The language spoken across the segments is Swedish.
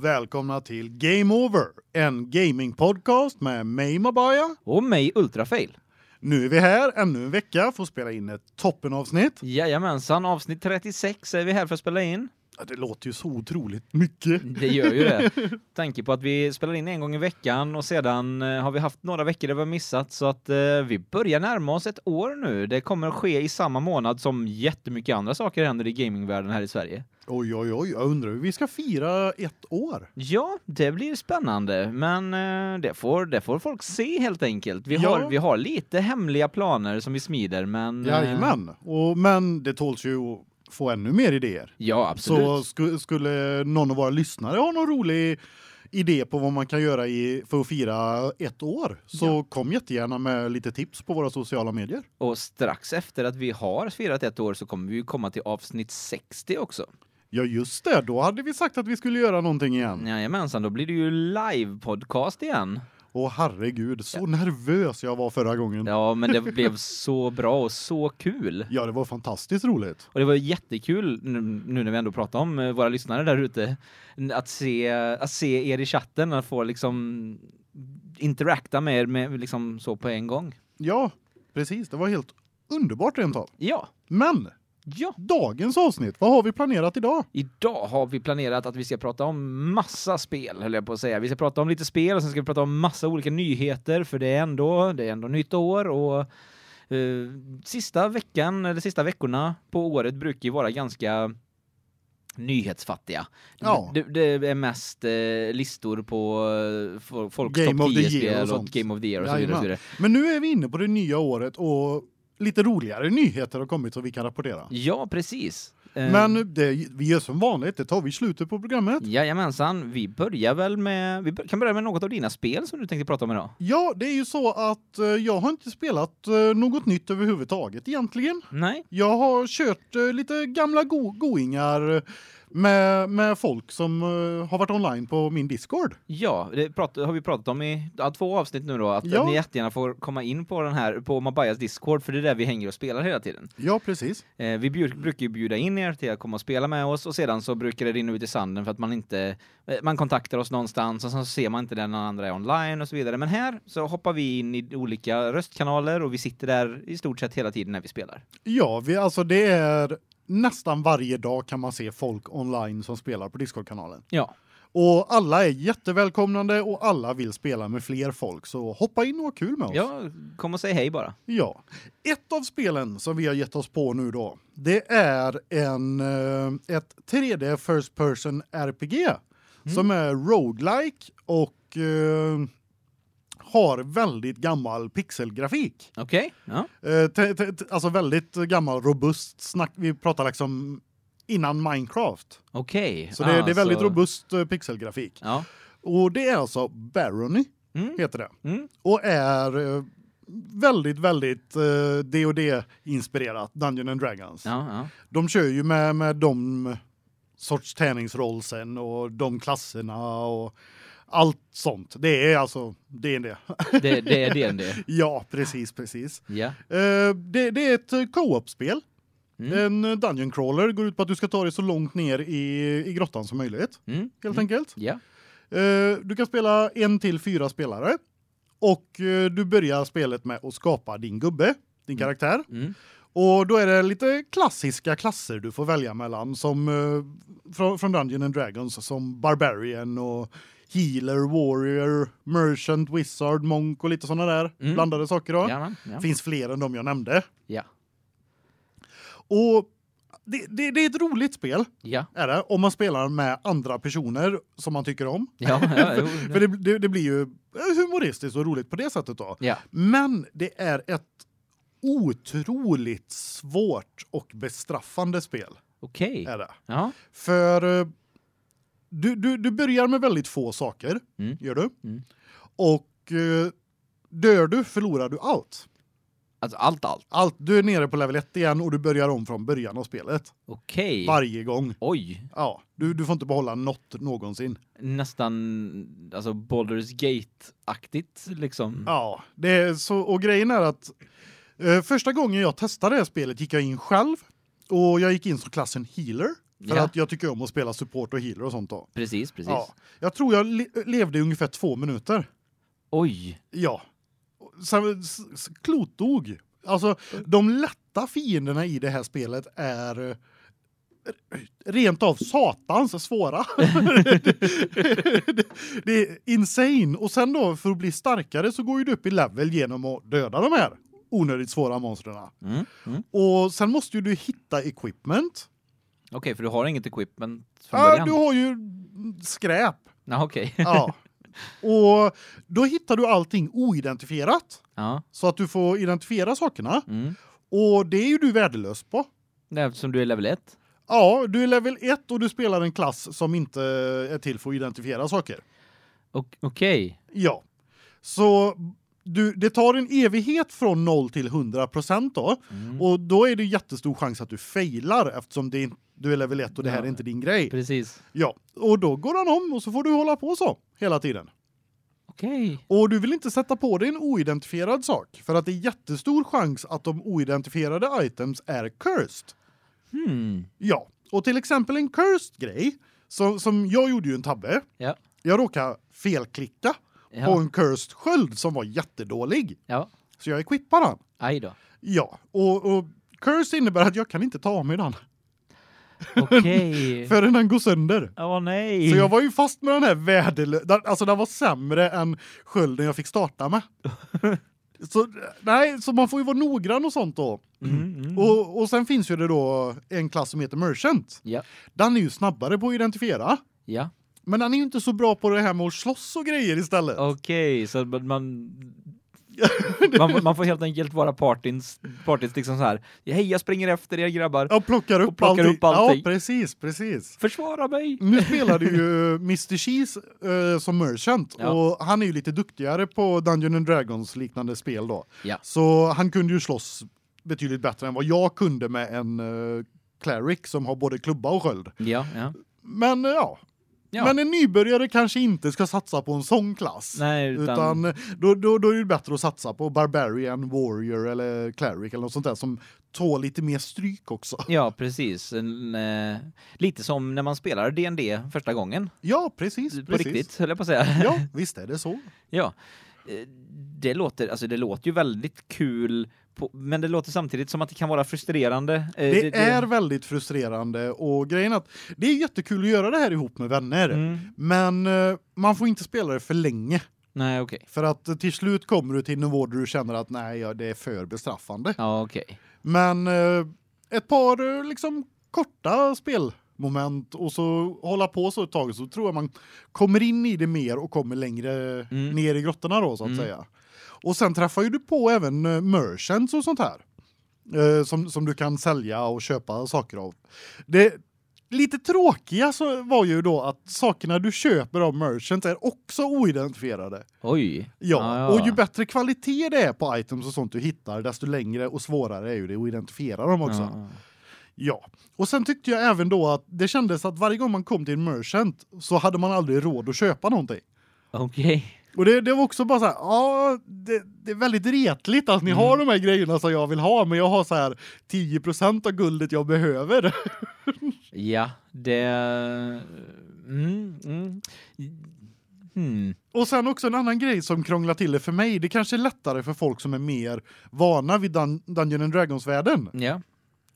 välkomna till Game Over, en gamingpodcast med mig Mabaya. Och mig Ultrafail. Nu är vi här ännu en vecka för att spela in ett toppenavsnitt. Jajamensan, avsnitt 36 är vi här för att spela in. Ja, det låter ju så otroligt mycket. Det gör ju det. Tanke på att vi spelar in en gång i veckan och sedan eh, har vi haft några veckor där vi har missat så att eh, vi börjar närma oss ett år nu. Det kommer att ske i samma månad som jättemycket andra saker händer i gamingvärlden här i Sverige. Oj, oj, oj, jag undrar hur vi ska fira ett år. Ja, det blir spännande, men eh, det får det får folk se helt enkelt. Vi Ja. har vi har lite hemliga planer som vi smider, men eh, Jajamän, och, men det tåls ju att få ännu mer idéer. Ja, absolut. Så sku, skulle någon av våra lyssnare ha någon rolig idé på vad man kan göra i, för att fira ett år så kom jättegärna med lite tips på våra sociala medier. Och strax efter att vi har firat ett år så kommer vi ju komma till avsnitt 60 också. Ja just det, då hade vi sagt att vi skulle göra någonting igen. Jajamensan, då blir det ju live-podcast igen. Åh herregud, så nervös jag var förra gången. Ja. Ja, men det blev så bra och så kul. det var fantastiskt roligt. Och det var jättekul nu, nu när vi ändå pratar om eh, våra lyssnare där ute n- att se att se er i chatten och få liksom interakta med er med liksom så på en gång. Ja, precis, det var helt underbart rent av. Ja. Men Ja, dagens avsnitt, vad har vi planerat idag? idag har vi planerat att vi ska prata om massa spel, höll jag på att säga. Vi ska prata om lite spel och sen ska vi prata om massa olika nyheter för det är ändå, det är ändå nytt år och eh, sista veckan eller sista veckorna på året brukar ju vara ganska nyhetsfattiga. Ja. Det, det är mest eh, listor på eh, fo- folks Game topp of the 10-spel year och och, sånt. Game of the year och så vidare. Och så Jajamän. vidare. Men nu är vi inne på det nya året och lite roligare nyheter har kommit som vi kan rapportera. Ja, precis. Eh, Men det, vi gör som vanligt, det tar vi i slutet på programmet. Jajamensan, vi börjar väl med, vi bör, kan börja med något av dina spel som du tänkte prata om idag. Ja, det är ju så att eh, jag har inte spelat eh, något nytt överhuvudtaget egentligen. Nej. Jag har kört eh, lite gamla go goingar eh, med, med folk som eh, har varit online på min Discord. Ja, det prat, har vi pratat om i ja, två avsnitt nu då, att Ja. ni jättegärna får komma in på den här, på Mabayas Discord, för det är där vi hänger och spelar hela tiden. Ja, precis. Eh, vi bjud, brukar ju bjuda in er till att komma och spela med oss, och sedan så brukar det rinna ut i sanden för att man inte, eh, man kontaktar oss någonstans, och sen så ser man inte när den andra är online och så vidare. Men här så hoppar vi in i olika röstkanaler, och vi sitter där i stort sett hela tiden när vi spelar. Ja, vi, alltså det är nästan varje dag kan man se folk online som spelar på Discord-kanalen. Ja. Och alla är jättevälkomnande och alla vill spela med fler folk, så hoppa in och ha kul med oss. Ja, kom och säg hej bara. Ja. Ett av spelen som vi har gett oss på nu då, det är en eh, ett 3D first person RPG som är roguelike och eh, har väldigt gammal pixelgrafik. Okej? Ja. Eh, te- te- te- alltså väldigt gammal robust snack vi pratar liksom innan Minecraft. Okej. Så det, Ah, det är väldigt så- robust eh, pixelgrafik. Ja. Och det är alltså Barony Mm. heter det Mm. och är eh, väldigt väldigt eh, D&D inspirerat Dungeons and Dragons. Ja, ja. De kör ju med med de sorts tärningsrollsen och de klasserna och allt sånt. Det är alltså D&D. Det, det är D&D. ja, precis precis. Ja. Eh, det det är ett eh, co-op-spel. Mm. En eh, dungeon crawler går ut på att du ska ta dig så långt ner i i grottan som möjligt, Mm. helt Mm. enkelt. Ja. Eh, du kan spela en till fyra spelare och eh, du börjar spelet med att skapa din gubbe, din karaktär. Mm. Och då är det lite klassiska klasser du får välja mellan som eh, från från Dungeons and Dragons som Barbarian och Healer, Warrior, Merchant, Wizard, Monk och lite såna där Mm. blandade saker då. Ja, ja. Finns fler än de jag nämnde. Ja. Och det, det, det är ett roligt spel, Ja. är det, om man spelar med andra personer som man tycker om. Ja, ja, jo, För det, det, det blir ju eh, humoristiskt och roligt på det sättet då. ja. Men det är ett otroligt svårt och bestraffande spel Okej. är det. Ja. För eh, du du du börjar med väldigt få saker, Mm. gör du? Mm. Och eh, dör du förlorar du allt. Alltså allt allt. Allt du är nere på level 1 igen och du börjar om från början av spelet Okej. varje gång. Oj. Ja, du du får inte behålla något någonsin. Nästan alltså Baldur's Gate-aktigt liksom. Ja, det är så och grejen är att eh, första gången jag testade det här spelet gick jag in själv och jag gick in som klassen healer För Ja. att jag tycker om att spela support och healer och sånt då. Precis, precis. Ja. Jag tror jag le levde i ungefär två minuter. Oj. Ja. Sen s- s- klotdog. Alltså de lätta fienderna i det här spelet är eh, rent av satans svåra. det, det är insane. Och sen då för att bli starkare så går ju du upp i level genom att döda de här onödigt svåra monstren. Mm. Mm. Och sen måste ju du hitta equipment. Okej, för du har inget equipment från Ja, början? du har ju skräp. Ja, okej. Ja. Och då hittar du allting oidentifierat ja. så att du får identifiera sakerna Mm. och det är ju du värdelös på. Det är Eftersom du är level 1. Ja, du är level 1 och du spelar en klass som inte är till för att identifiera saker. Och- Okej. Ja. Så du det tar en evighet från 0 till 100 då Mm. och då är det jättestor chans att du failar eftersom det är, in- du är level 1 och det här Ja. är inte din grej. Precis. Ja, och då går han om och så får du hålla på så hela tiden. Okej. Och du vill inte sätta på dig en oidentifierad sak för att det är jättestor chans att de oidentifierade items är cursed. Hmm. Ja, och till exempel en cursed grej som som jag gjorde ju en tabbe. Ja. Jag råkade felklicka på Ja. en cursed sköld som var jättedålig ja. så jag equippar den. Aj då. Ja, och och cursed innebär att jag kan inte ta av mig den Okej. förrän den går sönder. Åh nej. Så jag var ju fast med den här väderlösa, alltså den var sämre än skölden jag fick starta med. så nej, så man får ju vara noggrann och sånt då. Mm, mm. Och och sen finns ju det då en klass som heter merchant. Ja. Den är ju snabbare på att identifiera, Ja. men den är ju inte så bra på det här med att slåss och grejer istället. Okej, så man man, man får helt enkelt vara partins, partins liksom så här. Hej, jag springer efter er grabbar. Ja, plockar upp Och plockar allting. upp allting. Ja, precis, precis. Försvara mig. Nu spelar du ju Mr. Cheese eh, som merchant Ja. och han är ju lite duktigare på Dungeons and Dragons liknande spel då. Ja. Så han kunde ju slåss betydligt bättre än vad jag kunde med en eh, cleric som har både klubba och sköld. Ja, ja. Men eh, ja. ja. Men en nybörjare kanske inte ska satsa på en sån klass. Nej, utan, Utan eh, då, då, då är det bättre att satsa på Barbarian, Warrior eller Cleric eller något sånt där som tål lite mer stryk också. Ja, precis. En, eh, lite som när man spelar D&D första gången. Ja, precis. På precis. riktigt, höll jag på att säga. Ja, visst är det så. Ja. Eh, Det låter, alltså det låter ju väldigt kul, på, men det låter samtidigt som att det kan vara frustrerande. Eh, Det, är väldigt frustrerande och grejen är att det är jättekul att göra det här ihop med vänner. Mm. Men eh, man får inte spela det för länge Nej, okej. för att eh, till slut kommer du till en nivå där du känner att nej, ja, det är för bestraffande. Ja, okej. Men eh, ett par eh, liksom korta spelmoment och så hålla på så ett tag så tror jag man kommer in i det mer och kommer längre Mm. ner i grottorna då så att Mm. säga. Och sen träffar ju du på även eh, merchants och sånt här. Eh, som som du kan sälja och köpa saker av. Det lite tråkiga så var ju då att sakerna du köper av merchants är också oidentifierade. Oj. Ja, Ah, ja. och ju bättre kvalitet det är på items och sånt du hittar, desto längre och svårare är ju det att identifiera dem också. Ja. Ja. Och sen tyckte jag även då att det kändes att varje gång man kom till en merchant så hade man aldrig råd att köpa någonting. Okej. Och det, det var också bara så här, ja, det, det är väldigt retligt att ni Mm. har de här grejerna som jag vill ha, men jag har så här 10 av guldet jag behöver. Ja, det... Mm, mm. Hmm. Och sen också en annan grej som krånglar till det för mig, det kanske är lättare för folk som är mer vana vid Dun Dungeons and Dragons-världen. Ja.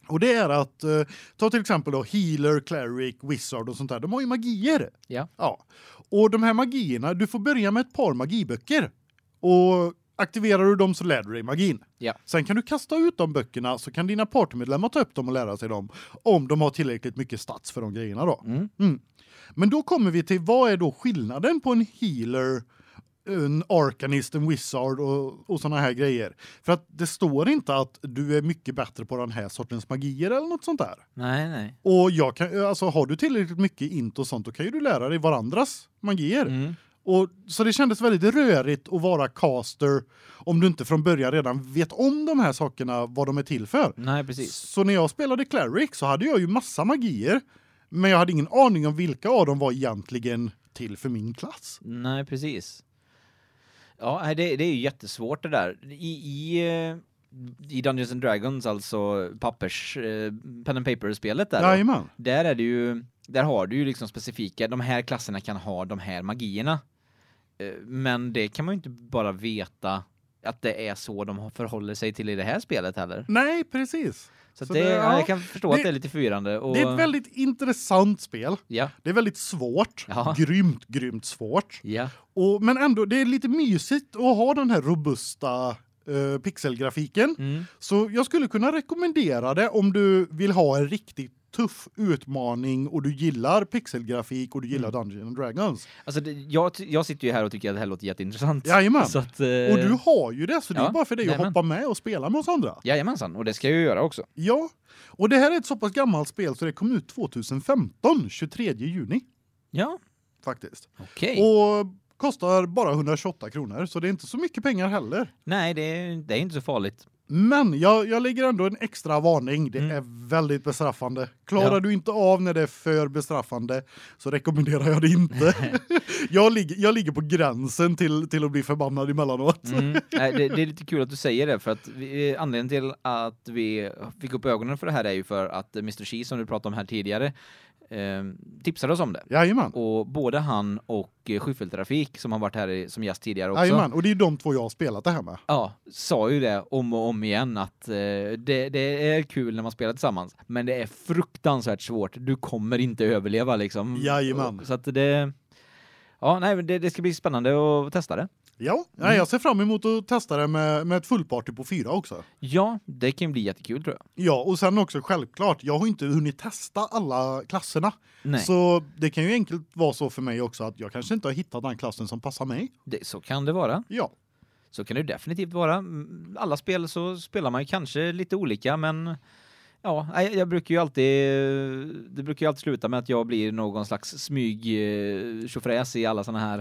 Och det är att eh, ta till exempel då healer, cleric, wizard och sånt där. De har ju magier. Ja. Ja. Och de här magierna, du får börja med ett par magiböcker. Och aktiverar du dem så lär du dig magin. Ja. Sen kan du kasta ut de böckerna så kan dina partymedlemmar ta upp dem och lära sig dem om de har tillräckligt mycket stats för de grejerna då. Mm. Men då kommer vi till vad är då skillnaden på en healer, en arkanist, en wizard och, och såna här grejer. För att det står inte att du är mycket bättre på den här sortens magier eller något sånt där. Nej, nej. Och jag kan, alltså har du tillräckligt mycket int och sånt då kan ju du lära dig varandras magier. Mm. Och, så det kändes väldigt rörigt att vara caster om du inte från början redan vet om de här sakerna, vad de är till för. Nej, precis. Så när jag spelade Cleric så hade jag ju massa magier. Men jag hade ingen aning om vilka av dem var egentligen till för min klass. Nej, precis. Ja, nej, det, det är ju jättesvårt det där. I, i eh, i Dungeons and Dragons, alltså pappers, eh, pen and paper-spelet där. då, Jajamän. där är det ju, där har du ju liksom specifika, de här klasserna kan ha de här magierna. Eh, Men det kan man ju inte bara veta att det är så de förhåller sig till i det här spelet heller. Nej, precis. Så, att Så det, det- ja, ja. jag kan förstå att Det- det är lite förvirrande. Och, eh, Det är ett väldigt intressant spel. Ja, Det är väldigt svårt. Ja. Grymt, grymt svårt. ja, Och, men ändå, det är lite mysigt att ha den här robusta eh, pixelgrafiken. mm, Så jag skulle kunna rekommendera det om du vill ha en riktigt tuff utmaning och du gillar pixelgrafik och du gillar Mm. Dungeons and Dragons. alltså det, jag, ty- jag sitter ju här och tycker att det här låter jätteintressant. Jajamän. Så att, eh, Och du har ju det, så det ja, är bara för dig att jajamän. hoppa med och spela med oss andra. Jajamensan, och det ska jag ju göra också. Ja, och det här är ett så pass gammalt spel så det kom ut 2015, 23 juni Ja, faktiskt. okej. Och kostar bara 128 kronor, så det är inte så mycket pengar heller. Nej, det, är- det är inte så farligt. Men jag, jag lägger ändå en extra varning. Det Mm. är väldigt bestraffande. Klarar Ja. du inte av när det är för bestraffande så rekommenderar jag det inte. jag, ligger, jag ligger på gränsen till, till att bli förbannad emellanåt. Mm. Nej, det, det är lite kul att du säger det, för att vi, anledningen till att vi fick upp ögonen för det här är ju för att Mr. Chi, som du pratade om här tidigare, eh, tipsade oss om det. Jajamän. Och både han och eh, Skyffeltrafik, som har varit här i, som gäst tidigare också, Jajamän. Och det är de två jag har spelat det här med. Ja, sa ju det om och om igen att eh, det, det är kul när man spelar tillsammans, men det är fruktansvärt svårt. Du kommer inte överleva liksom. Jajamän. Så att det... Ja, nej, men det, det ska bli spännande att testa det. Ja, nej, jag ser fram emot att testa det med, med ett fullparty på fyra också. Ja, det kan ju bli jättekul tror jag. Ja, och sen också självklart, jag har inte hunnit testa alla klasserna. Nej, så, Så det kan ju enkelt vara så för mig också att jag kanske inte har hittat den klassen som passar mig. det, så kan det vara. Ja, Så kan det ju definitivt vara. Mm, Alla spel så spelar man ju kanske lite olika, men ja, nej, jag brukar ju alltid det brukar ju alltid sluta med att jag blir någon slags smyg eh, tjofräs i alla såna här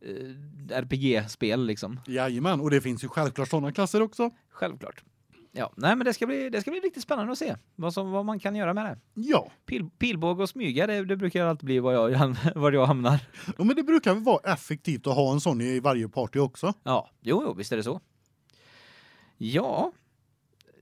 eh, RPG-spel liksom. jajamän. Och det finns ju självklart sådana klasser också. Självklart. Ja, nej men det ska bli det ska bli riktigt spännande att se vad som vad man kan göra med det. Ja, Pil, pilbåge och smyga, det, det brukar alltid bli var jag var jag hamnar. ja, men det brukar väl vara effektivt att ha en sån i varje party också. Ja, jo, jo visst är det så. Ja,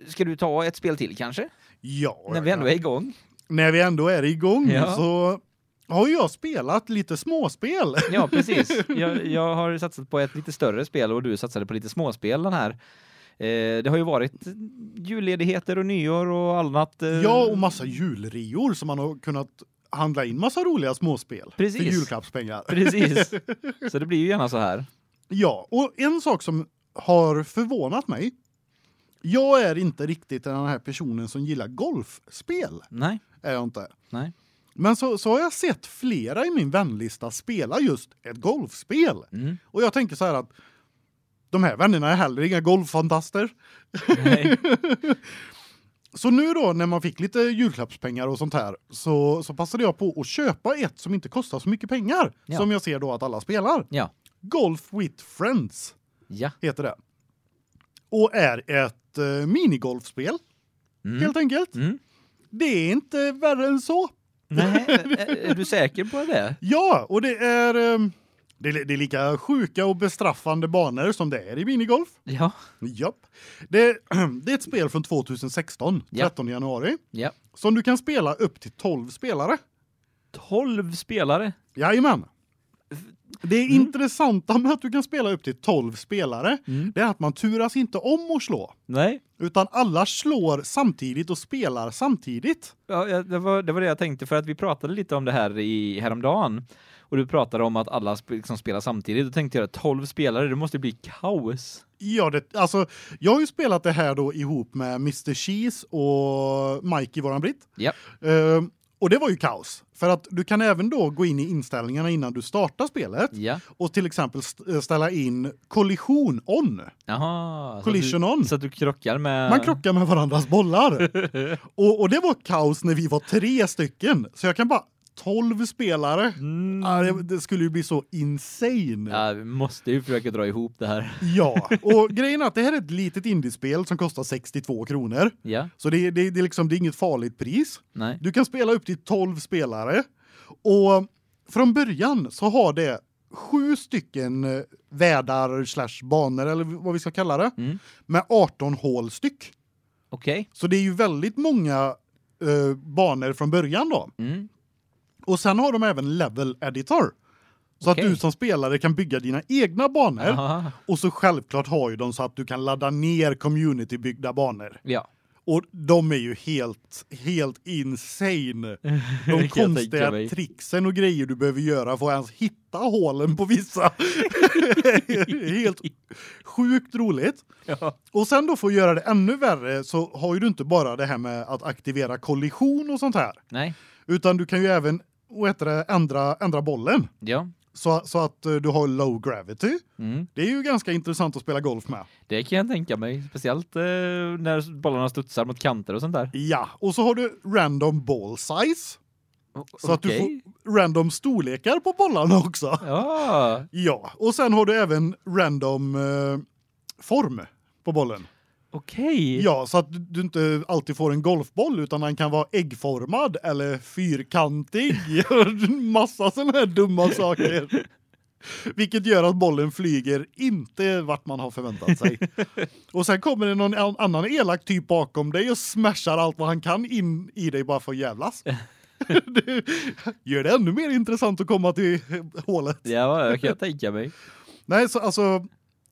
ska du ta ett spel till kanske? Ja, När vi ändå är igång. när vi ändå är igång Ja. så har ju jag spelat lite småspel. Ja, precis. Jag, jag har satsat på ett lite större spel och du satsade på lite småspel den här. Eh, det har ju varit julledigheter och nyår och annat. Eh, Ja, och massa julreor som man har kunnat handla in massa roliga småspel för Precis. julklappspengar. Precis. Så det blir ju gärna så här. Ja, och en sak som har förvånat mig. Jag är inte riktigt den här personen som gillar golfspel. Nej, Är jag inte. nej. Men så, så har jag sett flera i min vänlista spela just ett golfspel. Mm. Och jag tänker så här att de här vännerna är heller inga golffantaster. nej. Så nu då när man fick lite julklappspengar och sånt här så, så passade jag på att köpa ett som inte kostar så mycket pengar. Ja. Som jag ser då att alla spelar. Ja. Golf with Friends. Ja. heter det. Och är ett eh, minigolfspel Mm. helt enkelt. Mm. Det är inte värre än så. Nej, är, är du säker på det? Ja, och det är ehm, det, är- det är lika sjuka och bestraffande banor som det är i minigolf. Ja. Japp. Det, det är ett spel från 2016, Ja. 13 januari, ja. som du kan spela upp till 12 spelare. 12 spelare. Jajamän. Det intressanta med att du kan spela upp till 12 spelare, Mm. det är att man turas inte om att slå. Nej. Utan alla slår samtidigt och spelar samtidigt. Ja, ja, det, var, det var det jag tänkte för att vi pratade lite om det här i häromdagen och du pratade om att alla sp liksom spelar samtidigt. Då tänkte jag 12 spelare, det måste bli kaos. Ja, det, alltså, jag har ju spelat det här då ihop med Mr. Cheese och Mikey, våran britt. Ja. Ehm, och det var ju kaos. För att du kan även då gå in i inställningarna innan du startar spelet Ja. och till exempel st- ställa in kollision on. Jaha. Collision så att on. du, Så att du krockar med... Man krockar med varandras bollar. och, och det var kaos när vi var tre stycken. Så jag kan bara, tolv spelare. Mm. Ah, det, det skulle ju bli så insane. Ja, vi måste ju försöka dra ihop det här. Ja, och grejen är att det här är ett litet indiespel som kostar 62 kronor. Ja. Så det, det, det, är liksom, det är inget farligt pris. Nej. Du kan spela upp till 12 spelare. Och från början så har det sju stycken eh, världar slash banor eller vad vi ska kalla det Mm. med 18 hål styck. Okej. Så det är ju väldigt många eh, banor från början då. Mm. Och sen har de även level editor. Så Okej. att du som spelare kan bygga dina egna banor. Aha. Och så självklart har ju de så att du kan ladda ner communitybyggda banor. Ja. Och de är ju helt, helt insane. De tänka mig. konstiga tricksen och grejer du behöver göra för att ens hitta hålen på vissa. helt sjukt roligt. Ja. Och sen då för att göra det ännu värre så har ju du inte bara det här med att aktivera kollision och sånt här. Nej. Utan du kan ju även vad heter det, ändra, ändra bollen. Ja. Så, så att eh, du har low gravity. Mm. Det är ju ganska intressant att spela golf med. Det kan jag tänka mig. Speciellt eh, när bollarna studsar mot kanter och sånt där. Ja, och så har du random ball size. Så att du Okej. får random storlekar på bollarna också. Ja. Ja, och sen har du även random eh, form på bollen. Okej. Ja, så att du- du inte alltid får en golfboll utan den kan vara äggformad eller fyrkantig. Massa sådana här dumma saker. Vilket gör att bollen flyger inte vart man har förväntat sig. Och sen kommer det någon an- annan elak typ bakom dig och smashar allt vad han kan in i dig bara för att jävlas. Det gör det ännu mer intressant att komma till hålet. Ja, det kan jag tänka mig. Nej, så alltså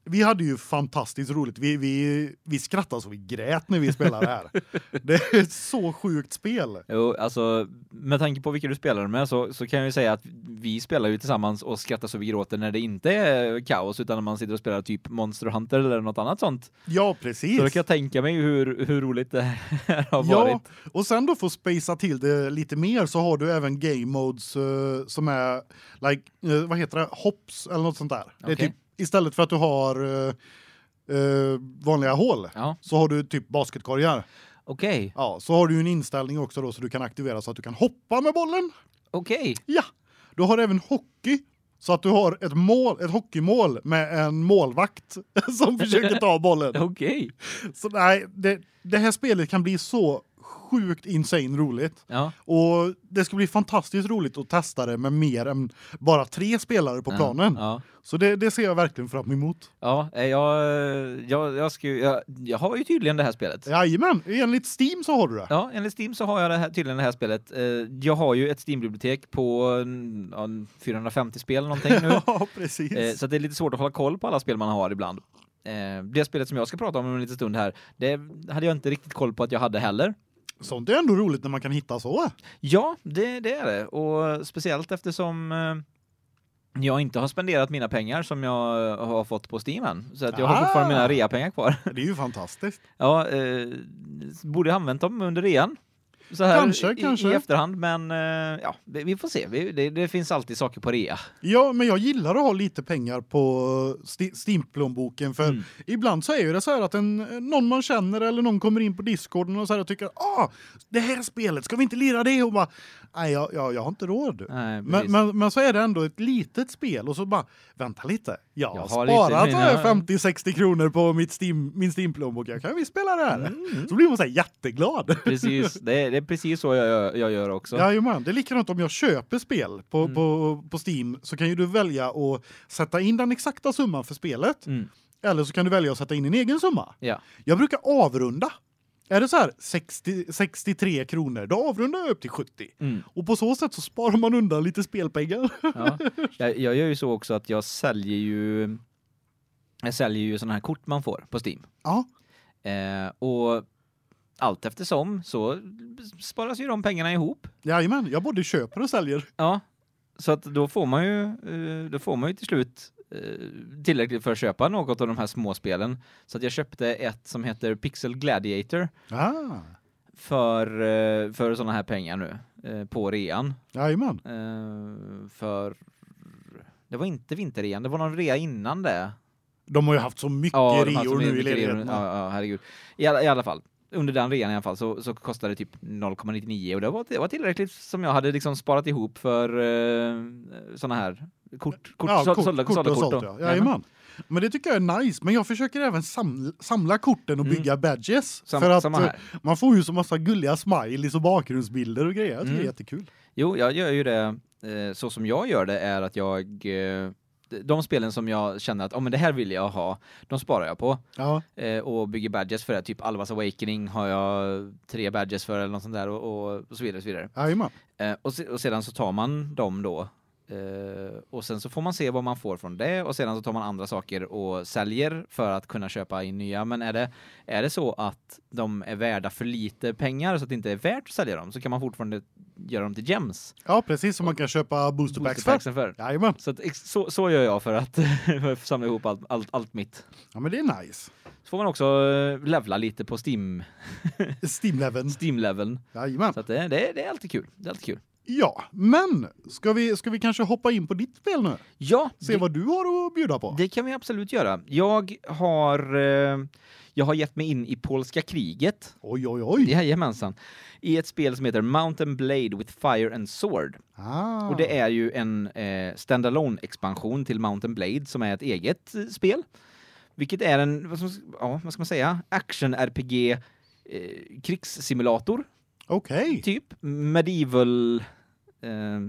vi hade ju fantastiskt roligt. Vi vi vi skrattade så vi grät när vi spelade det här. det är ett så sjukt spel. Jo, alltså, med tanke på vilka du spelar med så, så kan jag ju säga att vi spelar ju tillsammans och skrattar så vi gråter när det inte är kaos utan när man sitter och spelar typ Monster Hunter eller något annat sånt. Ja, precis. Så då kan jag tänka mig hur, hur roligt det här har Ja, varit. och sen då för att spacea till det lite mer så har du även game modes eh, som är like eh, vad heter det? Hops eller något sånt där. Det är Okej. typ istället för att du har eh, eh, vanliga hål Ja, så har du typ basketkorgar. okej, Ja, så har du ju en inställning också då så du kan aktivera så att du kan hoppa med bollen. okej. Ja, du har även hockey. Så att du har ett, mål, ett hockeymål med en målvakt som försöker ta bollen. Okej. Så nej, det, det här spelet kan bli så sjukt insane roligt. Ja, Och det ska bli fantastiskt roligt att testa det med mer än bara tre spelare på planen. Ja, Så det, det ser jag verkligen fram emot. ja, eh, jag, jag, jag, ska, ju- jag, jag har ju tydligen det här spelet. Jajamän, enligt Steam så har du det. Ja, enligt Steam så har jag det här, tydligen det här spelet. Eh, Jag har ju ett Steam-bibliotek på mm, ja, 450 spel någonting nu. Ja, precis. Eh, så att det är lite svårt att hålla koll på alla spel man har ibland. Eh, det spelet som jag ska prata om om en liten stund här, det hade jag inte riktigt koll på att jag hade heller. Sånt är ändå roligt när man kan hitta så. Ja, det, det är det. Och speciellt eftersom eh, jag inte har spenderat mina pengar som jag eh, har fått på Steam än. Så att jag har Ah. fortfarande mina reapengar kvar. Det är ju fantastiskt. Ja, eh, borde jag använt dem under rean. Så här Kanske, i, kanske. i efterhand, men eh, ja, det- vi får se. Vi, det, det finns alltid saker på rea. Ja, men jag gillar att ha lite pengar på Ste- Steam-plånboken för Mm. ibland så är ju det så här att en, någon man känner eller någon kommer in på Discorden och så här och tycker ah, det här spelet, ska vi inte lira det? Och bara, nej, jag, jag, jag har inte råd. Nej, Men, precis. men, men så är det ändå ett litet spel och så bara, vänta lite, jag, Jag har har sparat lite så här mina- 50-60 kronor på mitt Steam, min Steam-plånbok, jag kan vi spela det här? Mm. Så blir man så här jätteglad. Precis, det, är- det är precis så jag, gör- jag gör också. Jajamän, det är likadant om jag köper spel på, Mm. på, på Steam så kan ju du välja att sätta in den exakta summan för spelet Mm. eller så kan du välja att sätta in din egen summa. Ja. Jag brukar avrunda. Är det så här 60, 63 kronor, då avrundar jag upp till 70. Mm. Och på så sätt så sparar man undan lite spelpengar. Ja. Jag, jag gör ju så också att jag säljer ju jag säljer ju sådana här kort man får på Steam. Ja, Eh, och allt eftersom så sparas ju de pengarna ihop. jajamän, jag både köper och säljer. Ja. Så att då får man ju eh, då får man ju till slut eh, tillräckligt för att köpa något av de här små spelen. Så att jag köpte ett som heter Pixel Gladiator Ah, för eh, för sådana här pengar nu eh, på rean. jajamän. Eh, för det var inte vinterrean, det var någon rea innan det. De har ju haft så mycket Ja, de har reor haft så nu i mycket reor. ledigheten. Ja, ja, herregud. I alla, I alla fall, under den rean i alla fall så, så kostade det typ 0,99 och det var, det var tillräckligt som jag hade liksom sparat ihop för eh, såna här kort, kort, ja, så, kort, sålda, kort sålda och kort. sålt, då. ja. Jajamän. Men det tycker jag är nice, men jag försöker även samla, samla korten och Mm. bygga badges Sam, för att samma här. eh, man får ju så massa gulliga smileys och bakgrundsbilder och grejer. Jag tycker Mm. det är jättekul. Jo, jag gör ju det. eh, Så som jag gör det är att jag eh, de spelen som jag känner att oh, men det här vill jag ha, de sparar jag på. Ja, Eh, och bygger badges för det. Typ Alvas Awakening har jag tre badges för eller något sånt där och, och, och så vidare. Och, så vidare. jajamän. Eh, och, se, och sedan så tar man dem då. Eh, och sen så får man se vad man får från det och sedan så tar man andra saker och säljer för att kunna köpa in nya. Men är det, är det så att de är värda för lite pengar så att det inte är värt att sälja dem så kan man fortfarande göra dem till gems. ja, precis som man kan köpa boosterpacks för. Boosterpacksen för. Jajamän. Så, att, ex- så, så gör jag för att, för att samla ihop allt, allt, allt mitt. Ja, men det är nice. Så får man också eh, levla lite på Steam Steam-leveln. Steam-leveln. Jajamän. Så att det, det, det är alltid kul. Det är alltid kul. Ja, men ska vi, ska vi kanske hoppa in på ditt spel nu? Ja, Se det, vad du har att bjuda på. det kan vi absolut göra. Jag har, eh, jag har gett mig in i polska kriget. Oj, oj, oj. Jajamensan. I ett spel som heter Mountain Blade with Fire and Sword. Ah. Och det är ju en eh, standalone expansion till Mountain Blade som är ett eget eh, spel. Vilket är en, vad, som, ja, vad ska man säga, action-RPG eh, krigssimulator, Okej. typ. Medieval... Eh,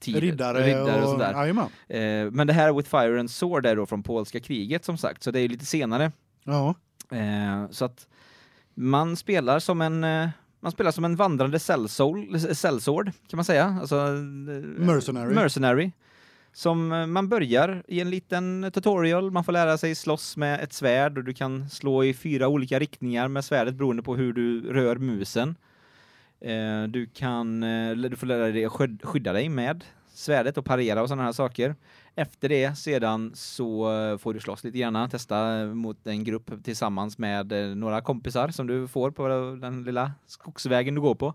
tid- Riddare, riddare och och... sådär. Jajamän. Eh, men det här With Fire and Sword är då från polska kriget som sagt, så det är ju lite senare. Ja. Eh, så att man spelar som en eh, man spelar som en vandrande cellsoul, cellsword kan man säga, alltså eh, Mercenary. mercenary. Som eh, man börjar i en liten tutorial, man får lära sig slåss med ett svärd och du kan slå i fyra olika riktningar med svärdet beroende på hur du rör musen. Eh, du kan eh, du får lära dig att skyd- skydda dig med svärdet och parera och sådana här saker. Efter det sedan så eh, får du slåss lite grann, testa eh, mot en grupp tillsammans med eh, några kompisar som du får på den lilla skogsvägen du går på.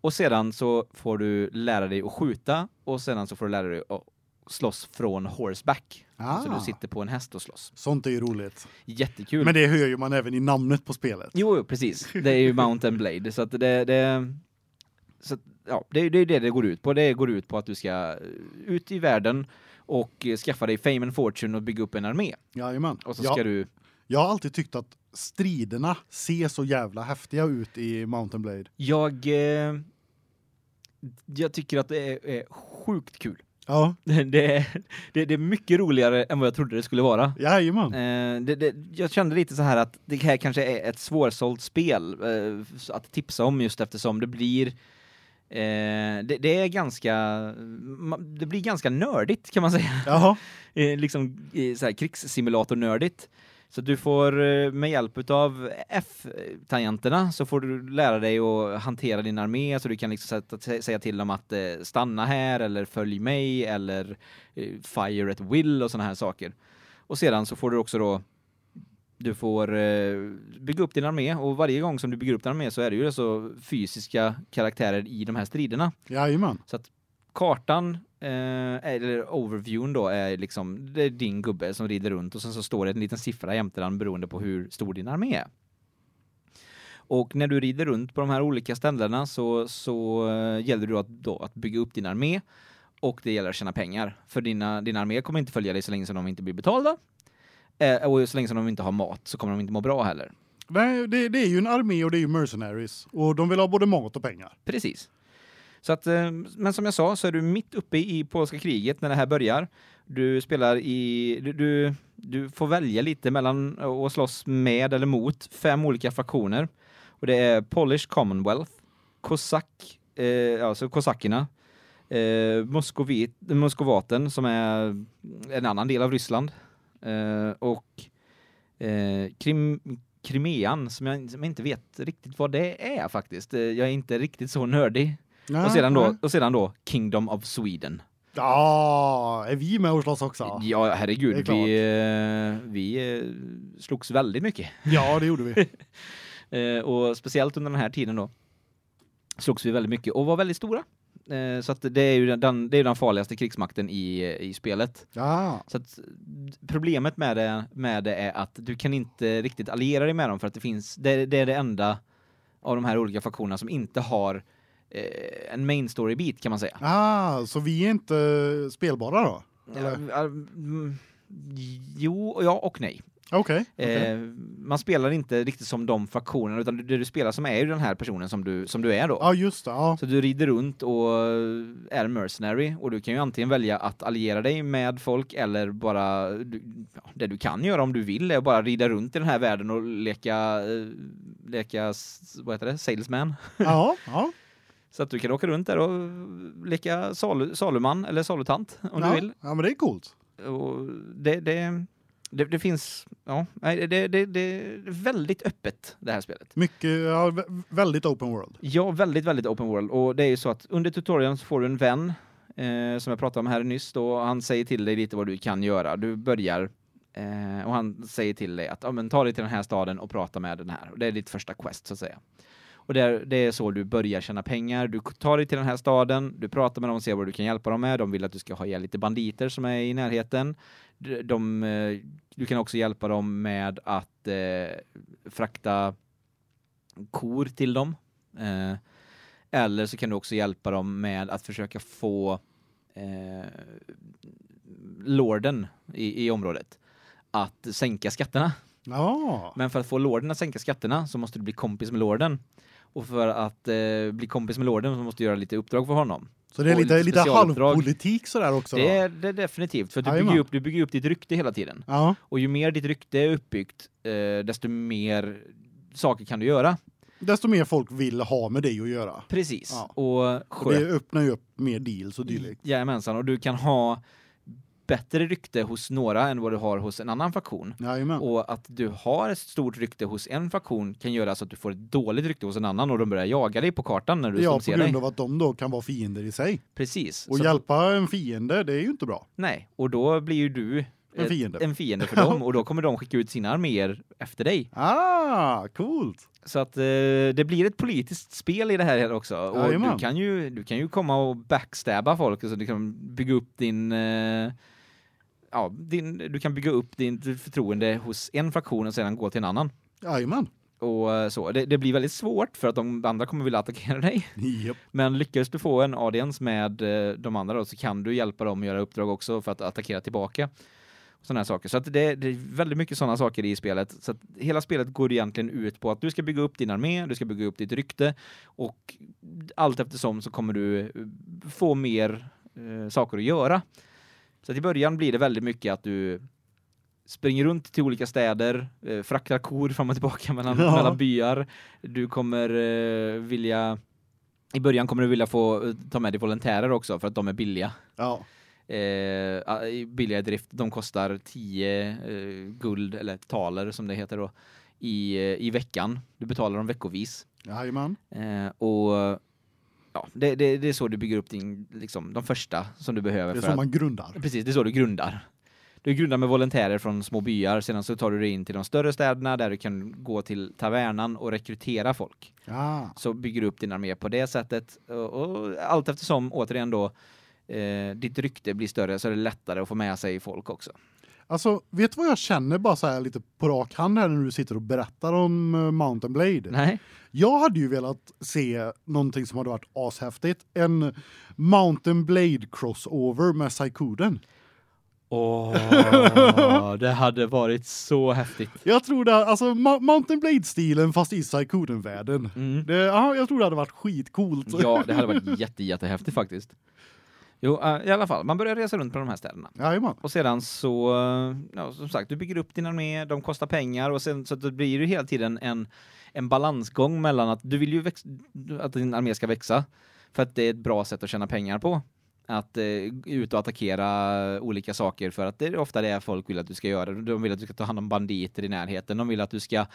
Och sedan så får du lära dig att skjuta och sedan så får du lära dig att slåss från horseback. Ah. Så du sitter på en häst och slåss. Sånt är ju roligt. Jättekul. Men det hör ju man även i namnet på spelet. Jo, jo, precis. Det är ju Mountain Blade så att det det så att, ja, det är det är det det går ut på. Det går ut på att du ska eh, ut i världen och eh, skaffa dig fame and fortune och bygga upp en armé Jajamän. och så Ja. ska du Jag har alltid tyckt att striderna ser så jävla häftiga ut i Mountain Blade. jag eh, jag tycker att det är, är sjukt kul. Ja, Det är, det, det är mycket roligare än vad jag trodde det skulle vara. jajamän. Eh, det, det, jag kände lite så här att det här kanske är ett svårsålt spel eh, att tipsa om just eftersom det blir eh, det, det är ganska ma- det blir ganska nördigt kan man säga. Jaha. Eh, liksom eh, så här krigssimulator-nördigt. Så du får eh, med hjälp av F-tangenterna så får du lära dig att hantera din armé så du kan liksom sätta, sä- säga till dem att eh, stanna här eller följ mig eller eh, fire at will och såna här saker. Och sedan så får du också då du får eh, bygga upp din armé och varje gång som du bygger upp din armé så är det ju alltså fysiska karaktärer i de här striderna Jajamän. kartan eh, eller overviewen då är liksom det är din gubbe som rider runt och sen så står det en liten siffra jämte den beroende på hur stor din armé är. Och när du rider runt på de här olika ställena så så eh, gäller det då att då att bygga upp din armé och det gäller att tjäna pengar för dina din armé kommer inte följa dig så länge som de inte blir betalda. Eh, och så länge som de inte har mat så kommer de inte må bra heller. Nej, det, det är ju en armé och det är ju mercenaries. Och de vill ha både mat och pengar. Precis. Så att, eh, men som jag sa så är du mitt uppe i polska kriget när det här börjar. Du spelar i, du, du, du får välja lite mellan att slåss med eller mot fem olika fraktioner. Och det är Polish Commonwealth, Kosak, eh, alltså kosackerna, eh, Moskovit, Moskovaten som är en annan del av Ryssland eh, och eh, Krim, Krimean som jag, som jag inte vet riktigt vad det är faktiskt. Eh, Jag är inte riktigt så nördig. Nej, och, sedan då, nej. och sedan då Kingdom of Sweden. Ja, är vi med och slåss också? Ja, Det är herregud. klart. Vi, eh, vi eh, slogs väldigt mycket. Ja, det gjorde vi. Eh, och speciellt under den här tiden då slogs vi väldigt mycket och var väldigt stora. Eh, så att det är ju den, det är ju den farligaste krigsmakten i, i spelet. Ja, Så att problemet med det, med det är att du kan inte riktigt alliera dig med dem för att det finns, det, det är det enda av de här olika faktionerna som inte har eh, en main story-bit kan man säga. ah, så vi är inte spelbara då? Ja, mm, Jo, ja och nej. Okej. okej. Eh, man spelar inte riktigt som de faktionerna utan det du spelar som är ju den här personen som du, som du är då. Ja, just det. Ja. Så du rider runt och är mercenary och du kan ju antingen välja att alliera dig med folk eller bara du, ja, det du kan göra om du vill är bara rida runt i den här världen och leka eh, leka s- vad heter det salesman ja, ja. så att du kan åka runt där och leka salu, saluman eller salutant om ja. du vill. Ja, men det är coolt. Och det, det det, det finns ja, nej, det, det, det är väldigt öppet det här spelet. Mycket, ja, vä- väldigt open world. Ja, väldigt, väldigt open world. Och det är ju så att under tutorialen så får du en vän eh, som jag pratade om här nyss då. Och Han säger till dig lite vad du kan göra. Du börjar eh, och han säger till dig att ja, men ta dig till den här staden och prata med den här. Och det är ditt första quest så att säga. Och det är, det är så du börjar tjäna pengar. Du tar dig till den här staden, du pratar med dem och ser vad du kan hjälpa dem med. De vill att du ska ha ihjäl lite banditer som är i närheten. De, de, eh, du kan också hjälpa dem med att eh, frakta kor till dem. Eh, eller så kan du också hjälpa dem med att försöka få eh, lorden i, i området att sänka skatterna. Ja. Men för att få lorden att sänka skatterna så måste du bli kompis med lorden. Och för att eh, bli kompis med lorden så måste du göra lite uppdrag för honom. Så det är Och lite, lite lite specialuppdrag. halvpolitik sådär också. Det Då. är, det är definitivt, för att du Jajamän. bygger, ju upp, du bygger ju upp ditt rykte hela tiden. Ja, Och ju mer ditt rykte är uppbyggt, eh, desto mer saker kan du göra. desto mer folk vill ha med dig att göra. Precis. Ja. Och Och sköt det öppnar ju upp mer deals och dylikt. Jajamensan, och du kan ha bättre rykte hos några än vad du har hos en annan faktion. Jajamän. Mm. Och att du har ett stort rykte hos en faktion kan göra så att du får ett dåligt rykte hos en annan och de börjar jaga dig på kartan när du Ja, som på ser grund dig. av att de då kan vara fiender i sig. Precis. Och Så- hjälpa en fiende, det är ju inte bra. nej, och då blir ju du En ett- fiende. en fiende för dem och då kommer de skicka ut sina arméer efter dig. Ah, coolt! Så att eh, det blir ett politiskt spel i det här också. Och Jajamän. du kan ju du kan ju komma och backstabba folk alltså du kan bygga upp din eh, ja, din du kan bygga upp din förtroende hos en fraktion och sedan gå till en annan. Jajamän. Och eh, så det, det blir väldigt svårt för att de andra kommer vilja attackera dig. Japp. Men lyckas du få en audiens med eh, de andra då, så kan du hjälpa dem att göra uppdrag också för att attackera tillbaka. Sådana här saker. Så att det, det är väldigt mycket sådana saker i spelet. Så att hela spelet går egentligen ut på att du ska bygga upp din armé, du ska bygga upp ditt rykte och allt eftersom så kommer du eh, få mer eh, saker att göra. Så att i början blir det väldigt mycket att du springer runt till olika städer, eh, fraktar kor fram och tillbaka mellan, Ja. mellan byar. Du kommer eh, vilja i början kommer du vilja få eh, ta med dig volontärer också för att de är billiga. Ja, Eh, ah, i- billiga i drift. De kostar 10 eh, guld eller taler som det heter då i eh, i veckan. Du betalar dem veckovis. jajamän. Eh, och ja, det, det det är så du bygger upp din liksom de första som du behöver Det är för så att man grundar. Precis, det är så du grundar. Du grundar med volontärer från små byar, sedan så tar du dig in till de större städerna där du kan gå till tavernan och rekrytera folk Ja, så bygger du upp din armé på det sättet och, och allt eftersom återigen då eh, ditt rykte blir större så är det lättare att få med sig folk också. alltså vet du vad jag känner bara så här lite på rak hand här när du sitter och berättar om eh, Mountain Blade? Nej. Jag hade ju velat se någonting som hade varit ashäftigt, en Mountain Blade crossover med Saikuden. Åh, det hade varit så häftigt. Jag tror det alltså Ma- Mountain Blade-stilen fast i Saikuden-världen. Mm. Det ja, jag tror det hade varit skitcoolt. Ja, det hade varit jätte jättehäftigt faktiskt. Jo, eh, i alla fall, man börjar resa runt på de här städerna. Jajamän. Och sedan så, eh, ja, som sagt, du bygger upp din armé, de kostar pengar och sen så att det blir ju hela tiden en, en balansgång mellan att du vill ju väx- att din armé ska växa för att det är ett bra sätt att tjäna pengar på. Att eh, ut och attackera olika saker för att det är ofta det folk vill att du ska göra. De vill att du ska ta hand om banditer i närheten. De vill att du ska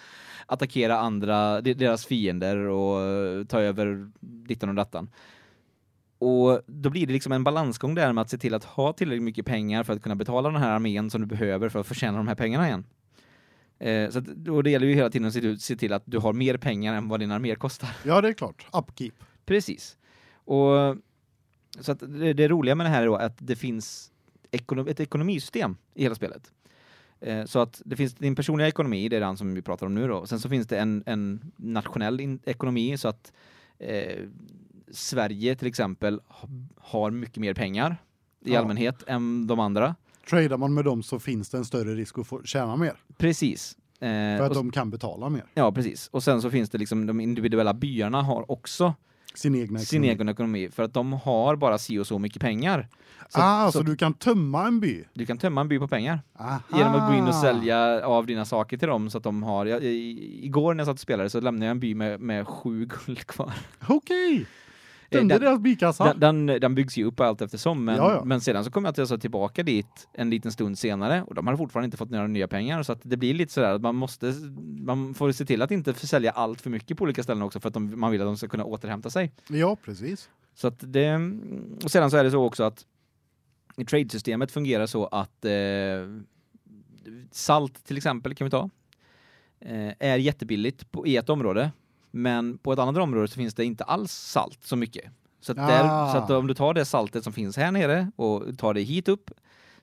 attackera andra, de- deras fiender och eh, ta över dittan och dattan. Och då blir det liksom en balansgång där med att se till att ha tillräckligt mycket pengar för att kunna betala den här armén som du behöver för att förtjäna de här pengarna igen. Eh, så att, och det gäller ju hela tiden att se till- se till att du har mer pengar än vad din armé kostar. Ja, det är klart. Upkeep. Precis. Och så att det, det roliga med det här är då att det finns ekono, ett ekonomisystem i hela spelet. Eh, så att det finns din personliga ekonomi, det är den som vi pratar om nu då. Sen så finns det en, en nationell in, ekonomi så att eh, Sverige till exempel ha- har mycket mer pengar i Ja. allmänhet än de andra. Tradar man med dem så finns det en större risk att få tjäna mer. Precis. Eh, För att och, de kan betala mer. ja, precis. Och sen så finns det liksom de individuella byarna har också Sin egna sin ekonomi. egen ekonomi för att de har bara si och så mycket pengar. Så, ah, så, så du kan tömma en by? du kan tömma en by på pengar. Aha. Genom att gå in och Ah. sälja av dina saker till dem så att de har... Jag, i, igår när jag satt och spelade så lämnade jag en by med, med sju guld kvar. Okej. Tömde Eh, den- deras bykassar. Den, den, den byggs ju upp allt eftersom men, Ja, ja. men sedan så kom jag till alltså tillbaka dit en liten stund senare och de har fortfarande inte fått några nya pengar så att det blir lite sådär att man måste... Man får se till att inte försälja allt för mycket på olika ställen också för att de, man vill att de ska kunna återhämta sig. Ja, precis. Så att det, och sedan så är det så också att i tradesystemet fungerar så att eh, salt till exempel kan vi ta, eh, är jättebilligt på, i ett område, men på ett annat område så finns det inte alls salt så mycket. Så att, där, Ah. så att om du tar det saltet som finns här nere och tar det hit upp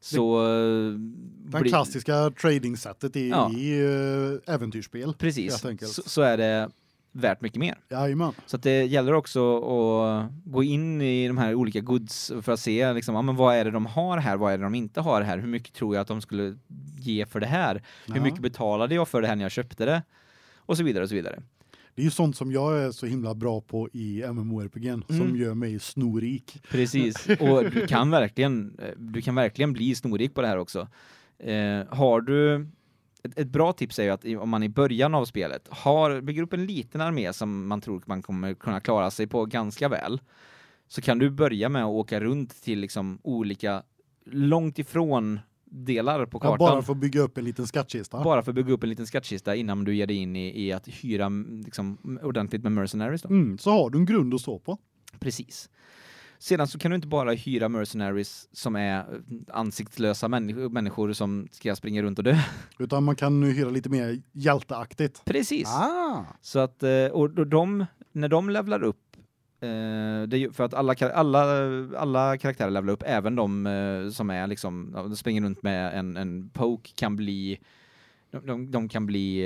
så... eh, Den blir- klassiska trading-sättet i, Ja. i eh, äventyrsspel. Precis, helt enkelt. så, så är det värt mycket mer. Jajamän. Så att det gäller också att gå in i de här olika goods för att se liksom, ja, men vad är det de har här, vad är det de inte har här, hur mycket tror jag att de skulle ge för det här, hur Ja. mycket betalade jag för det här när jag köpte det och så vidare och så vidare. Det är ju sånt som jag är så himla bra på i MMORPG som Mm. gör mig snorrik. Precis, och du kan verkligen, eh, du kan verkligen bli snorig på det här också. Eh, har du, ett, ett bra tips är ju att i- om man i början av spelet har, bygger upp en liten armé som man tror man kommer kunna klara sig på ganska väl, så kan du börja med att åka runt till liksom olika, långt ifrån delar på Jag kartan. bara får bygga upp en liten skattkista. bara för att bygga upp en liten skattkista innan du ger dig in i, i att hyra mm, liksom, ordentligt med mercenaries. Då. Mm, så har du en grund att stå på. Precis. Sedan så kan du inte bara hyra mercenaries som är eh, ansiktslösa människor, människor som ska springa runt och dö. Utan man kan nu hyra lite mer hjälteaktigt. Precis. Ah, Så att, eh, och och de, när de levlar upp, eh, det är ju för att alla, kar- alla, alla karaktärer levlar upp, även de eh, som är liksom, ja, de springer runt med en, en poke kan bli de, de, de kan bli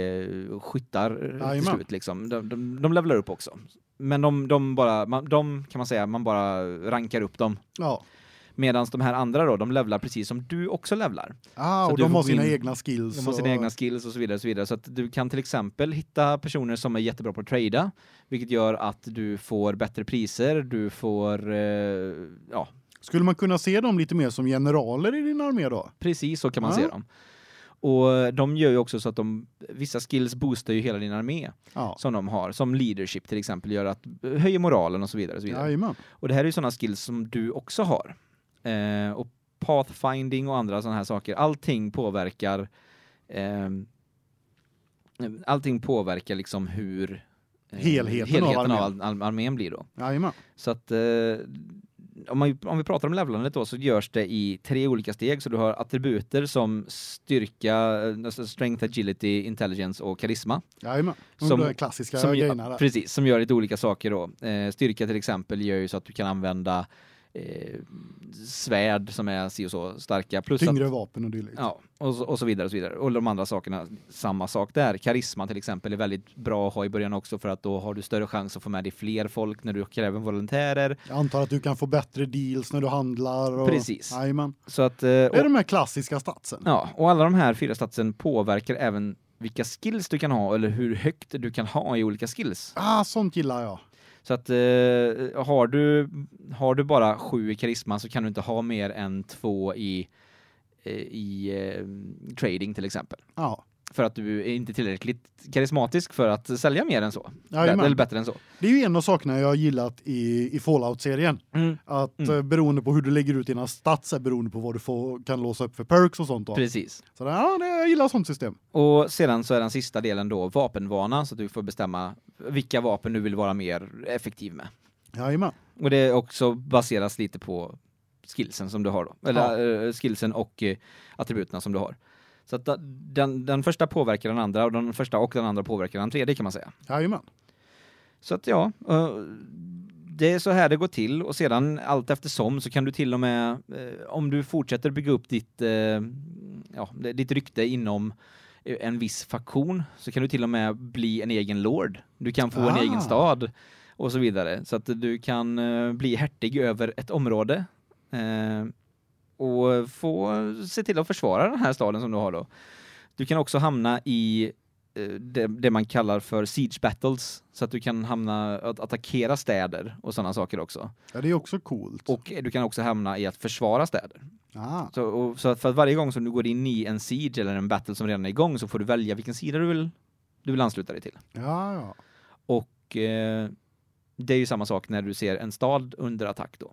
eh, skyttar eh, till Jajamän. slut liksom. De, de, de levlar upp också. Men de, de bara, man, de kan man säga, man bara rankar upp dem. ja. Medan de här andra då, de levlar precis som du också levlar. ah Så och du de får har gå sina in- egna skills. De har sina och- egna skills och så vidare. Och så vidare. så att du kan till exempel hitta personer som är jättebra på att trada, vilket gör att du får bättre priser, du får, eh, ja, Skulle man kunna se dem lite mer som generaler i din armé då? precis så kan man Ja. se dem. Och de gör ju också så att de, vissa skills boostar ju hela din armé Ja. som de har, som leadership till exempel, gör att, eh, höjer moralen och så vidare. Och så vidare. Jajamän. Och det här är ju sådana skills som du också har. Eh, och pathfinding och andra sådana här saker. Allting påverkar ehm, allting påverkar liksom hur eh, Helheten av av armén. al- al- armén blir då. Jajamän. Så att eh, om, man, om vi pratar om levlandet då så görs det i tre olika steg så du har attributer som styrka, eh, alltså strength, agility, intelligence och karisma. Jajamän. De Som- där klassiska Som, ju- grejerna där. precis, som gör lite olika saker då. Eh, styrka till exempel gör ju så att du kan använda eh, svärd som är si och så starka. Plus att, Tyngre vapen och dylikt. ja, och, så, och så vidare och så vidare. Och de andra sakerna, samma sak där. Karisma till exempel är väldigt bra att ha i början också för att då har du större chans att få med dig fler folk när du kräver volontärer. Jag antar att du kan få bättre deals när du handlar. Och... Precis. Jajamän. Så att, eh, Det är och, de här klassiska statsen. ja, och alla de här fyra statsen påverkar även vilka skills du kan ha eller hur högt du kan ha i olika skills. Ah, sånt gillar jag. Så att eh, har, du, har du bara sju i karisma så kan du inte ha mer än två i, eh, i eh, trading till exempel. Ja. För att du är inte tillräckligt karismatisk för att sälja mer än så. Jajamän. Eller bättre än så. Det är ju en av sakerna jag har gillat i, i Fallout-serien. Att Mm. eh, beroende på hur du lägger ut dina stats är beroende på vad du får, kan låsa upp för perks och sånt. Då. Precis. Så det, ja, det, jag gillar sånt system. Och sedan så är den sista delen då vapenvana så att du får bestämma vilka vapen du vill vara mer effektiv med. Jajamän. Och det är också baseras lite på skillsen som du har då. Eller eh, skillsen och eh, attributerna som du har. Så att da- den, den första påverkar den andra och den första och den andra påverkar den tredje kan man säga. Jajamän. Så att ja, eh, det är så här det går till och sedan allt eftersom så kan du till och med, eh, om du fortsätter bygga upp ditt, eh, ja, ditt rykte inom eh, en viss faktion så kan du till och med bli en egen lord. Du kan få en Ah. egen stad och så vidare. Så att du kan eh, bli hertig över ett område. Eh, och få se till att försvara den här staden som du har då. Du kan också hamna i eh, det, det man kallar för siege battles så att du kan hamna att attackera städer och sådana saker också. Ja, det är också coolt. Och du kan också hamna i att försvara städer. ah. Så, och, så att för att varje gång som du går in i en siege eller en battle som redan är igång så får du välja vilken sida du vill, du vill ansluta dig till. Ja, ja. Och eh, det är ju samma sak när du ser en stad under attack då.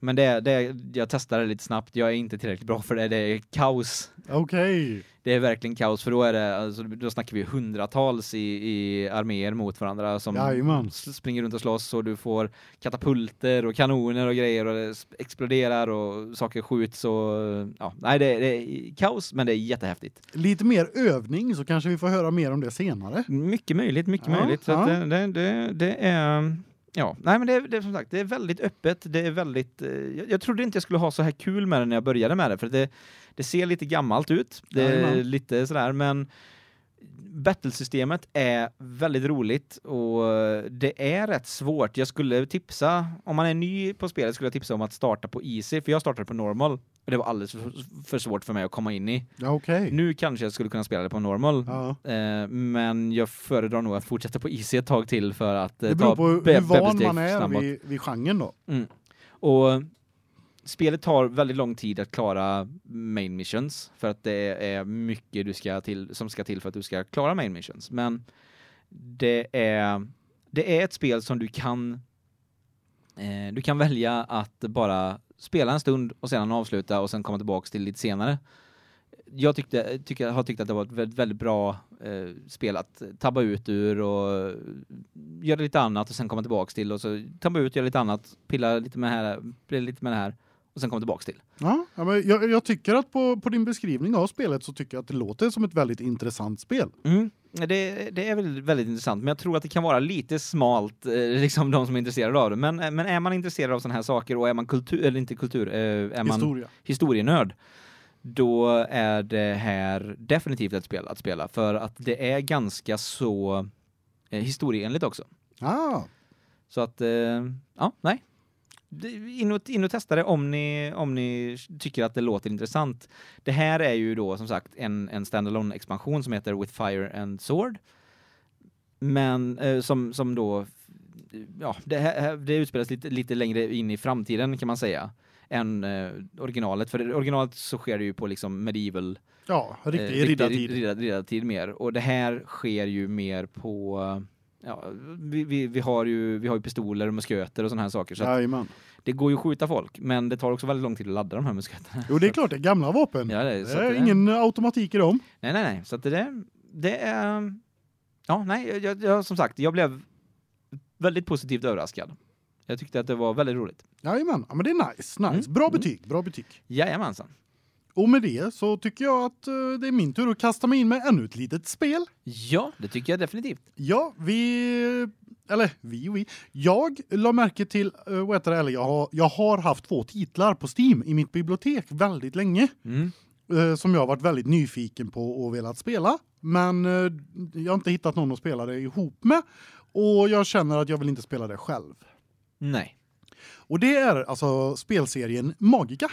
Men det, det, jag testade lite snabbt, jag är inte tillräckligt bra för det, det är kaos. Okej. Det är verkligen kaos för då är det, alltså, då snackar vi hundratals i, i arméer mot varandra som Jajamän. s- springer runt och slåss och du får katapulter och kanoner och grejer och det s- exploderar och saker skjuts och ja, nej det, det är kaos men det är jättehäftigt. Lite mer övning så kanske vi får höra mer om det senare. Mycket möjligt, mycket Ja, möjligt. Så att ja. det, det, det, det är... Ja, nej men det, är- det är som sagt, det är väldigt öppet, det är väldigt... eh, Jag, jag trodde inte jag skulle ha så här kul med det när jag började med det, för att det, det ser lite gammalt ut, det är Jajamän. lite sådär, men battlesystemet är väldigt roligt och det är rätt svårt. Jag skulle tipsa, om man är ny på spelet skulle jag tipsa om att starta på easy, för jag startade på normal och det var alldeles för, för svårt för mig att komma in i. Ja, okej. Nu kanske jag skulle kunna spela det på normal, Ja. Eh, men jag föredrar nog att fortsätta på IC ett tag till för att eh, Det beror ta på hur be- van baby man steps är framåt. vid, vid genren då. Och spelet tar väldigt lång tid att klara main missions för att det är mycket du ska till som ska till för att du ska klara main missions. Men det är det är ett spel som du kan eh, du kan välja att bara spela en stund och sedan avsluta och sen komma tillbaks till lite senare. Jag tyckte tycker har tyckt att det var ett väldigt, väldigt bra eh, spel att tabba ut ur och eh, göra lite annat och sen komma tillbaks till och så tabba ut, göra lite annat, pilla lite med det här, pilla lite med det här och sen komma tillbaks till. Ja, ja, men jag, jag tycker att på, på din beskrivning av spelet så tycker jag att det låter som ett väldigt intressant spel. Mm. Det, det är väl väldigt intressant, men jag tror att det kan vara lite smalt, eh, liksom de som är intresserade av det. Men, eh, men är man intresserad av sådana här saker och är man kultur, eller inte kultur, eh, är man Historia. historienörd, då är det här definitivt ett spel att spela. För att det är ganska så eh, historieenligt också. Ja, Så att, eh, ja, nej. Det- In och, in och testa det om ni, om ni tycker att det låter intressant. Det här är ju då som sagt en, en standalone expansion som heter With Fire and Sword. Men eh, som, som då, f- ja, det, här, det utspelas lite, lite längre in i framtiden kan man säga än eh, originalet. För i originalet så sker det ju på liksom medieval ja Eh, riktig riktig riddartid. ridda- riddartid mer. Och det här sker ju mer på... Ja, vi, vi, vi, har ju, vi har ju pistoler och musköter och sådana här saker. Så att Jajamän. det går ju att skjuta folk, men det tar också väldigt lång tid att ladda de här musköterna. Jo, det är klart det är gamla vapen. Ja, det, är- Mm. det så att är det- ingen automatik i dem. Nej, nej, nej. Så att det, det är... Ja, nej, jag- jag, jag, som sagt, jag blev väldigt positivt överraskad. Jag tyckte att det var väldigt roligt. Jajamän. Ja, men det är nice, nice. Mm. Bra Mm. betyg, bra betyg. Jajamensan. Och med det så tycker jag att eh, det är min tur att kasta mig in med ännu ett litet spel. Ja, det tycker jag definitivt. Ja, vi... Eller vi, vi. Jag la märke till, eh, vad heter det, eller jag har, jag har haft två titlar på Steam i mitt bibliotek väldigt länge. Mm. eh, Som jag har varit väldigt nyfiken på och velat spela. Men eh, jag har inte hittat någon att spela det ihop med. Och jag känner att jag vill inte spela det själv. Nej. Och det är alltså spelserien Magica.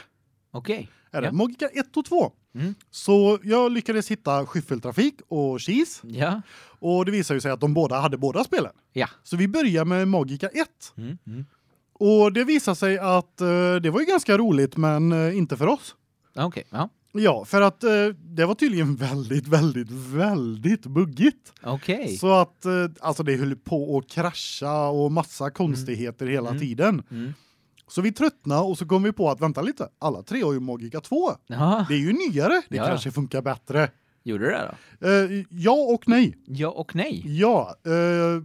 Okej. Är det? Ja. Magica 1 och 2. Mm. Så jag lyckades hitta Skyffeltrafik och Cheese. Ja. Och det visar ju sig att de båda hade båda spelen. Ja. Så vi börjar med Magica 1. Mm. Mm. Och det visar sig att eh, det var ju ganska roligt men eh, inte för oss. Okej. Ja. Ja, för att eh, det var tydligen väldigt, väldigt, väldigt buggigt. Okej. Så att eh, alltså det höll på att krascha och massa konstigheter hela Mm. tiden. Mm. Så vi tröttnade och så kom vi på att vänta lite, alla tre har ju Magica 2. Ja. Det är ju nyare, det Ja. kanske funkar bättre. Gjorde du det då? Eh, ja och nej. Ja och nej. Ja, eh,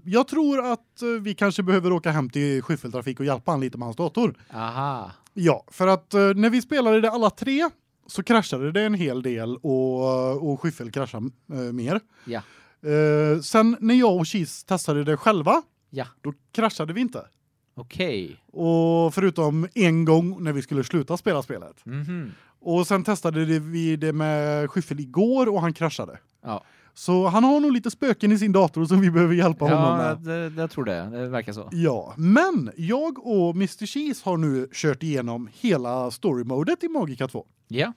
jag tror att eh, vi kanske behöver åka hem till Skyffeltrafik och hjälpa han lite med hans dator. Aha. Ja, för att eh, när vi spelade det alla tre så kraschade det en hel del och, och Skyffel kraschade eh, mer. Ja. Eh, sen när jag och Kis testade det själva, Ja. då kraschade vi inte. Okej. Och förutom en gång när vi skulle sluta spela spelet. Mhm. Och sen testade det- vi det med Skyffel igår och han kraschade. Ja. Så han har nog lite spöken i sin dator som vi behöver hjälpa honom Ja, med. det, jag tror det. Det verkar så. Ja, men jag och Mr. Cheese har nu kört igenom hela story-modet i Magica 2. Ja.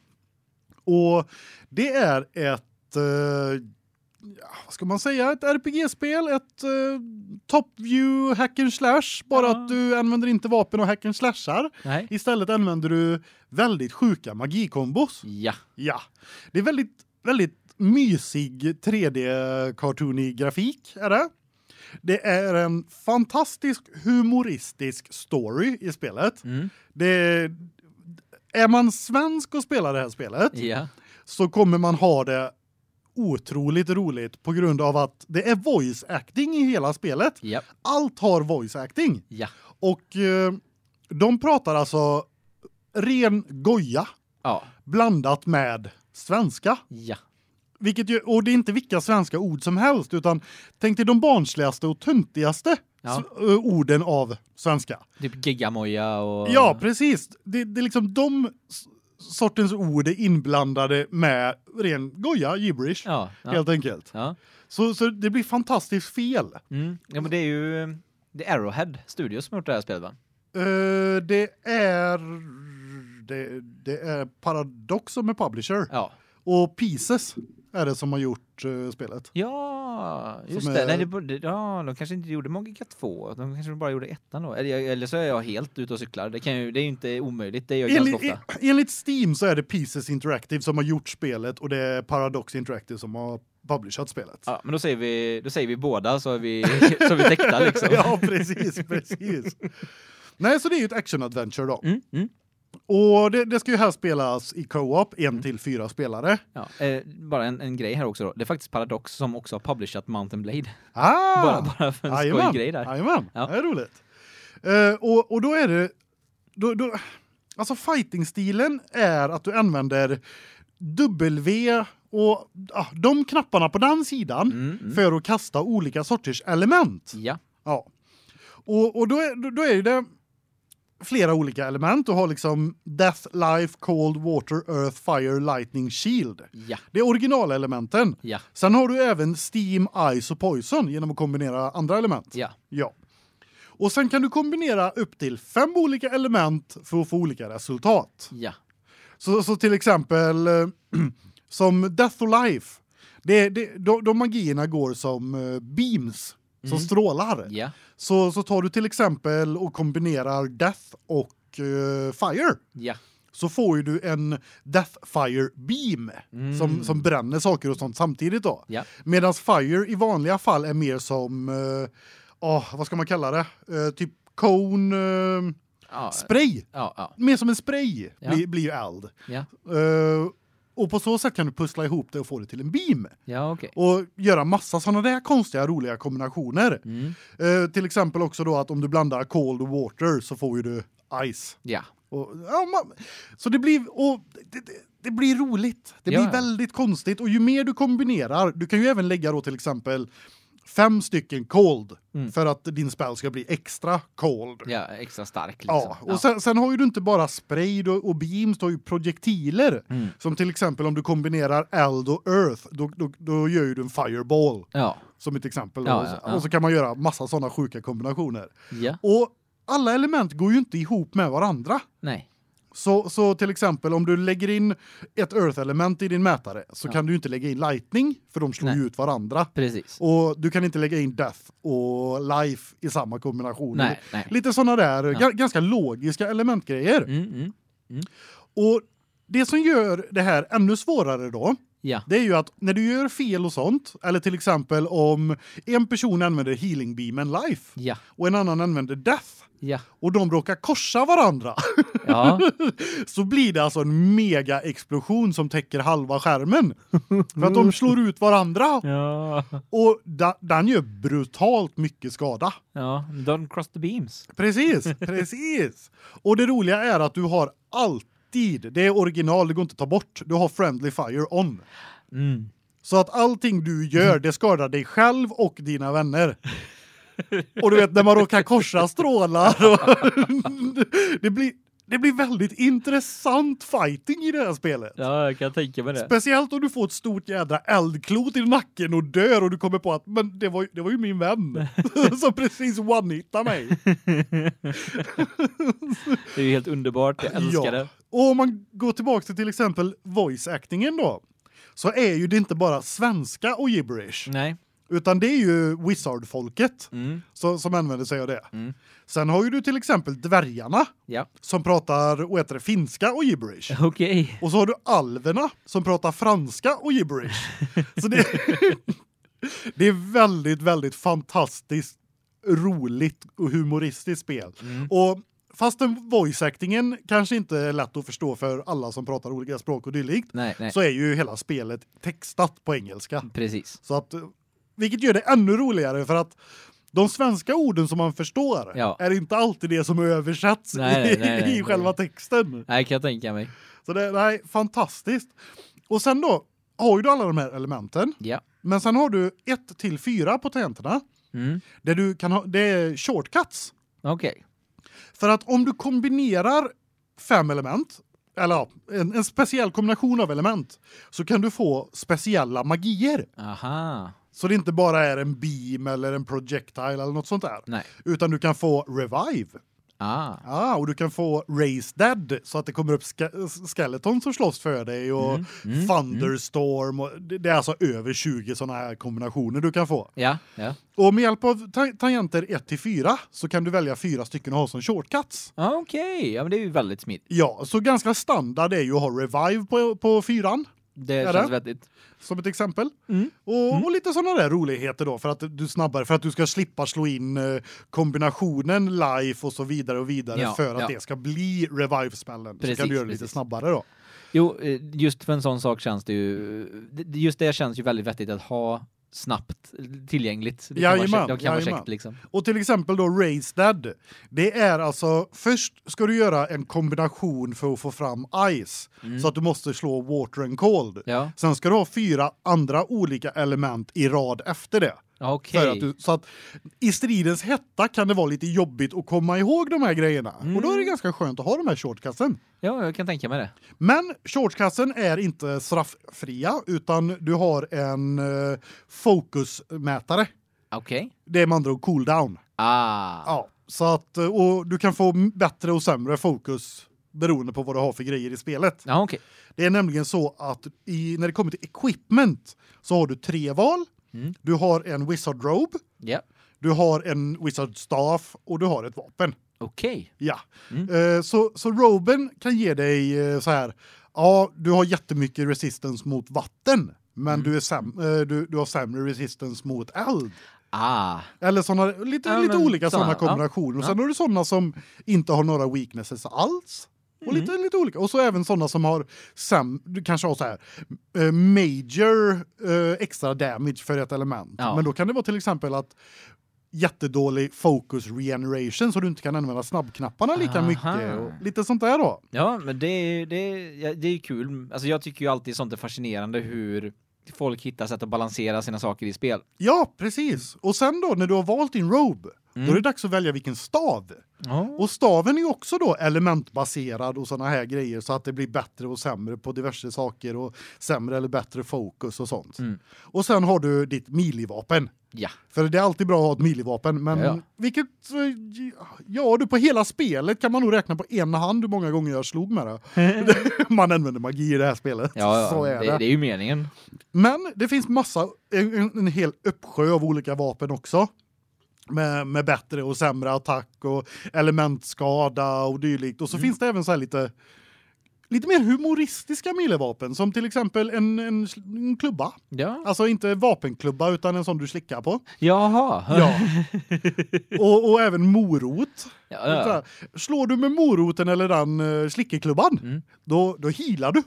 Och det är ett, eh, ja, vad ska man säga, ett RPG-spel, ett eh, top view hack and slash. Bara Ja. att du använder inte vapen och hack and slashar. Nej. Istället använder du väldigt sjuka magikombos. Ja. Ja, det är väldigt, väldigt mysig 3D-cartoonig grafik är det. Det är en fantastisk humoristisk story i spelet. Mm. Det, är man svensk och spelar det här spelet Ja. så kommer man ha det otroligt roligt på grund av att det är voice acting i hela spelet. Ja. Allt har voice acting Ja. och eh, de pratar alltså ren goja Ja. blandat med svenska. Ja. Vilket ju, och det är inte vilka svenska ord som helst utan tänk dig de barnsligaste och töntigaste Ja. s- ö, orden av svenska. Typ geggamoja och... Ja, precis. Det, det är liksom de s- sortens ord är inblandade med ren goja, gibberish, Ja. Ja. helt enkelt. ja. Så, så det blir fantastiskt fel. Mm. ja, men det är ju... Det är Arrowhead Studios som har gjort det här spelet, va? Eh, det är... Det, det är Paradox som är publisher. Ja. Och Pieces är det som har gjort eh, spelet. Ja, just Som det. är- Nej, det borde, ja, de kanske inte gjorde Magica 2. De kanske bara gjorde ettan då. Eller, jag- eller så är jag helt ute och cyklar. Det, kan ju, det är ju inte omöjligt. Det gör jag Enligt, ganska ofta. enligt Steam så är det Pieces Interactive som har gjort spelet och det är Paradox Interactive som har publishat spelet. Ja, men då säger, vi, då säger vi båda så är vi, så är vi täckta liksom. ja, precis, precis. Nej, så det är ju ett action-adventure då. Mm, mm. Och det, det ska ju här spelas i co-op, en till fyra spelare. Ja, eh, bara en, en grej här också då. Det är faktiskt Paradox som också har publishat Mountain Blade. Ah! Bara, bara för en Jajamän, skojgrej där. Jajamän, Ja. det är roligt. Eh, och, och då är det... Då, då, alltså fighting-stilen är att du använder W och ah, de knapparna på den sidan Mm, mm. för att kasta olika sorters element. Ja. Ja. Och, och då, är, då- då är det flera olika element. Du har liksom Death, Life, Cold, Water, Earth, Fire, Lightning, Shield. Ja. Det är originalelementen. Ja. Sen har du även Steam, Ice och Poison genom att kombinera andra element. Ja. Ja. Och sen kan du kombinera upp till fem olika element för att få olika resultat. Ja. Så, så till exempel eh, som Death or Life. Det, det, de, de magierna går som eh, beams, som Mm. strålar. Ja. Så, så tar du till exempel och kombinerar Death och eh, Fire Ja. så får ju du en Death Fire Beam Mm. som, som bränner saker och sånt samtidigt då. Ja. Medan Fire i vanliga fall är mer som, eh, ah, vad ska man kalla det? Eh, typ Cone eh, Ja. Spray. Ja. Ja. Mer som en spray Ja. blir, blir ju eld. Ja. Eh, och på så sätt kan du pussla ihop det och få det till en beam. Ja. Okej. Och göra massa sådana där konstiga, roliga kombinationer. Mm. Eh, till exempel också då att om du blandar cold och water så får ju du ice. Ja. Och, ja, man, så det blir, och det, det, det blir roligt. Det Ja. blir väldigt konstigt. Och ju mer du kombinerar, du kan ju även lägga då till exempel fem stycken cold Mm. för att din spel ska bli extra cold. Ja. Extra stark liksom. Ja, och sen, sen har ju du inte bara spray då, och beams, du har ju projektiler. Mm. Som till exempel om du kombinerar eld och earth, då, då, då gör ju du en fireball. Ja. Som ett exempel. då. Ja, Och så- ja, ja. Och så kan man göra massa sådana sjuka kombinationer. Ja. Och alla element går ju inte ihop med varandra. Nej. Så, så till exempel om du lägger in ett earth-element i din mätare så Ja. kan du inte lägga in lightning för de slår Nej. ju ut varandra. Precis. Och du kan inte lägga in death och life i samma kombination. Nej. Nej. Lite sådana där Ja. ga- ganska logiska elementgrejer. Mm, mm. Och det som gör det här ännu svårare då, Ja. det är ju att när du gör fel och sånt, eller till exempel om en person använder healing beamen life Ja. och en annan använder death Ja. och de råkar korsa varandra Ja. så blir det alltså en mega explosion som täcker halva skärmen. För att de slår ut varandra Ja. och da, den gör brutalt mycket skada. Ja. Don't cross the beams. Precis, precis. Och det roliga är att du har alltid, det är original, det går inte att ta bort, du har friendly fire on. Mm. Så att allting du gör, det skadar dig själv och dina vänner. Och du vet, när man råkar korsa strålar. Och det blir det blir väldigt intressant fighting i det här spelet. Ja, jag kan tänka mig det. Speciellt om du får ett stort jädra eldklot i nacken och dör och du kommer på att men det var, ju- det var ju min vän som precis one-hittade mig. Det är ju helt underbart. Jag älskar Ja. det. Och om man går tillbaka till till exempel voice-actingen då så är ju det inte bara svenska och gibberish Nej. utan det är ju wizard-folket Mm. som, som använder sig av det. Mm. Sen har ju du till exempel dvärgarna Ja. som pratar vad heter det, finska och gibberish. Okej. Och så har du alverna som pratar franska och gibberish. Så det, det är väldigt, väldigt fantastiskt roligt och humoristiskt spel. Mm. Och fastän voice-actingen kanske inte är lätt att förstå för alla som pratar olika språk och dylikt Nej, nej. så är ju hela spelet textat på engelska. Precis. Så att, vilket gör det ännu roligare för att de svenska orden som man förstår Ja. är inte alltid det som översätts Nej, nej, nej, nej. i själva texten. Nej, kan jag tänka mig. Så det nej, fantastiskt. Och sen då har ju du alla de här elementen, Ja. men sen har du ett till fyra på tangenterna Mm. där du kan ha det är shortcuts Okej. för att om du kombinerar fem element eller ja, en, en speciell kombination av element så kan du få speciella magier. Aha. Så det inte bara är en beam eller en projectile eller något sånt där, Nej. utan du kan få revive. Ah. Ja, och du kan få raise dead så att det kommer upp ske- skeleton som slåss för dig och Mm, mm, thunderstorm och det, det är alltså över 20 såna här kombinationer du kan få. Ja, ja. Och med hjälp av ta tangenter 1 till 4 så kan du välja fyra stycken och ha som shortcuts. Ah, Okej, ja men det är ju väldigt smidigt. Ja, så ganska standard är ju att ha revive på på fyran Det Är känns det? vettigt. som ett exempel. Mm. Och, och lite såna där roligheter då för att du snabbare för att du ska slippa slå in eh, kombinationen life och så vidare och vidare Ja, för att ja. det ska bli revive spällen. Så Precis, kan du göra det lite precis. snabbare då. Jo, eh, just för en sån sak känns det ju det- just det känns ju väldigt vettigt att ha snabbt tillgängligt. Det kan, vara, Jajamän, käckt- det kan vara jajamän. käckt liksom. Och till exempel då Raise Dead. Det är alltså först ska du göra en kombination för att få fram ice Mm. så att du måste slå water and cold. Ja, Sen ska du ha fyra andra olika element i rad efter det. ja, okej. För att du, så att i stridens hetta kan det vara lite jobbigt att komma ihåg de här grejerna. Och Mm. då är det ganska skönt att ha de här shortcutsen. Ja, jag kan tänka mig det. Men shortcutsen är inte strafffria utan du har en eh, fokusmätare. Okej. Det är med andra ord cooldown. Ah. Ja, så att eh, och du kan få bättre och sämre fokus beroende på vad du har för grejer i spelet. Ja, okej. Det är nämligen så att i när det kommer till equipment så har du tre val. Mm. Du har en wizard robe, Ja. du har en wizard staff och du har ett vapen. Okej. Ja. Mm. Eh, så så roben kan ge dig eh, så här ja, du har jättemycket resistance mot vatten, men du är säm, eh, du du har sämre resistance mot eld. Ah. Eller såna lite Ja, lite men olika såna, såna ja. kombinationer. Och sen har du såna som inte har några weaknesses alls. Och lite Mm. lite olika. Och så även såna som har sam du kanske har så här eh, major eh, extra damage för ett element. Ja. Men då kan det vara till exempel att jättedålig focus regeneration så du inte kan använda snabbknapparna lika Aha. mycket och lite sånt där då. Ja, men det är det ja, det är ju kul. Alltså jag tycker ju alltid sånt är fascinerande hur folk hittar sätt att balansera sina saker i spel. Ja, precis. Och sen då när du har valt din robe, Mm. då är det dags att välja vilken stav. Ja. Och staven är ju också då elementbaserad och såna här grejer så att det blir bättre och sämre på diverse saker och sämre eller bättre fokus och sånt. Mm. Och sen har du ditt milivapen. Ja. För det är alltid bra att ha ett milivapen, men Ja, ja. vilket eh, ja du på hela spelet kan man nog räkna på en hand hur många gånger jag slog med det. man använder magi i det här spelet. Ja, ja. så är det. det. Det är ju meningen. Men det finns massa en, en- en hel uppsjö av olika vapen också. Med med bättre och sämre attack och elementskada och dylikt och så Mm. finns det även så här lite lite mer humoristiska millevapen som till exempel en en, sl- en klubba. Ja. Alltså inte vapenklubba utan en sån du slickar på. Jaha. Ja. och och även morot. Ja, ja. Så här, Slår du med moroten eller den uh, slickeklubban, Mm. då då healar du.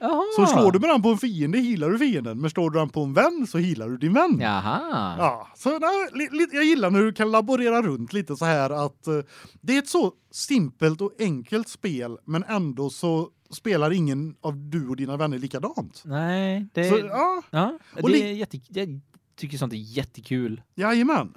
Jaha. Så slår du med den på en fiende healar du fienden, men slår du den på en vän så healar du din vän. Jaha. Ja, så nej, li, li, jag gillar när du kan laborera runt lite så här att eh, det är ett så simpelt och enkelt spel men ändå så spelar ingen av du och dina vänner likadant. Nej, det Så ja, ja, och det li- är jätte jag tycker sånt är jättekul. jajamän.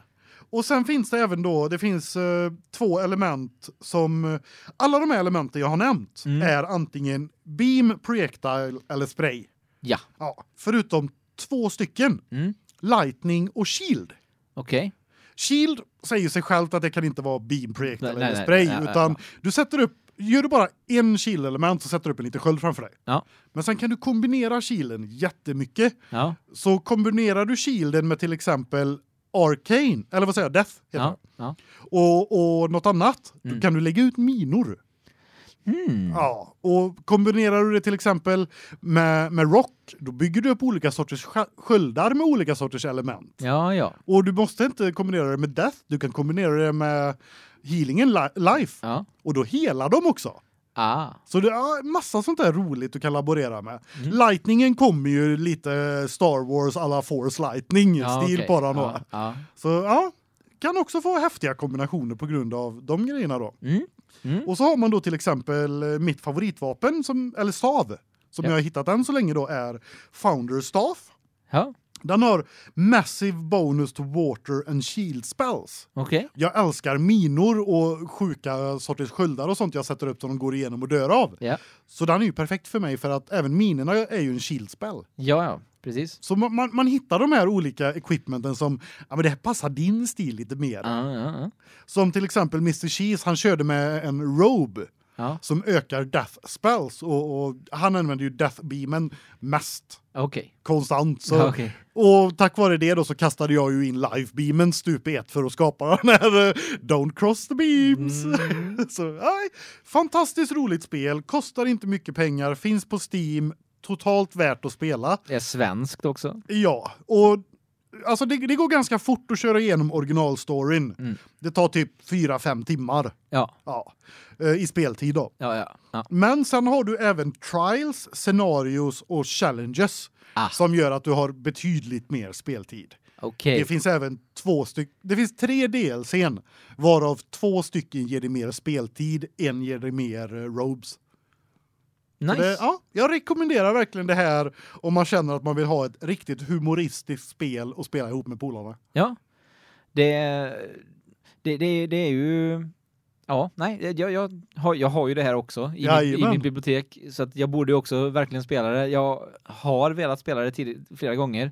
Och sen finns det även då, det finns eh, två element som, eh, alla de här elementen jag har nämnt Mm. är antingen beam, projectile eller spray. Ja. Ja, förutom två stycken, Mm. lightning och shield. Okej. Shield säger sig självt att det kan inte vara beam, projectile Nej, eller nej, nej. spray Ja, ja, utan ja. du sätter upp, gör du bara en shield element så sätter du upp en liten sköld framför dig. Ja. Men sen kan du kombinera shielden jättemycket. Ja. Så kombinerar du shielden med till exempel arcane eller vad säger jag, death heter det Ja. ja. och, och något annat, Mm. då kan du lägga ut minor. Mm. Ja, och kombinerar du det till exempel med, med rock, då bygger du upp olika sorters scha- sköldar med olika sorters element. Ja, ja. Och du måste inte kombinera det med death, du kan kombinera det med healingen li- life. Ja. Och då helar de också. Ah. Så det är massa sånt där roligt du kan laborera med. Mm. Lightningen kommer ju lite Star Wars alla Force Ja, Lightning-stil okej. på den. då. Ja, ja. Så ja, kan också få häftiga kombinationer på grund av de grejerna då. Mm. Mm. Och så har man då till exempel eh, mitt favoritvapen, som, eller stav, som Ja. jag har hittat än så länge då är Founder Staff. Ja. Den har massive bonus to water and shield spells. Okej. Jag älskar minor och sjuka sorters sköldar och sånt jag sätter upp som de går igenom och dör av. Ja. Så den är ju perfekt för mig för att även minorna är ju en shield spell. Ja, ja. Precis. Så man, man, man hittar de här olika equipmenten som, ja men det här passar din stil lite mer. Ja, ja, Ah, ja. Som till exempel Mr. Cheese, han körde med en robe Ja, som ökar death spells och, och han använder ju death beamen mest okej. konstant så Ja, okej. och tack vare det då så kastade jag ju in life beamen stup i ett för att skapa den här eh, don't cross the beams. Mm. så nej, fantastiskt roligt spel, kostar inte mycket pengar, finns på Steam, totalt värt att spela. Det är svenskt också. Ja, och alltså det, det går ganska fort att köra igenom originalstoryn. Mm. Det tar typ 4-5 timmar Ja, ja, eh, i speltid då. ja, ja. ja. Men sen har du även trials, scenarios och challenges Ah. som gör att du har betydligt mer speltid. Okej. Det finns även två styck. Det finns tre DLC:n varav två stycken ger dig mer speltid, en ger dig mer eh, robes. Så Nice. Det, ja, jag rekommenderar verkligen det här om man känner att man vill ha ett riktigt humoristiskt spel och spela ihop med polarna. Ja. Det, det, det, det är ju... Ja, nej, det- jag, jag, har, jag har ju det här också i, mitt, i Jajamän. mitt bibliotek. Så att jag borde ju också verkligen spela det. Jag har velat spela det till, flera gånger.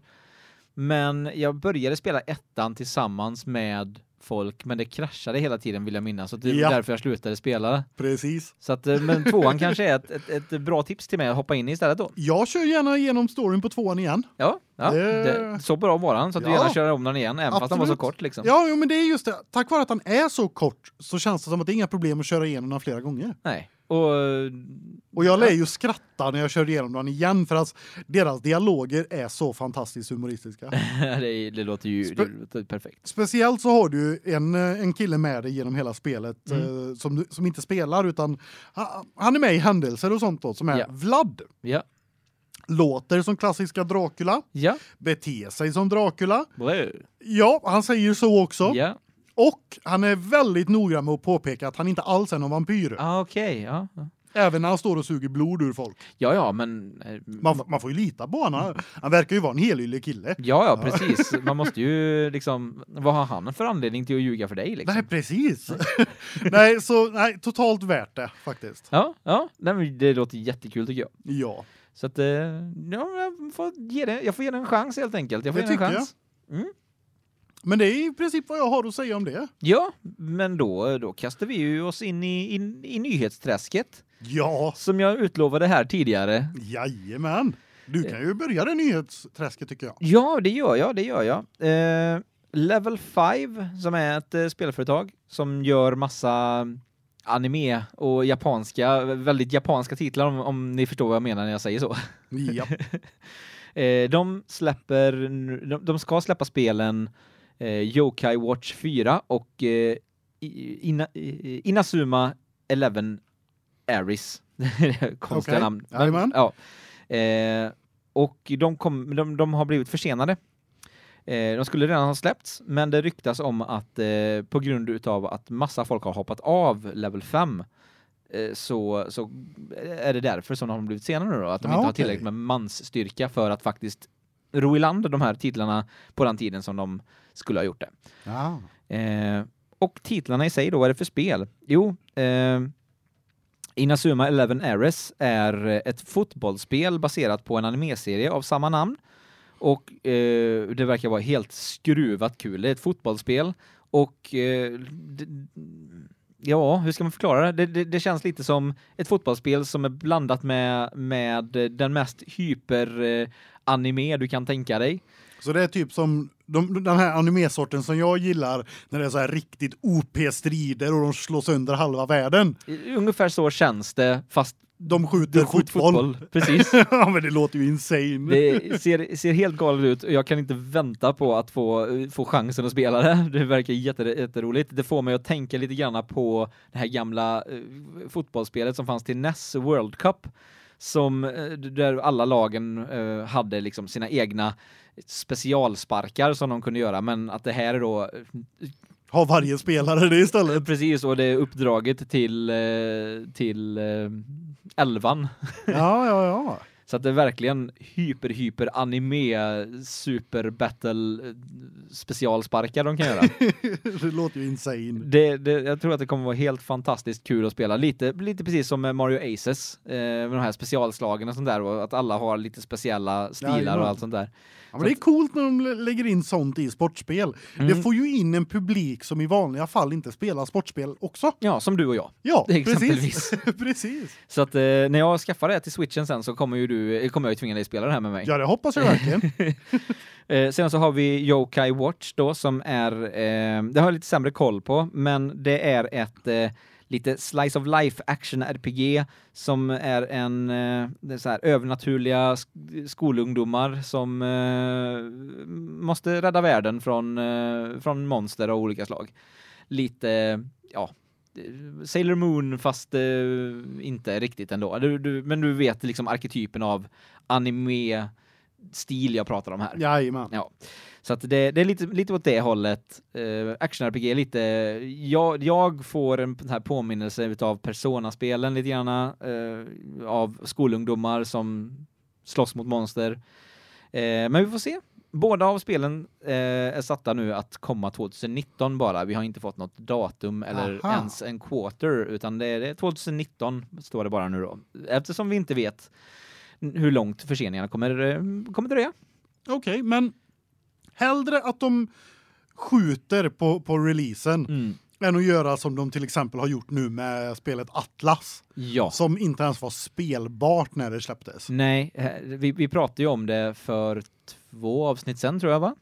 Men jag började spela ettan tillsammans med folk, men det kraschade hela tiden vill jag minnas. Så det är Ja. därför jag slutade spela. Precis. Så att, eh, men tvåan kanske är ett, ett, ett bra tips till mig att hoppa in i istället då. Jag kör gärna igenom storyn på tvåan igen. Ja, ja Det- det, så bra var han så att du Ja. gärna kör om den igen, även fast den var så Absolut. kort liksom. Ja, jo, men det är just det. Tack vare att den är så kort så känns det som att det är inga problem att köra igenom den flera gånger. Nej. Och eh, Och jag lär ju skratta när jag kör igenom den igen för att deras dialoger är så fantastiskt humoristiska. det, det låter ju det låter perfekt. Speciellt så har du ju en eh, en kille med dig genom hela spelet Mm. eh, som du- som inte spelar utan ha- han är med i händelser och sånt då som är Ja. Vlad Ja. låter som klassiska Dracula, Ja. beter sig som Dracula. Blö. Ja, han säger så också. Ja. Och han är väldigt noggrann med att påpeka att han inte alls är någon vampyr. Ah, okej. Ja. ja. Även när han står och suger blod ur folk. Ja, ja, men eh, Man, f- man får ju lita på honom. Han- Han verkar ju vara en helylle kille. Ja, ja, precis. Man måste ju liksom vad har han för anledning till att ljuga för dig liksom? Nej, precis. nej, så nej, totalt värt det faktiskt. Ja, ja, nej, men det låter jättekul tycker jag. Ja. Så att eh, ja, jag får ge det jag får ge det en chans helt enkelt. Jag får Det ge det en tycker chans. Men det är i princip vad jag har att säga om det. Ja, men då då kastar vi ju oss in i in, i nyhetsträsket Ja, som jag utlovade här tidigare. jajamän. Du kan ju börja det nyhetsträsket tycker jag. Ja, det gör jag, det gör jag. Eh, Level 5 som är ett eh, spelföretag som gör massa mm, anime och japanska, väldigt japanska titlar om, om ni förstår vad jag menar när jag säger så. Ja. Eh, de släpper, nu- de, de ska släppa spelen eh, Yokai Watch 4 och eh, I- Ina, I- Inazuma 11 Aris. Konstiga Okej. namn. Jajamän. ja. eh, och de, kom, de, de har blivit försenade. Eh, de skulle redan ha släppts, men det ryktas om att eh, på grund utav att massa folk har hoppat av level 5 eh, så, så är det därför som de har blivit senare nu då, att de Ja, inte har okej. tillräckligt med mansstyrka för att faktiskt ro i land de här titlarna på den tiden som de skulle ha gjort det. Ja. Eh, och titlarna i sig då, vad är det för spel? Jo, eh, Inazuma Eleven Heiress är eh, ett fotbollsspel baserat på en animeserie av samma namn. Och eh, det verkar vara helt skruvat kul. Det är ett fotbollsspel och eh, d- d- ja, hur ska man förklara det? Det, det? det känns lite som ett fotbollsspel som är blandat med, med den mest hyper eh, anime du kan tänka dig. Så det är typ som de, den här animesorten som jag gillar när det är så här riktigt OP-strider och de slår sönder halva världen. Eh, Ungefär så känns det fast De skjuter skjut- fotboll. Precis. ja, men det låter ju insane. Det ser, ser helt galet ut och jag kan inte vänta på att få, få chansen att spela det. Det verkar jätte, jätteroligt. Det får mig att tänka lite grann på det här gamla eh, fotbollsspelet som fanns till NES World Cup. Som, eh, där alla lagen eh, hade liksom sina egna specialsparkar som de kunde göra. Men att det här är då Har varje spelare det istället. precis och det är uppdraget till, eh, till eh, elvan. Ja, ja, ja. Så att det är verkligen hyper hyper anime super battle eh, specialsparkar de kan göra. Det låter ju insane. det, det, jag tror att det kommer vara helt fantastiskt kul att spela lite lite precis som med Mario Aces eh, med de här specialslagen och sånt där och att alla har lite speciella stilar Jajamän. och allt sånt där. Ja, men det är coolt när de lä- lägger in sånt i sportspel. Det Mm. får ju in en publik som i vanliga fall inte spelar sportspel också. Ja, som du och jag. Ja, Exempelvis. precis. precis. Så att eh, när jag skaffar det till Switchen sen så kommer ju du eh, kommer jag ju tvinga dig spela det här med mig. Ja, det hoppas jag verkligen. Eh, sen så har vi Yokai Watch då som är, eh, det har jag lite sämre koll på, men det är ett eh, lite slice of life action RPG som är en eh, det är så här, övernaturliga sk- skolungdomar som eh, måste rädda världen från, eh, från monster av olika slag. Lite, ja, Sailor Moon fast eh, inte riktigt ändå. Du, du, men du vet liksom arketypen av anime-stil jag pratar om här. Jajamän. Ja. Så att det, det är lite, lite åt det hållet. Eh, Action-RPG är lite... Jag, jag får en sån här påminnelse utav Persona-spelen lite grann. Eh, av skolungdomar som slåss mot monster. Eh, men vi får se. Båda av spelen eh, är satta nu att komma 2019 bara. Vi har inte fått något datum eller Aha. ens en quarter utan det är det är 2019 står det bara nu då. Eftersom vi inte vet hur långt förseningarna kommer, eh, kommer dröja. Okej, men hellre att de skjuter på, på releasen än att göra som de till exempel har gjort nu med spelet Atlas. Ja. Som inte ens var spelbart när det släpptes. Nej, eh, vi, vi pratade ju om det för två avsnitt sen tror jag va?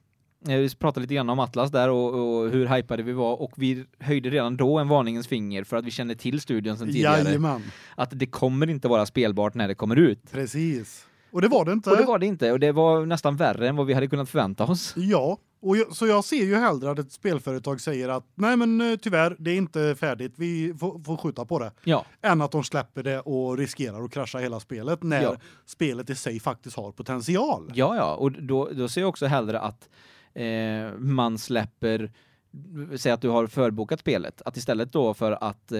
Eh, Vi pratade lite grann om Atlas där och, och hur hypade vi var och vi höjde redan då en varningens finger för att vi kände till studion sen tidigare. Jajamän, Att det kommer inte vara spelbart när det kommer ut. precis. Och det var det inte. Och det var det inte och det var nästan värre än vad vi hade kunnat förvänta oss. Ja, och jag, så jag ser ju hellre att ett spelföretag säger att nej men eh, tyvärr, det är inte färdigt, vi får, får skjuta på det. Ja, Än att de släpper det och riskerar att krascha hela spelet när Ja. spelet i sig faktiskt har potential. ja, ja. och då, då ser jag också hellre att eh, man släpper, säg att du har förbokat spelet, att istället då för att eh,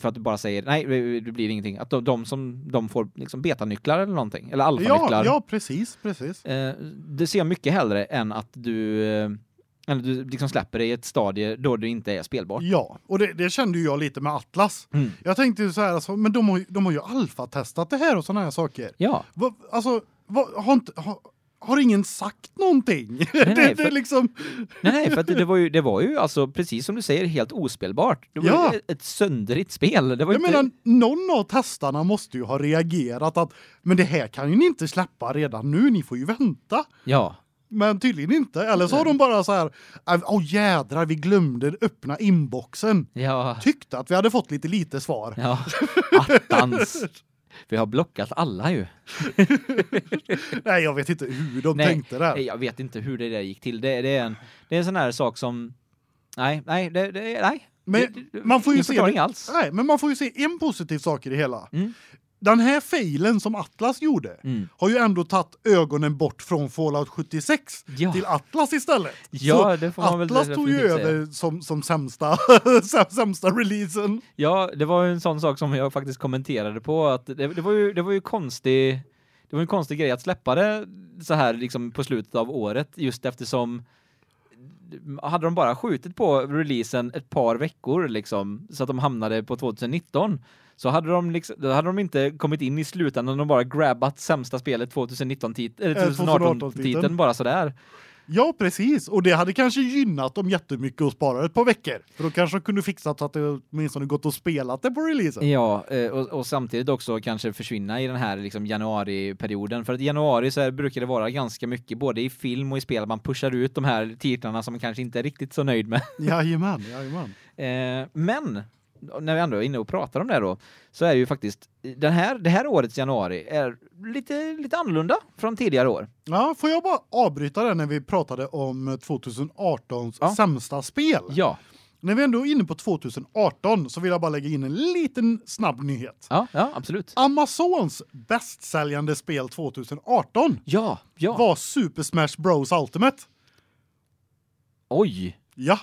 för att du bara säger nej, det blir ingenting. Att de, de som de får liksom betanycklar eller någonting eller Ja, alfanycklar. ja, precis, precis. Eh, det ser jag mycket hellre än att du eh, än att du liksom släpper det i ett stadie då det inte är spelbart. Ja, och det, det kände ju jag lite med Atlas. Mm. Jag tänkte ju så här, alltså, men de har, ju- de har ju alfatestat det här och sådana här saker. Ja, Vad- alltså, vad- har, inte, har, har ingen sagt någonting? det, nej, det är för- liksom, nej, nej för att det var ju det var ju alltså precis som du säger helt ospelbart. Det var Ja. ju ett, ett sönderigt spel. Det var jag inte menar, någon av testarna måste ju ha reagerat att men det här kan ju ni inte släppa redan nu, ni får ju vänta. Ja. Men tydligen inte. Eller så har de bara så här, "Äh, åh jädrar, vi glömde öppna inboxen. Ja. Tyckte att vi hade fått lite lite svar. Ja. Attans. Vi har blockat alla ju. Nej, jag vet inte hur de Nej, tänkte där. Nej, Jag vet inte hur det där gick till. Det, det, är, en, det är en sån här sak som... Nej, nej, det, det, nej. Det- Men det- man får ju ingen se förklaring det- alls. Nej, men man får ju se en positiv sak i det hela. Mm. Den här failen som Atlas gjorde Mm. har ju ändå tagit ögonen bort från Fallout 76 Ja. till Atlas istället. Ja, det får man väl Atlas tog ju definitivt säga. över som som sämsta säm- sämsta releasen. Ja, det var ju en sån sak som jag faktiskt kommenterade på att det, det var ju det var ju konstig det var en konstig grej att släppa det så här liksom på slutet av året just eftersom hade de bara skjutit på releasen ett par veckor liksom så att de hamnade på 2019 så hade de liksom, då hade de inte kommit in i slutändan de bara grabbat sämsta spelet 2019 tit eller Eh, 2018 2018-titeln. titeln bara så där. Ja, precis. Och det hade kanske gynnat dem jättemycket att spara ett par veckor. För då kanske de kunde fixat så att det åtminstone gått och spelat det på releasen. Ja, eh, och, och samtidigt också kanske försvinna i den här liksom januariperioden. För att i januari så här brukar det vara ganska mycket, både i film och i spel, att man pushar ut de här titlarna som man kanske inte är riktigt så nöjd med. Jajamän, jajamän. Eh, men, när vi ändå är inne och pratar om det då, så är det ju faktiskt, den här, det här årets januari är lite, lite annorlunda från tidigare år. Ja, får jag bara avbryta det när vi pratade om 2018s Ja. sämsta spel? Ja. När vi ändå är inne på 2018 så vill jag bara lägga in en liten snabb nyhet. Ja, ja absolut. Amazons bästsäljande spel 2018 Ja, ja. var Super Smash Bros Ultimate. Oj! Ja,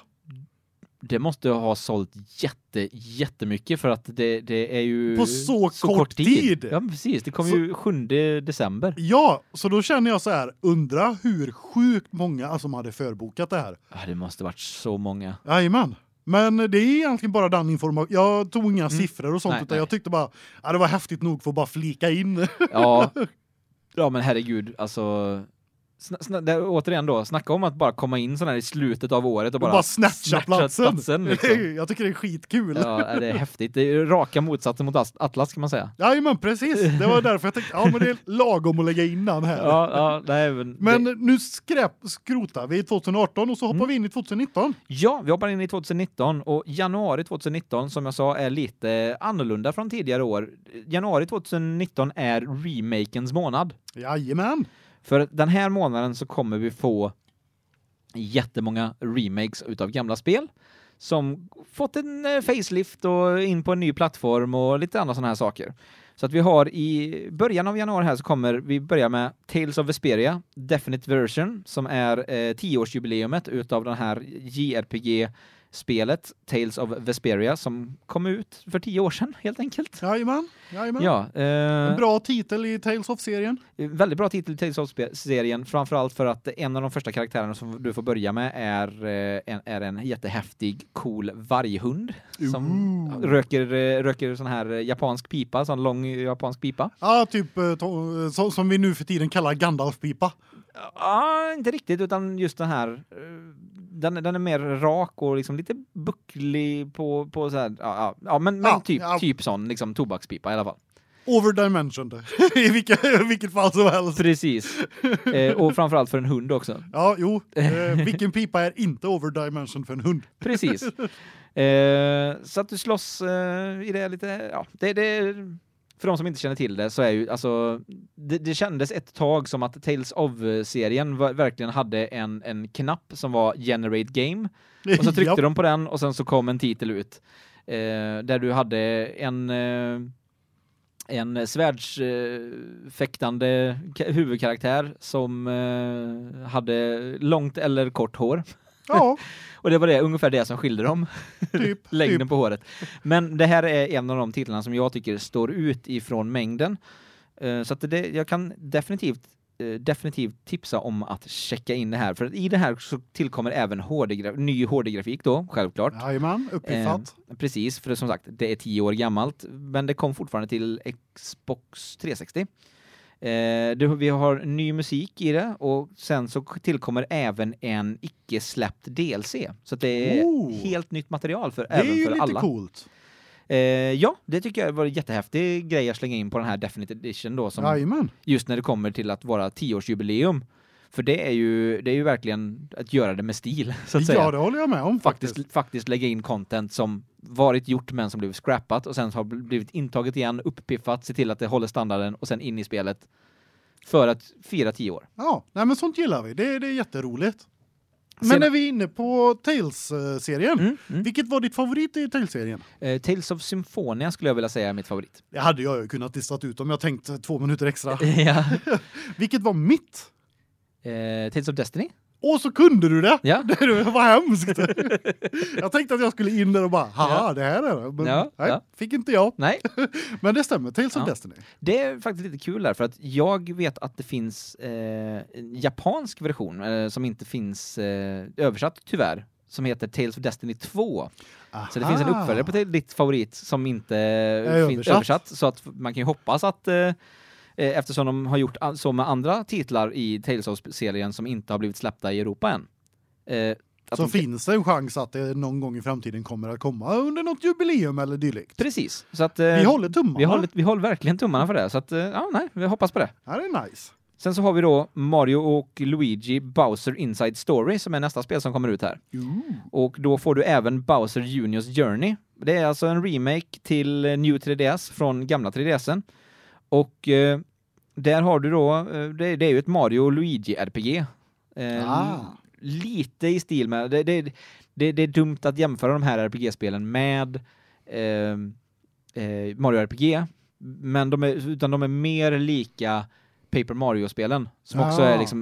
Det måste ha sålt jätte, jättemycket för att det, det är ju På så kort tid. Ja, men precis. Det kom Så- ju 7 december. ja, så då känner jag så här, undra hur sjukt många som hade förbokat det här. Ah, det måste varit så många. Jajamän. Men det är egentligen bara den information. Jag tog inga siffror och sånt Mm. Nej, utan nej. jag tyckte bara ja, det var häftigt nog för att bara flika in. Ja. ja, men herregud, alltså sna, sna, där, återigen då, snacka om att bara komma in sån här i slutet av året och Bara, bara, bara snatcha snatcha platsen. platsen, liksom. jag tycker det är skitkul. Ja, är det är häftigt. Det är ju raka motsatsen mot Ast- Atlas kan man säga. Jajamän, precis. Det var därför jag tänkte ja men det är lagom att lägga in den här. Ja, ja, nej, men Men det, nu skräp, skrotar vi 2018 och så Mm. hoppar vi in i 2019. ja, vi hoppar in i 2019 och januari 2019 som jag sa är lite annorlunda från tidigare år. Januari 2019 är remakens månad. Jajamän. För den här månaden så kommer vi få jättemånga remakes utav gamla spel som fått en eh, facelift och in på en ny plattform och lite andra sådana här saker. Så att vi har i början av januari här så kommer vi börja med Tales of Vesperia Definite Version som är eh, 10-årsjubileumet utav den här JRPG-spelet Tales of Vesperia som kom ut för 10 år sedan helt enkelt. Jajamän. Jajamän. Ja, eh, En bra titel i Tales of serien. Eh, Väldigt bra titel till Tales-serien, framförallt för att en av de första karaktärerna som du får börja med är, eh, en, är en jättehäftig, cool varghund som Ooh. röker, eh, röker sån här eh, japansk pipa, sån lång eh, japansk pipa. Ja, typ eh, to- eh, så, som vi nu för tiden kallar Gandalf-pipa. Ah, inte riktigt, utan just den här, eh, den, den är mer rak och liksom lite bucklig på, på så här, ja, ja, ja men, men Ja, typ, ja. typ sån, liksom tobakspipa i alla fall. Overdimensioned. I vilket, vilket fall som helst. Precis. Eh, och framförallt för en hund också. Ja, jo. Eh, vilken pipa är inte overdimensioned för en hund? Precis. Eh, så att du slåss eh, i det lite, ja, det, det, för de som inte känner till det så är ju, alltså, det, det kändes ett tag som att Tales of-serien var, verkligen hade en, en knapp som var Generate Game, och så tryckte Japp. de på den och sen så kom en titel ut. Eh, där du hade en eh, en svärdsfäktande eh, fäktande ka- huvudkaraktär som eh, hade långt eller kort hår. Ja, Och det var det ungefär det som skilde dem typ. längden på håret. Men det här är en av de titlarna som jag tycker står ut ifrån mängden. Eh, Så att det, jag kan definitivt eh, definitivt tipsa om att checka in det här för att i det här så tillkommer även HD ny HD-grafik då självklart. typ. Jajamän, uppiffat. Eh, precis, för det, som sagt, det är 10 år gammalt, men det kom fortfarande till Xbox 360. Eh, det, vi har ny musik i det och sen så tillkommer även en icke släppt DLC. Så att det är Oh. helt nytt material för, det är även ju för lite alla. coolt. Eh, ja, det tycker jag var en jättehäftig grej att slänga in på den här Definite Edition då, som Jajamän. just när det kommer till att vara 10-årsjubileum. För det är, ju, det är ju verkligen att göra det med stil, så att säga Ja, det håller jag med om faktiskt. faktiskt, faktiskt lägga in content som varit gjort men som blivit scrappat och sen har bl- blivit intaget igen, upppiffat, se till att det håller standarden och sen in i spelet för att fira tio år. Ja, nej men sånt gillar vi. Det, det är jätteroligt. Men Sen- när vi är inne på Tales-serien, Mm, mm. vilket var ditt favorit i Tales-serien? Eh, Tales of Symphonia skulle jag vilja säga är mitt favorit. Det hade jag ju kunnat listat ut om jag Eh. tänkt två minuter extra. ja. Vilket var mitt? eh, Tales of Destiny? Och så kunde du det! Ja. Det var hemskt! jag tänkte att jag skulle in där och bara, haha, det här är det. Men, Ja, nej, ja. fick inte jag. Nej, Men det stämmer, Tales of Ja. Destiny. det är faktiskt lite kul där för att jag vet att det finns eh, en japansk version eh, som inte finns eh, översatt tyvärr som heter Tales of Destiny 2. Så det finns en Aha. uppföljare på till- ditt favorit som inte Är finns Ah. översatt. översatt så att man kan ju hoppas att eh, eh, eftersom de har gjort an- så med andra titlar i Tales of serien som inte har blivit släppta i Europa än. Eh, att Så de, finns det en chans att det någon gång i framtiden kommer att komma under något jubileum eller dylikt. precis. Så att eh, Vi håller tummarna. vi håller vi håller verkligen tummarna för det så att eh, ja nej, vi hoppas på det. Det här är nice. Sen så har vi då Mario och Luigi Bowser Inside Story som är nästa spel som kommer ut här. Och då får du även Bowser Juniors Journey. Det är alltså en remake till eh, New 3DS från gamla 3DSen. Och eh, där har du då, eh, det, det är ju ett Mario och Luigi-RPG. Eh, Ah. Lite i stil med, det, det, det, det är dumt att jämföra de här RPG-spelen med ehm, eh, Mario RPG. Men de är, utan de är mer lika Paper Mario-spelen som också Ah. är liksom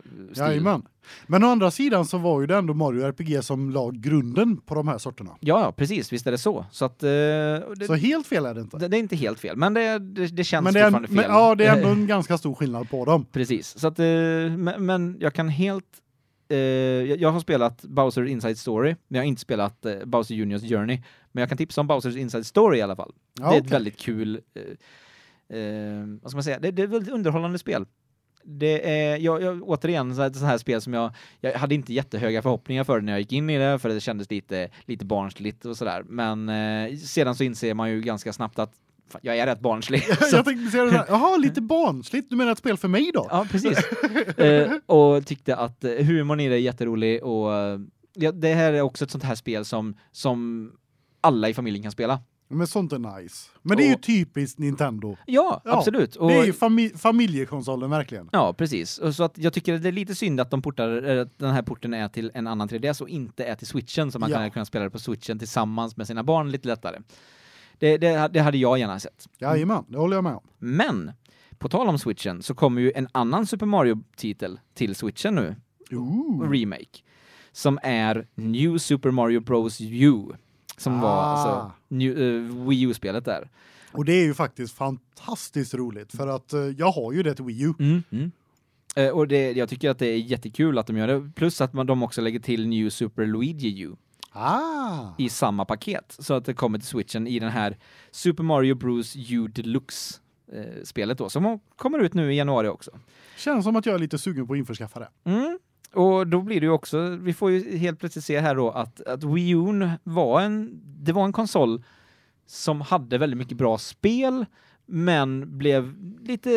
RPG-stil. Jajamän. Men å andra sidan så var ju det ändå Mario RPG som la grunden på de här sorterna. Ja, ja, precis, visst är det så. Så att eh, det, Så helt fel är det inte. Det, det är inte helt fel, men det, det, det känns Men det, är en, fortfarande fel. men, ja, det är ändå en ganska stor skillnad på dem. Precis, så att, eh, men, men jag kan helt... eh, jag, jag har spelat Bowser Inside Story, men jag har inte spelat eh, Bowser Juniors Journey. Men jag kan tipsa om Bowsers Inside Story i alla fall. Ja, det är ett okej. väldigt kul... eh, eh, vad ska man säga? Det, det är ett väldigt underhållande spel. Det är, jag, jag, återigen, så här, så här spel som jag... Jag hade inte jättehöga förhoppningar för det när jag gick in i det, för det kändes lite, lite barnsligt och sådär. Men eh, sedan så inser man ju ganska snabbt att fan, jag är rätt barnslig. Så Jag tänkte säga det där. Jaha, lite barnsligt. Du menar ett spel för mig då? Ja, precis. eh, och tyckte att eh, humorn i det är jätterolig och eh, ja, det här är också ett sånt här spel som, som alla i familjen kan spela. Men sånt är nice. Men det är ju Och- typiskt Nintendo. Ja, Ja, absolut. Och, Det är ju fami familjekonsolen verkligen. Ja, precis. Och Så att jag tycker att det är lite synd att de portar, eh, att den här porten är till en annan 3DS och inte är till switchen, så man Ja. kan kunna spela det på switchen tillsammans med sina barn lite lättare. Det, det, det hade jag gärna sett. Jajamän, det håller jag med om. Men, på tal om switchen så kommer ju en annan Super Mario-titel till switchen nu. Ooh. remake som är New Super Mario Bros U som var Ah. alltså new, eh, Wii U-spelet där. Och det är ju faktiskt fantastiskt roligt för att eh, jag har ju det till Wii U. Mm. Eh, och det, jag tycker att det är jättekul att de gör det plus att man, de också lägger till New Super Luigi U Ah. i samma paket så att det kommer till switchen i den här Super Mario Bros U Deluxe eh, spelet då som kommer ut nu i januari också. Känns som att jag är lite sugen på att införskaffa det. Mm. Och då blir det ju också, vi får ju helt plötsligt se här då att, att Wii U var en, det var en konsol som hade väldigt mycket bra spel, men blev lite,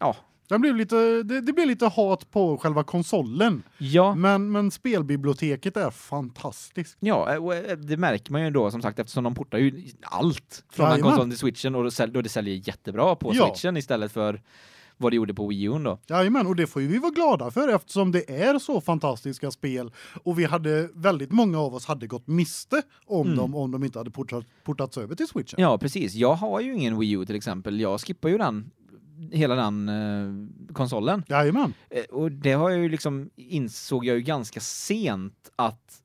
ja, Den blev lite det, det blev lite hat på själva konsolen, ja, men men spelbiblioteket är fantastiskt. ja, och eh, det märker man ju då som sagt eftersom de portar ju allt från den Jajamän. konsolen till switchen och det säl- och det säljer jättebra på Ja. switchen istället för vad det gjorde på Wii U då. Jajamän, och det får ju vi vara glada för eftersom det är så fantastiska spel och vi hade väldigt många av oss hade gått miste om Mm. dem om de inte hade portat, portats över till Switchen. Ja, precis. Jag har ju ingen Wii U till exempel. Jag skippar ju den, hela den eh, konsolen. Jajamän. Eh, och det har jag ju liksom insåg jag ju ganska sent att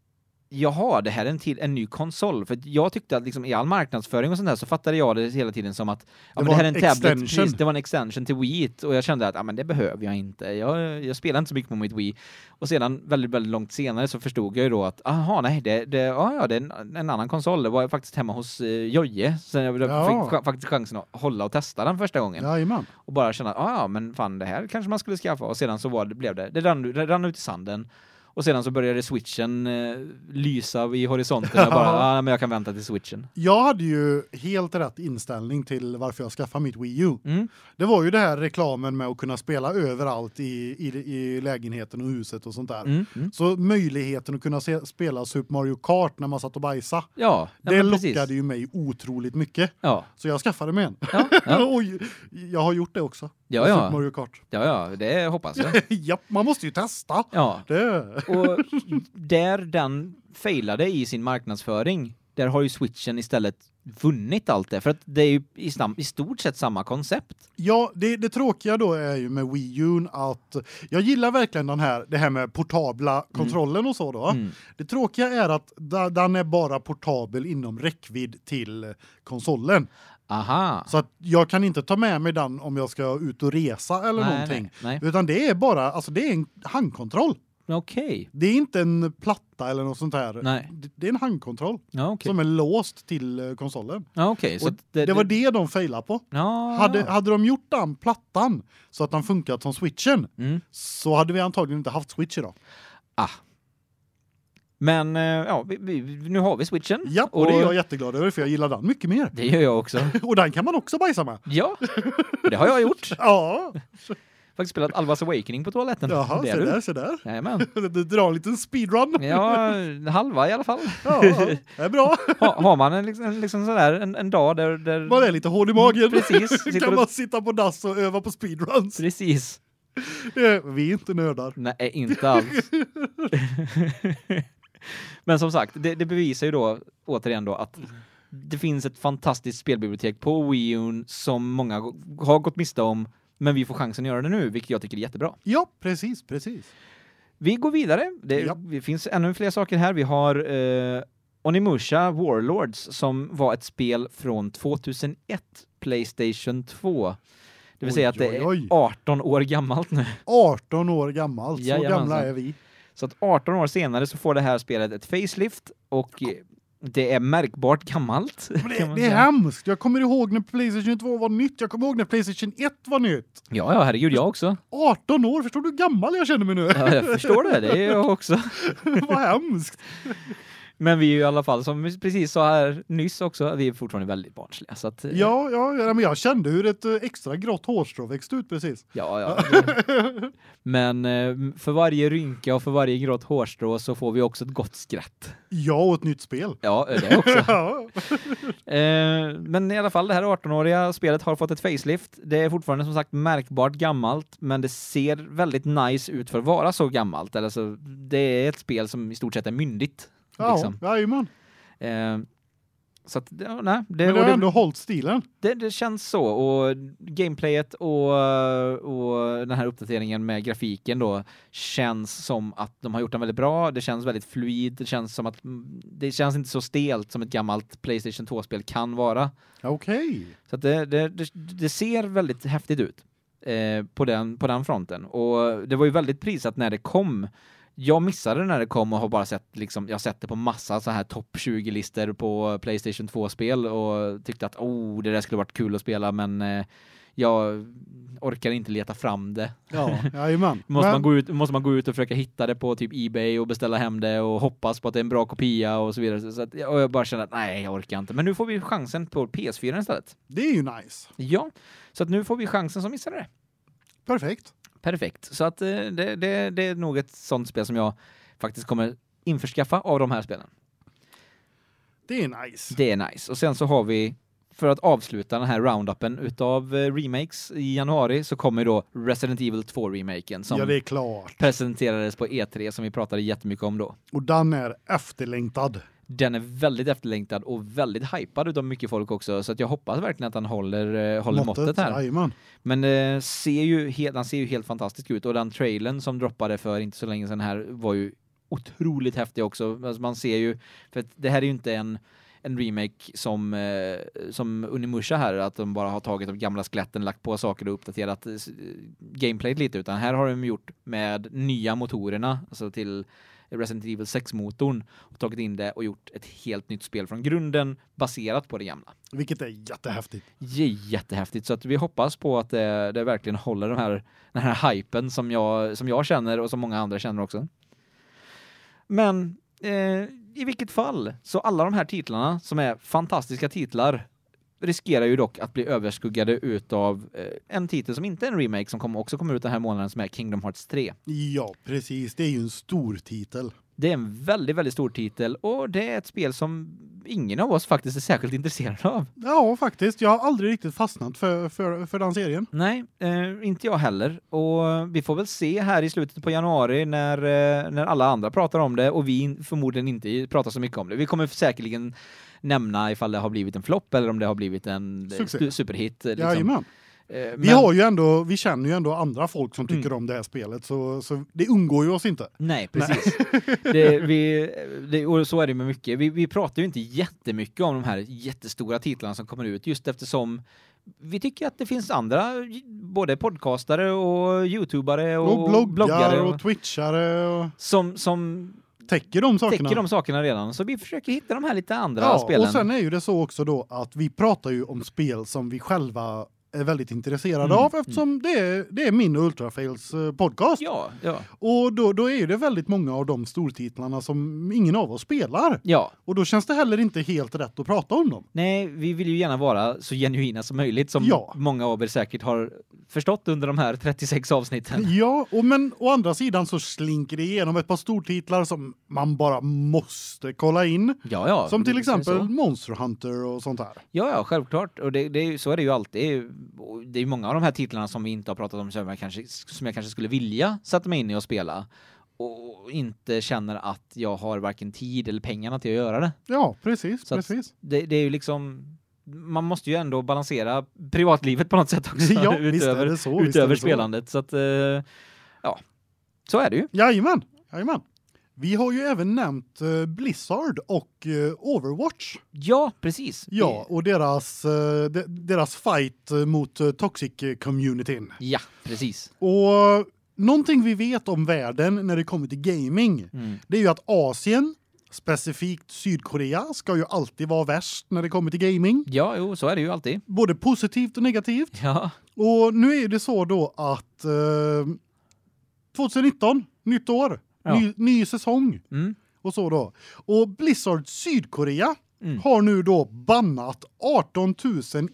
jaha, det här är en till en ny konsol för att jag tyckte att liksom i all marknadsföring och sånt där så fattade jag det hela tiden som att ja, Det men var det här är en en tablet, extension. precis, det var en extension till Wii it, och jag kände att ja men det behöver jag inte. Jag jag spelar inte så mycket på mitt Wii. Och sedan väldigt väldigt långt senare så förstod jag ju då att aha nej, det det ja ja, det är en, en annan konsol. Det var faktiskt hemma hos eh, Jojje sen jag Ja. fick cha- faktiskt chansen att hålla och testa den första gången Jajamän. och bara känna att ah, ja, men fan det här kanske man skulle skaffa och sedan så var det, blev det det rann, det rann ut i sanden och sedan så började switchen eh, lysa i horisonten och bara ah, men jag kan vänta till switchen. Jag hade ju helt rätt inställning till varför jag skaffade mitt Wii U. Mm. Det var ju det här reklamen med att kunna spela överallt i, i, i lägenheten och huset och sånt där. Mm. Mm. Så möjligheten att kunna se, spela Super Mario Kart när man satt och bajsade, Ja, ja, det men lockade precis. ju mig otroligt mycket. Ja, Så jag skaffade mig en. ja, ja, och jag har gjort det också. ja, Super ja, Mario Kart. ja, ja, det hoppas jag. Japp, man måste ju testa. Ja, Det. och där den failade i sin marknadsföring, Där har ju switchen istället vunnit allt det. För att det är ju i, snab- i stort sett samma koncept. Ja, det, det tråkiga då är ju med Wii U att jag gillar verkligen den här, det här med portabla kontrollen och så då. Mm. Det tråkiga är att da- den är bara portabel inom räckvidd till konsolen. Aha. Så att jag kan inte ta med mig den om jag ska ut och resa eller nej, någonting. Nej, Utan det är bara, alltså det är en handkontroll. nej. Okej. Det är inte en platta eller något sånt här. Nej. Det, det är en handkontroll Ja, okej. som är låst till eh, konsolen. Ja, okej. Så Och att det, Det var det de failade på. Ja. Hade, hade de gjort den plattan så att den funkat som switchen Mm. så hade vi antagligen inte haft switch idag. Ah. Men eh, ja, vi, vi, nu har vi switchen. Ja, och, det är jag jätteglad över för jag gillar den mycket mer. det gör jag också. Och den kan man också bajsa med. Ja, det har jag gjort. Ja, Faktiskt spelat Alvas Awakening på toaletten. jaha, det se är du. där, se där. Jajamän. Du drar en liten speedrun. Ja, halva i alla fall. Ja, det är bra. Ha, har man en, liksom, en liksom sådär, en, en dag där... där Man är lite hård i magen. Precis. Sitter Kan och, man sitta på dass och öva på speedruns? precis. Eh, Vi är inte nördar. Nej, eh, inte alls. Men som sagt, det, det bevisar ju då återigen då att det finns ett fantastiskt spelbibliotek på Wii U som många g- har gått miste om, men vi får chansen att göra det nu, vilket jag tycker är jättebra. Ja, precis, precis. Vi går vidare. Det, Ja. det finns ännu fler saker här. Vi har eh, Onimusha Warlords som var ett spel från 2001, Playstation 2. Det vill Oj, säga att det oj, oj. är 18 år gammalt nu. 18 år gammalt, så Jajamensan. gamla är vi. Så att 18 år senare så får det här spelet ett facelift och eh, det är märkbart gammalt. Men kan det, man det är säga. hemskt. Jag kommer ihåg när Playstation 2 var nytt. Jag kommer ihåg när Playstation 1 var nytt. Ja, ja, herregud, jag också. 18 år, förstår du hur gammal jag känner mig nu? Ja, jag förstår det, det är jag också. Vad hemskt. Men vi är ju i alla fall, som vi precis sa här nyss också, vi är fortfarande väldigt barnsliga. Så att, eh, Ja, ja, ja, men jag kände hur ett eh, extra grått hårstrå växte ut precis. Ja, ja. Men eh, för varje rynka och för varje grått hårstrå så får vi också ett gott skratt. Ja, och ett nytt spel. Ja, det också. Ja, Eh, Men i alla fall, det här 18-åriga spelet har fått ett facelift. Det är fortfarande som sagt märkbart gammalt, men det ser väldigt nice ut för att vara så gammalt. Eller så, det är ett spel som i stort sett är myndigt. ja, Liksom. jajamän. Eh, Så att, ja, nej, det, Men det och har det- ändå hållit stilen. det, det känns så och gameplayet och, och den här uppdateringen med grafiken då känns som att de har gjort den väldigt bra. Det känns väldigt fluid. Det känns som att mm, det känns inte så stelt som ett gammalt PlayStation 2-spel kan vara. Okej. Så att det, det, det, det ser väldigt häftigt ut eh, på, den, på den fronten. Och det var ju väldigt prisat när det kom. Jag missade det när det kom och har bara sett, liksom, jag har sett det på massa så här topp 20-listor på Playstation 2-spel och tyckte att oh, det där skulle varit kul att spela men eh, jag orkar inte leta fram det. Ja, jajamän. Måste, Men- man gå ut, måste man gå ut och försöka hitta det på typ Ebay och beställa hem det och hoppas på att det är en bra kopia och så vidare. Så att, och jag bara kände att nej, jag orkar inte. Men nu får vi chansen på PS4 istället. Det är ju nice. Ja, så att nu får vi chansen som missade det. Perfekt. Perfekt. Så att eh, det, det, det är nog ett sånt spel som jag faktiskt kommer införskaffa av de här spelen. Det är nice. Det är nice. Och sen så har vi, för att avsluta den här roundupen utav eh, remakes i januari, så kommer då Resident Evil 2-remaken som Ja, det är klart. presenterades på E3 som vi pratade jättemycket om då. Och den är efterlängtad. Den är väldigt efterlängtad och väldigt hypad utav mycket folk också, så att jag hoppas verkligen att den håller, eh, håller måttet här. Jajamän. Men eh, ser ju helt, den ser ju helt fantastisk ut och den trailern som droppade för inte så länge sedan här var ju otroligt häftig också. Alltså man ser ju, för att det här är ju inte en, en remake som, eh, som Unimusha här, att de bara har tagit de gamla skeletten, lagt på saker och uppdaterat eh, s- gameplayet lite, utan här har de gjort med nya motorerna, alltså till Resident Evil 6-motorn, och tagit in det och gjort ett helt nytt spel från grunden baserat på det gamla. Vilket är jättehäftigt. Det är jättehäftigt så att vi hoppas på att eh, det, det verkligen håller den här, den här hypen som jag, som jag känner och som många andra känner också. Men eh, i vilket fall, så alla de här titlarna som är fantastiska titlar riskerar ju dock att bli överskuggade utav eh, en titel som inte är en remake som kom, också kommer ut den här månaden som är Kingdom Hearts 3. Ja, precis. Det är ju en stor titel. Det är en väldigt, väldigt stor titel och det är ett spel som ingen av oss faktiskt är särskilt intresserad av. Ja, faktiskt. Jag har aldrig riktigt fastnat för, för, för den serien. Nej, eh, inte jag heller. Och vi får väl se här i slutet på januari när, eh, när alla andra pratar om det och vi in, förmodligen inte pratar så mycket om det. Vi kommer säkerligen nämna ifall det har blivit en flopp eller om det har blivit en eh, Succé. stu- superhit. eh, Liksom. Jajamän. Eh, Vi, men- Mm. har ju ändå, vi känner ju ändå andra folk som tycker om det här spelet, så, så det undgår ju oss inte. Nej, precis. det, vi, det, och så är det med mycket. Vi, vi pratar ju inte jättemycket om de här jättestora titlarna som kommer ut just eftersom vi tycker att det finns andra, både podcastare och youtubare och, Och, bloggar bloggare och, och twitchare och som, som täcker de sakerna. täcker de sakerna redan. Så vi försöker hitta de här lite andra ja, spelen. Och sen är ju det så också då att vi pratar ju om spel som vi själva är väldigt intresserade Mm, av eftersom det, är, det är min och Ultrafails eh, podcast. Ja, ja. Och då, då är ju det väldigt många av de stortitlarna som ingen av oss spelar. Ja, Och då känns det heller inte helt rätt att prata om dem. nej, vi vill ju gärna vara så genuina som möjligt som Ja. många av er säkert har förstått under de här 36 avsnitten. Ja, och men å andra sidan så slinker det igenom ett par stortitlar som man bara måste kolla in. Ja, ja. Som till det är så. exempel Monster Hunter och sånt här. Ja, ja, självklart. Och det, det är, ju- så är det ju alltid. Det är ju- och Det är ju många av de här titlarna som vi inte har pratat om som jag kanske, som jag kanske skulle vilja sätta mig in i och spela. Och inte känner att jag har varken tid eller pengarna till att göra det. Ja, precis, Så att- precis. Det, det är ju liksom... Man måste ju ändå balansera privatlivet på något sätt också. Ja, visst är utöver det så. visst är utöver det så. spelandet. Så att, eh, ja. Så är det ju. Jajamän, jajamän. Vi har ju även nämnt eh, Blizzard och eh, Overwatch. Ja, precis. Ja, och deras, eh, de, deras fight eh, mot eh, toxic-communityn. Ja, precis. Och någonting vi vet om världen när det kommer till gaming, Mm. det är ju att Asien, specifikt Sydkorea, ska ju alltid vara värst när det kommer till gaming. Ja, jo, så är det ju alltid. Både positivt och negativt. Ja. Och nu är det så då att eh, 2019, nytt år, Ja. ny, ny säsong Mm. och så då. Och Blizzard Sydkorea Mm. har nu då bannat 18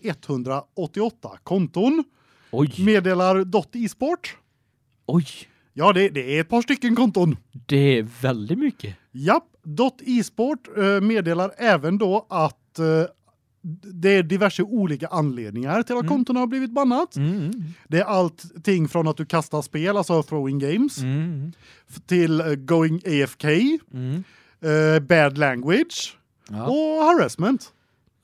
188 konton, Oj, meddelar Dot Esport. oj. Ja, det, det är ett par stycken konton. Det är väldigt mycket. Japp, Dot Esport eh, meddelar även då att eh, det är diverse olika anledningar till att Mm. kontona har blivit bannat. Mm. Det är allting från att du kastar spel, alltså throwing games, Mm. f- till eh, going AFK, Mm. eh, bad language Ja, och harassment.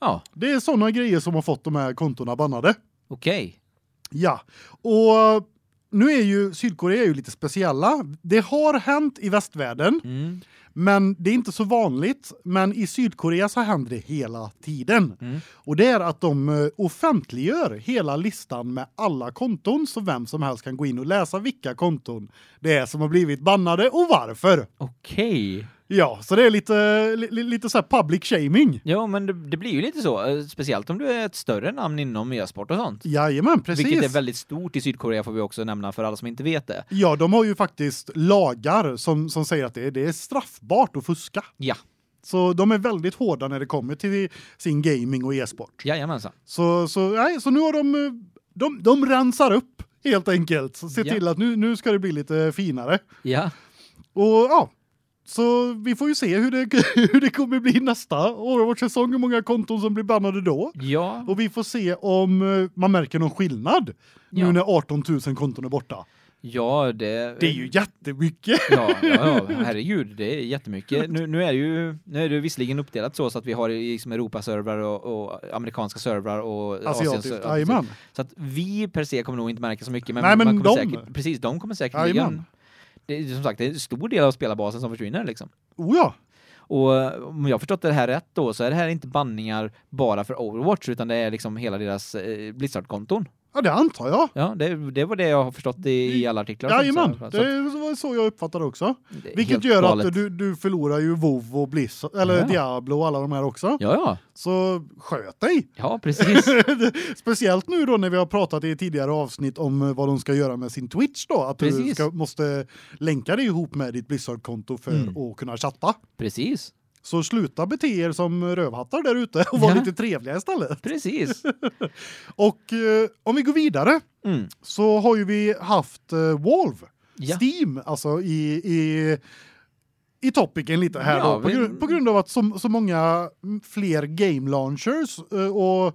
ja. Det är sådana grejer som har fått de här kontona bannade. okej. Ja, och nu är ju Sydkorea är ju lite speciella. Det har hänt i västvärlden, Mm. men det är inte så vanligt. Men i Sydkorea så händer det hela tiden. Mm. Och det är att de eh, offentliggör hela listan med alla konton så vem som helst kan gå in och läsa vilka konton det är som har blivit bannade och varför. Okej. Ja, så det är lite, li, li- lite så här public shaming. Ja, men det, det blir ju lite så. eh, Speciellt om du är ett större namn inom e-sport och sånt. Jajamän, precis. Vilket är väldigt stort i Sydkorea får vi också nämna för alla som inte vet det. Ja, de har ju faktiskt lagar som, som säger att det, det är straffbart att fuska. Ja, Så de är väldigt hårda när det kommer till sin gaming och e-sport. jajamensan. Så, så, nej, så nu har de, eh, de, de rensar upp helt enkelt. Så Se Ja. till att nu, nu ska det bli lite finare. Ja, Och ja, så vi får ju se hur det, hur det kommer bli nästa Overwatch-säsong, hur många konton som blir bannade då. ja. Och vi får se om eh, man märker någon skillnad Ja. nu när 18 000 konton är borta. ja det... Det är ju jättemycket. Ja, ja, ja, herregud, det är jättemycket. Nu, nu, är det ju, nu är det visserligen uppdelat så, så att vi har liksom Europaservrar och, och amerikanska servrar och Asiatiskt, Asiens- Alltså, typ. eh, jajamän. Så att vi per se kommer nog inte märka så mycket, men, Nej, men man kommer de- säkert, precis, de kommer säkert Jajamän. Det är som sagt det är en stor del av spelarbasen som försvinner liksom. Oh ja. Och eh, om jag har förstått det här rätt då så är det här inte banningar bara för Overwatch utan det är liksom hela deras eh, Blizzard-konton. Ja, det antar jag. Ja, det, det var det jag har förstått i, i alla artiklar. och sånt, Mm. Jajamän, så här. Så att det var så jag uppfattade också. det är Vilket helt gör galet. att du, du förlorar ju WoW och Blizzard, eller Ja. Diablo och alla de här också. Ja, ja. Så sköt dig! Ja, precis. Speciellt nu då när vi har pratat i tidigare avsnitt om eh, vad de ska göra med sin Twitch då. Att du Precis. ska, måste länka dig ihop med ditt Blizzard-konto för Mm. att kunna chatta. precis. Så sluta bete er som rövhattar där ute och var Ja. lite trevliga istället. Precis. Och eh, om vi går vidare Mm. så har ju vi haft eh, Valve Ja. Steam alltså i i i topiken lite här Ja, då, på, vi- gru- på grund av att så, så många mm, fler game launchers eh, och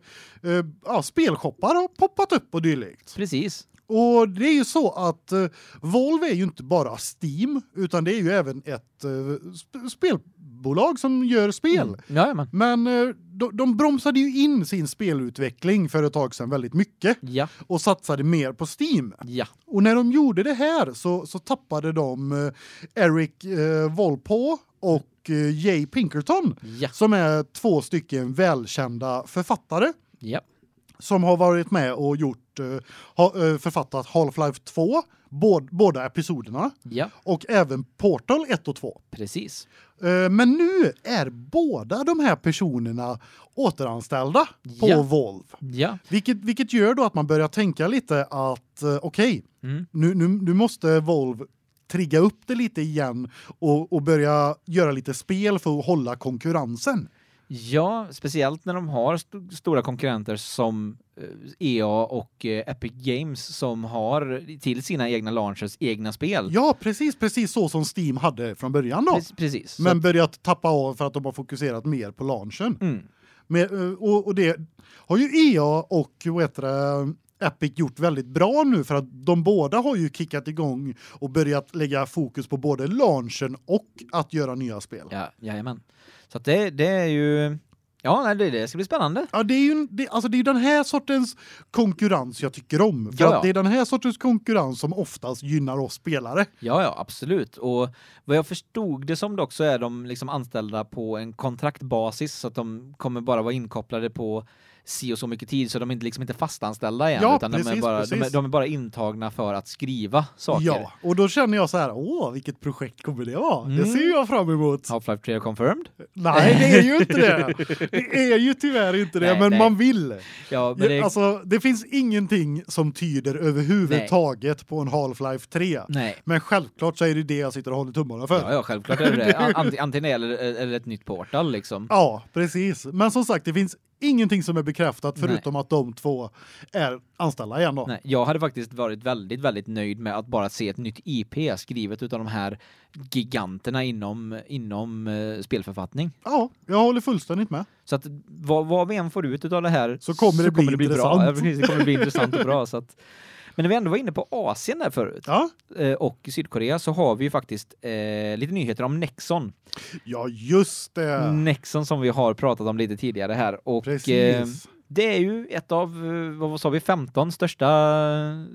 eh, ja, spelshoppar har poppat upp och dylikt. Precis. Och det är ju så att eh, Valve är ju inte bara Steam utan det är ju även ett eh, sp- spelbolag som gör spel. Mm. Jajamän. Men eh, de, de bromsade ju in sin spelutveckling för ett tag sedan väldigt mycket Ja, och satsade mer på Steam. ja. Och när de gjorde det här så, så tappade de eh, Eric eh, Volpo och eh, Jay Pinkerton Ja, som är två stycken välkända författare ja. som har varit med och gjort eh, ha, eh, författat Half-Life 2, båd, båda episoderna Ja, och även Portal 1 och 2. precis. Eh, men nu är båda de här personerna återanställda på Ja. Valve. Ja. Vilket vilket gör då att man börjar tänka lite att eh, okej, Mm. nu, nu, nu måste Volvo trigga upp det lite igen och, och börja göra lite spel för att hålla konkurrensen. Ja, speciellt när de har st- stora konkurrenter som eh, EA och eh, Epic Games som har till sina egna launchers egna spel. Ja, precis, precis så som Steam hade från början då. Pre- precis. Men börjat tappa av för att de har fokuserat mer på launchen. Så, mm. Men, eh, och, och det har ju EA och vad heter det, Epic gjort väldigt bra nu för att de båda har ju kickat igång och börjat lägga fokus på både launchen och att göra nya spel. Ja, jajamän. Så att det, det är ju... Ja, nej, det, det ska bli spännande. Ja, det är ju en- det, alltså det är ju den här sortens konkurrens jag tycker om. För Ja, ja. att det är den här sortens konkurrens som oftast gynnar oss spelare. Ja, ja, absolut. Och vad jag förstod det som dock så är de liksom anställda på en kontraktbasis så att de kommer bara vara inkopplade på si och så mycket tid så de är inte liksom inte fastanställda igen Ja, utan de, är precis, bara, de, är, precis. de är bara intagna för att skriva saker. Ja, och då känner jag så här, åh, vilket projekt kommer det vara? Det Mm. ser jag fram emot. Half-Life 3 confirmed. Nej, det är ju inte det. Det är ju tyvärr inte det, Nej, men nej. man vill. Ja, men det, Alltså, det finns ingenting som tyder överhuvudtaget på en Half-Life 3. nej. Men självklart så är det det jag sitter och håller tummarna för. Ja, ja, självklart är det det. Ant- Antingen det eller, eller ett nytt portal liksom. Ja, precis. Men som sagt, det finns ingenting som är bekräftat förutom att de två är anställda igen då. Nej, jag hade faktiskt varit väldigt, väldigt nöjd med att bara se ett nytt IP skrivet utav de här giganterna inom, inom eh, spelförfattning. Ja, jag håller fullständigt med. Så att vad, vad vi än får ut av det här Så kommer det bli bra. intressant. Ja, precis, det kommer bli intressant och bra. Så att, men när vi ändå var inne på Asien där förut Ja, eh, och Sydkorea så har vi ju faktiskt eh, lite nyheter om Nexon. ja just det. Nexon som vi har pratat om lite tidigare här. Mm, Och, eh, Precis. det är ju ett av, eh, vad sa vi, 15 största eh,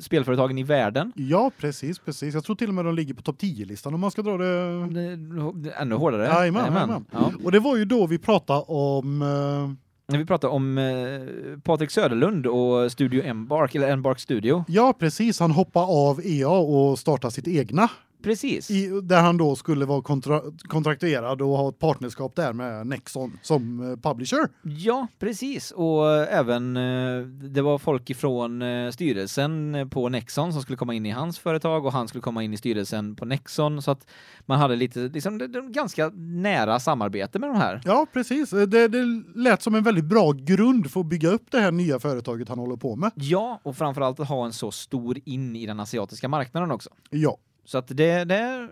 spelföretagen i världen. Ja, precis, precis. Jag tror till och med de ligger på topp 10-listan om man ska dra det. Det- Eh, Ännu hårdare. Jajamän, Jajamän. jajamän. Ja. Och det var ju då vi pratade om eh, När vi pratar om eh, Patrik Söderlund och Studio Embark, eller Embark Studio. Ja, precis. Han hoppade av EA och startade sitt egna Precis. i, där han då skulle vara kontra, kontrakterad och ha ett partnerskap där med Nexon som eh, publisher. Ja, precis. Och eh, även eh, det var folk ifrån eh, styrelsen eh, på Nexon som skulle komma in i hans företag och han skulle komma in i styrelsen på Nexon så att man hade lite liksom de, de, ganska nära samarbete med de här. Ja, precis. Eh, Det, det lät som en väldigt bra grund för att bygga upp det här nya företaget han håller på med. Ja, och framförallt att ha en så stor in i den asiatiska marknaden också. Ja, Så att det, det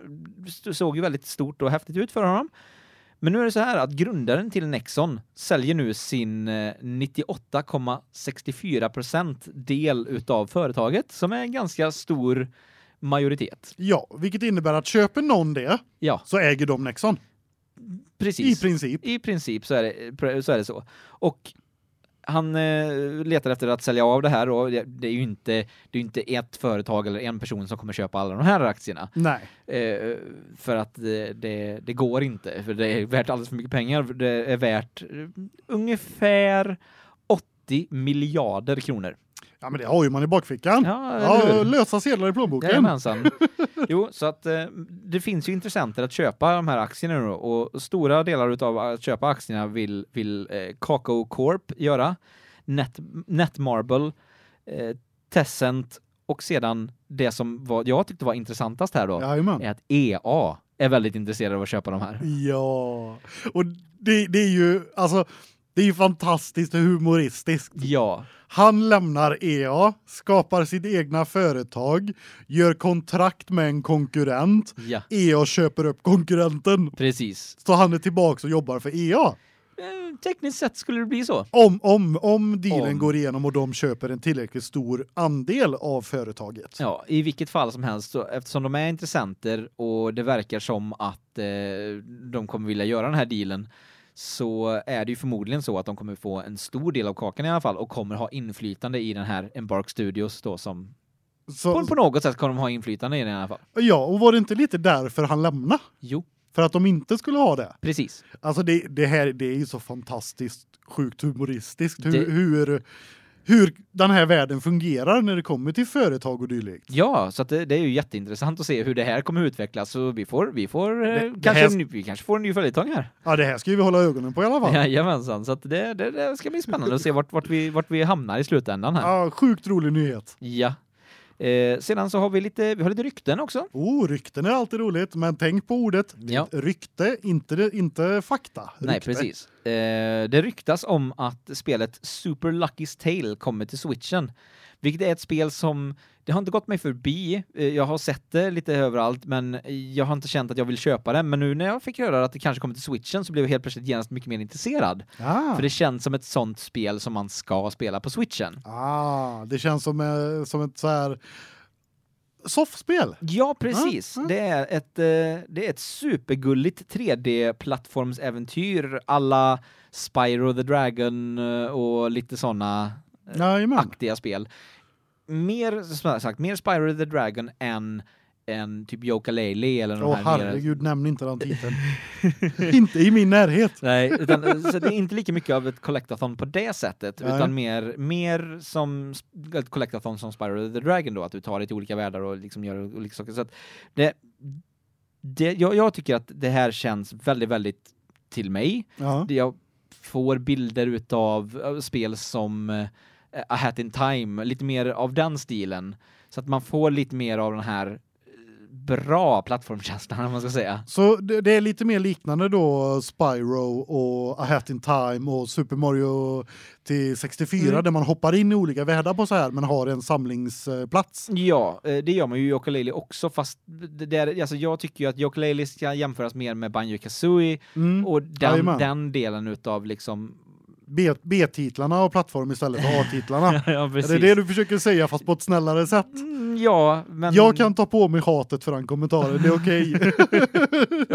såg ju väldigt stort och häftigt ut för honom. Men nu är det så här att grundaren till Nexon säljer nu sin eh, 98,64 del utav företaget som är en ganska stor majoritet. ja, vilket innebär att köper någon det Ja, så äger de Nexon precis. i princip. I princip så är det så. Är det så. Och han eh, letar efter att sälja av det här och det, det är ju inte, det är ju inte ett företag eller en person som kommer köpa alla de här aktierna. Nej. Eh, för att det, det, det går inte, för det är värt alldeles för mycket pengar. Det är värt eh, ungefär 80 miljarder kronor. Ja, men det har ju man i bakfickan. Ja, Ja, eller hur? lösa sedlar i plånboken. Jajamensan. Jo, så att eh, det finns ju intressenter att köpa de här aktierna nu då, och stora delar utav att köpa aktierna vill, vill eh, Kakao Corp göra, Net, Netmarble, eh, Tessent och sedan det som var, jag tyckte var intressantast här då, Jajamän. är att E EA är väldigt intresserade av att köpa de här. Ja, och det, det är ju alltså Det är ju fantastiskt humoristiskt. Ja. Han lämnar EA, skapar sitt egna företag, gör kontrakt med en konkurrent. Ja. EA köper upp konkurrenten. Precis. Så han är tillbaka och jobbar för EA. Eh, tekniskt sett skulle det bli så. Om, om, om dealen Om. går igenom och de köper en tillräckligt stor andel av företaget. Ja, i vilket fall som helst så eftersom de är intressenter och det verkar som att eh, de kommer vilja göra den här dealen så är det ju förmodligen så att de kommer få en stor del av kakan i alla fall och kommer ha inflytande i den här Embark Studios då som på, Så, på något sätt kommer de ha inflytande i den i alla fall. ja, och var det inte lite därför han lämnade? Jo, För att de inte skulle ha det? precis. Alltså det, det här det är ju så fantastiskt sjukt humoristiskt hur, Det- hur, hur den här världen fungerar när det kommer till företag och dylikt. Ja, så att det, det är ju jätteintressant att se hur det här kommer utvecklas så vi får vi får eh, Det- det kanske här- en ny- vi kanske får en ny följetong här. Ja, det här ska ju vi hålla ögonen på i alla fall. Ja, Jajamensan, så att det, det, det ska bli spännande att se vart, vart, vi, vart vi hamnar i slutändan här. sjukt rolig nyhet. Ja. Eh, sedan så har vi lite, vi har lite rykten också. Oh, rykten är alltid roligt, men tänk på ordet Ja. rykte, inte det- inte fakta. Nej, Rykte. precis. Eh, det ryktas om att spelet Super Lucky's Tale kommer till Switchen. Vilket är ett spel som, det har inte gått mig förbi. Eh, jag har sett det lite överallt, men jag har inte känt att jag vill köpa det. Men nu när jag fick höra att det kanske kommer till Switchen så blev jag helt plötsligt genast mycket mer intresserad. Ah. För det känns som ett sånt spel som man ska spela på Switchen. ah, det känns som eh, som ett så här soffspel. Ja, precis. Ja, ja. Det är ett eh, det är ett supergulligt 3D-plattformsäventyr alla Spyro the Dragon eh, och lite såna Jajamän. aktiga spel. Mer som sagt, mer Spyro the Dragon än en typ Yooka-Laylee eller de Åh här mer- herregud, nämn inte den titeln. inte i min närhet. Nej, utan, så det är inte lika mycket av ett collectathon på det sättet, Nej. utan mer, mer som sp- ett collectathon som Spyro the Dragon då, att du tar dig till olika världar och liksom gör olika saker. Så att det, det, jag, jag tycker att det här känns väldigt, väldigt till mig. Ja. Det- Jag får bilder utav eh, spel som eh, A Hat in Time, lite mer av den stilen. Så att man får lite mer av den här eh, bra plattformkänslan, om man ska säga. Så det, det är lite mer liknande då Spyro och A Hat in Time och Super Mario till 64 Mm. där man hoppar in i olika världar på så här men har en samlingsplats. Ja, eh, det gör man ju i Yooka-Laylee också fast det där, alltså jag tycker ju att Yooka-Laylee ska jämföras mer med Banjo-Kazooie Mm. och den, Jajamän. den delen utav liksom... B- B-titlarna och plattform istället för A-titlarna. ja, är det det du försöker säga fast på ett snällare sätt? Mm, ja, men... Jag kan ta på mig hatet för den kommentaren, det är okej.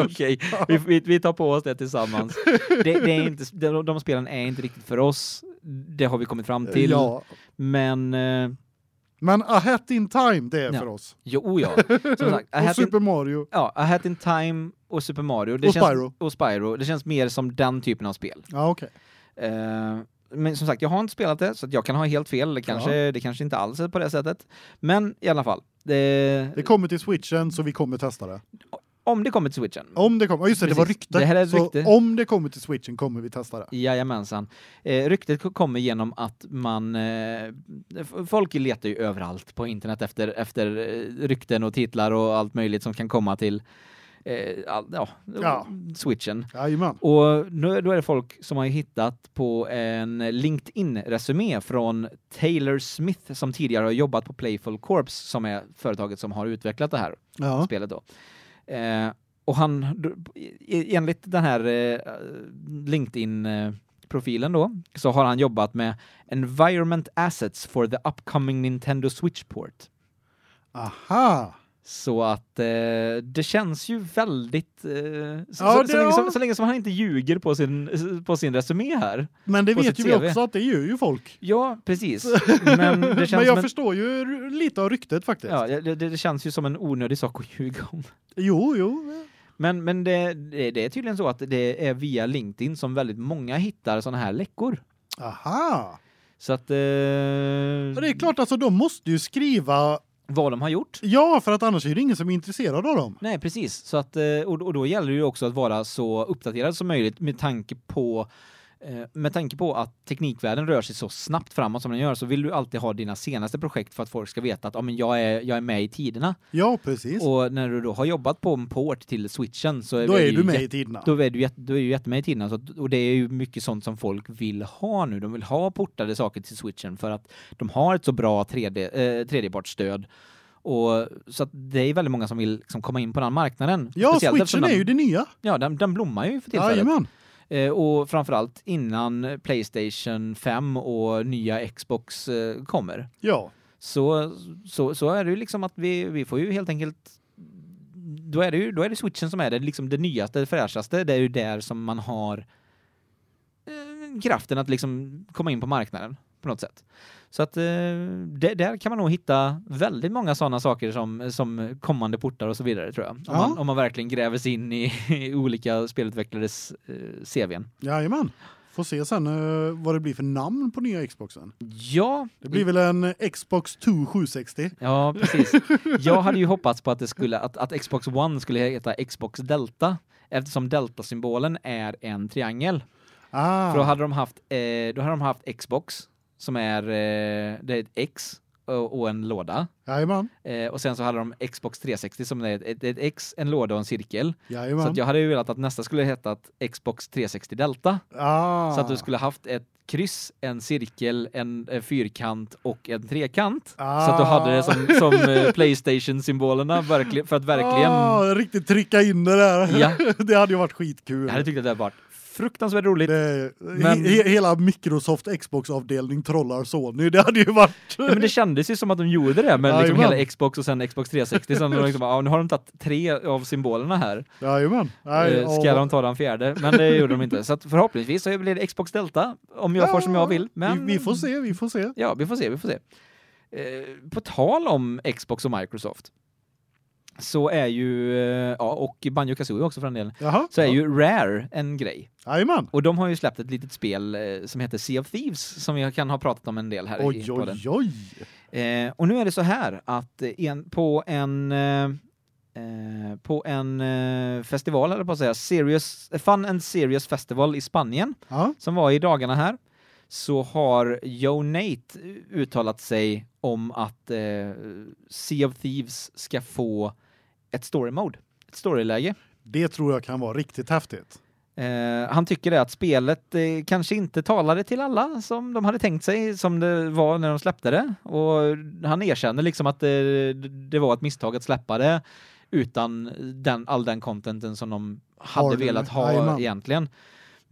Okej, vi, vi, vi tar på oss det tillsammans. det, det är inte, de, de spelen är inte riktigt för oss, det har vi kommit fram till. Eh, ja. Men... Eh, Men A Hat in Time, det är Ja. för oss. jo, oh ja. Som sagt, I Och had in- Super Mario. Ja, A Hat in Time och Super Mario. Det Och känns, Spyro. Och Spyro. Det känns mer som den typen av spel. Ja, okej. Eh, men som sagt, jag har inte spelat det så att jag kan ha helt fel. Det kanske, det kanske inte alls är på det sättet. Men i alla fall. Det, Det kommer till Switchen så vi kommer testa det. om det kommer till Switchen. Om det kommer, ja, just det, det var Precis. rykte. Det här är ett så rykte. om det kommer till Switchen kommer vi testa det. Jajamensan. Eh, ryktet ko- kommer genom att man... Eh, f- folk letar ju överallt på internet efter, efter eh, rykten och titlar och allt möjligt som kan komma till eh, all, ja, Ja. Switchen. Jajamän. Och nu, då är det folk som har hittat på en LinkedIn-resumé från Taylor Smith som tidigare har jobbat på Playful Corps som är företaget som har utvecklat det här Ja. spelet då. Eh, och han, i- enligt den här eh, LinkedIn-profilen då, så har han jobbat med Environment Assets for the upcoming Nintendo Switch-port. Aha. Så att eh, det känns ju väldigt... Eh, så, Ja, så, det- så, länge ja. som, så länge som han inte ljuger på sin, på sin resumé här. Men det På vet sitt ju vi TV. också att det gör ju folk. Ja, precis. Men det känns, Men som jag en, förstår ju r- lite av ryktet faktiskt. ja, det, det det känns ju som en onödig sak att ljuga om. Jo, jo. Men, men det, det, det är tydligen så att det är via LinkedIn som väldigt många hittar sådana här läckor. Aha. Så att... Eh, Ja, det är klart, alltså de måste ju skriva, Vad de har gjort. ja, för att annars är det ingen som är intresserad av dem. Nej, precis. Så att, eh, och, och då gäller det ju också att vara så uppdaterad som möjligt med tanke på Eh, Med tanke på att teknikvärlden rör sig så snabbt framåt som den gör så vill du alltid ha dina senaste projekt för att folk ska veta att ja, men jag, är, jag är med i tiderna. Ja, precis. Och när du då har jobbat på en port till switchen så är, Då vi är ju du med jätte- i tiderna. då är du, jätte, då är du jättemed i tiderna. Så att, och det är ju mycket sånt som folk vill ha nu. De vill ha portade saker till switchen för att de har ett så bra 3D, eh, 3D-partsstöd. Och, så att det är väldigt många som vill liksom komma in på den här marknaden. Ja, Speciellt eftersom switchen är den, ju det nya. Ja, den, den blommar ju för tillfället. Jajamän. Eh, och framförallt innan Playstation 5 och nya Xbox eh, kommer. Ja, Så, så, så är det ju liksom att vi, vi får ju helt enkelt då är det ju då är det switchen som är det liksom det nyaste, det fräschaste. Det är ju där som man har eh, kraften att liksom komma in på marknaden på något sätt. Så att eh, där, där kan man nog hitta väldigt många sådana saker som, som kommande portar och så vidare tror jag. Om, Ja. man, om man verkligen gräver sig in i, i olika spelutvecklares eh, CVn. jajamän. Får se sen eh, vad det blir för namn på nya Xboxen. Ja, Det blir väl en Xbox 2 760. Ja, precis. Jag hade ju hoppats på att, det skulle, att, att Xbox One skulle heta Xbox Delta eftersom delta-symbolen är en triangel. Ah, För då hade de haft, eh, då hade de haft Xbox som är, eh, det är ett X och, och en låda. jajamän. Eh, och sen så hade de Xbox 360 som är ett, ett, ett X, en låda och en cirkel. Så Jajamän. att jag hade ju velat att nästa skulle heta att Xbox 360 Delta. ah. Så att du skulle haft ett kryss, en cirkel, en, eh, fyrkant och en trekant. Ah. Så att du hade det som, som eh, Playstation-symbolerna verkligen, för att verkligen... Ah, riktigt trycka in det där. Ja. det hade ju varit skitkul. Jag hade tyckt att det hade varit fruktansvärt roligt. Det, Men- he, hela Microsoft Xbox-avdelning trollar Sony. Det hade ju varit... Ja, men det kändes ju som att de gjorde det med liksom Jajamän. hela Xbox och sen Xbox 360. Sen de liksom, ja, nu har de tagit tre av symbolerna här. Jajamän. Nej, Eh, Ska ja. de ta den fjärde? Men det gjorde de inte. Så att förhoppningsvis så blir det Xbox Delta om jag får som jag vill. Men vi, vi får se, vi får se. Ja, vi får se, vi får se. Eh, på tal om Xbox och Microsoft så är ju, eh, ja och Banjo Kazooie också för den delen, Jaha. så är ju Rare en grej. Jajamän. Och de har ju släppt ett litet spel eh, som heter Sea of Thieves som jag kan ha pratat om en del här i Oj, podden. oj, oj. Eh, och nu är det så här att eh, en, på en eh, eh, på en eh, festival, eller på att säga, Serious, eh, Fun and Serious Festival i Spanien Ja. som var i dagarna här så har Joe Nate uttalat sig om att eh, Sea of Thieves ska få ett story mode, ett storyläge. Det tror jag kan vara riktigt häftigt. Eh, han tycker det att spelet eh, kanske inte talade till alla som de hade tänkt sig som det var när de släppte det och han erkänner liksom att eh, det var ett misstag att släppa det utan den, all den contenten som de hade Har du- velat ha Jajamän. egentligen.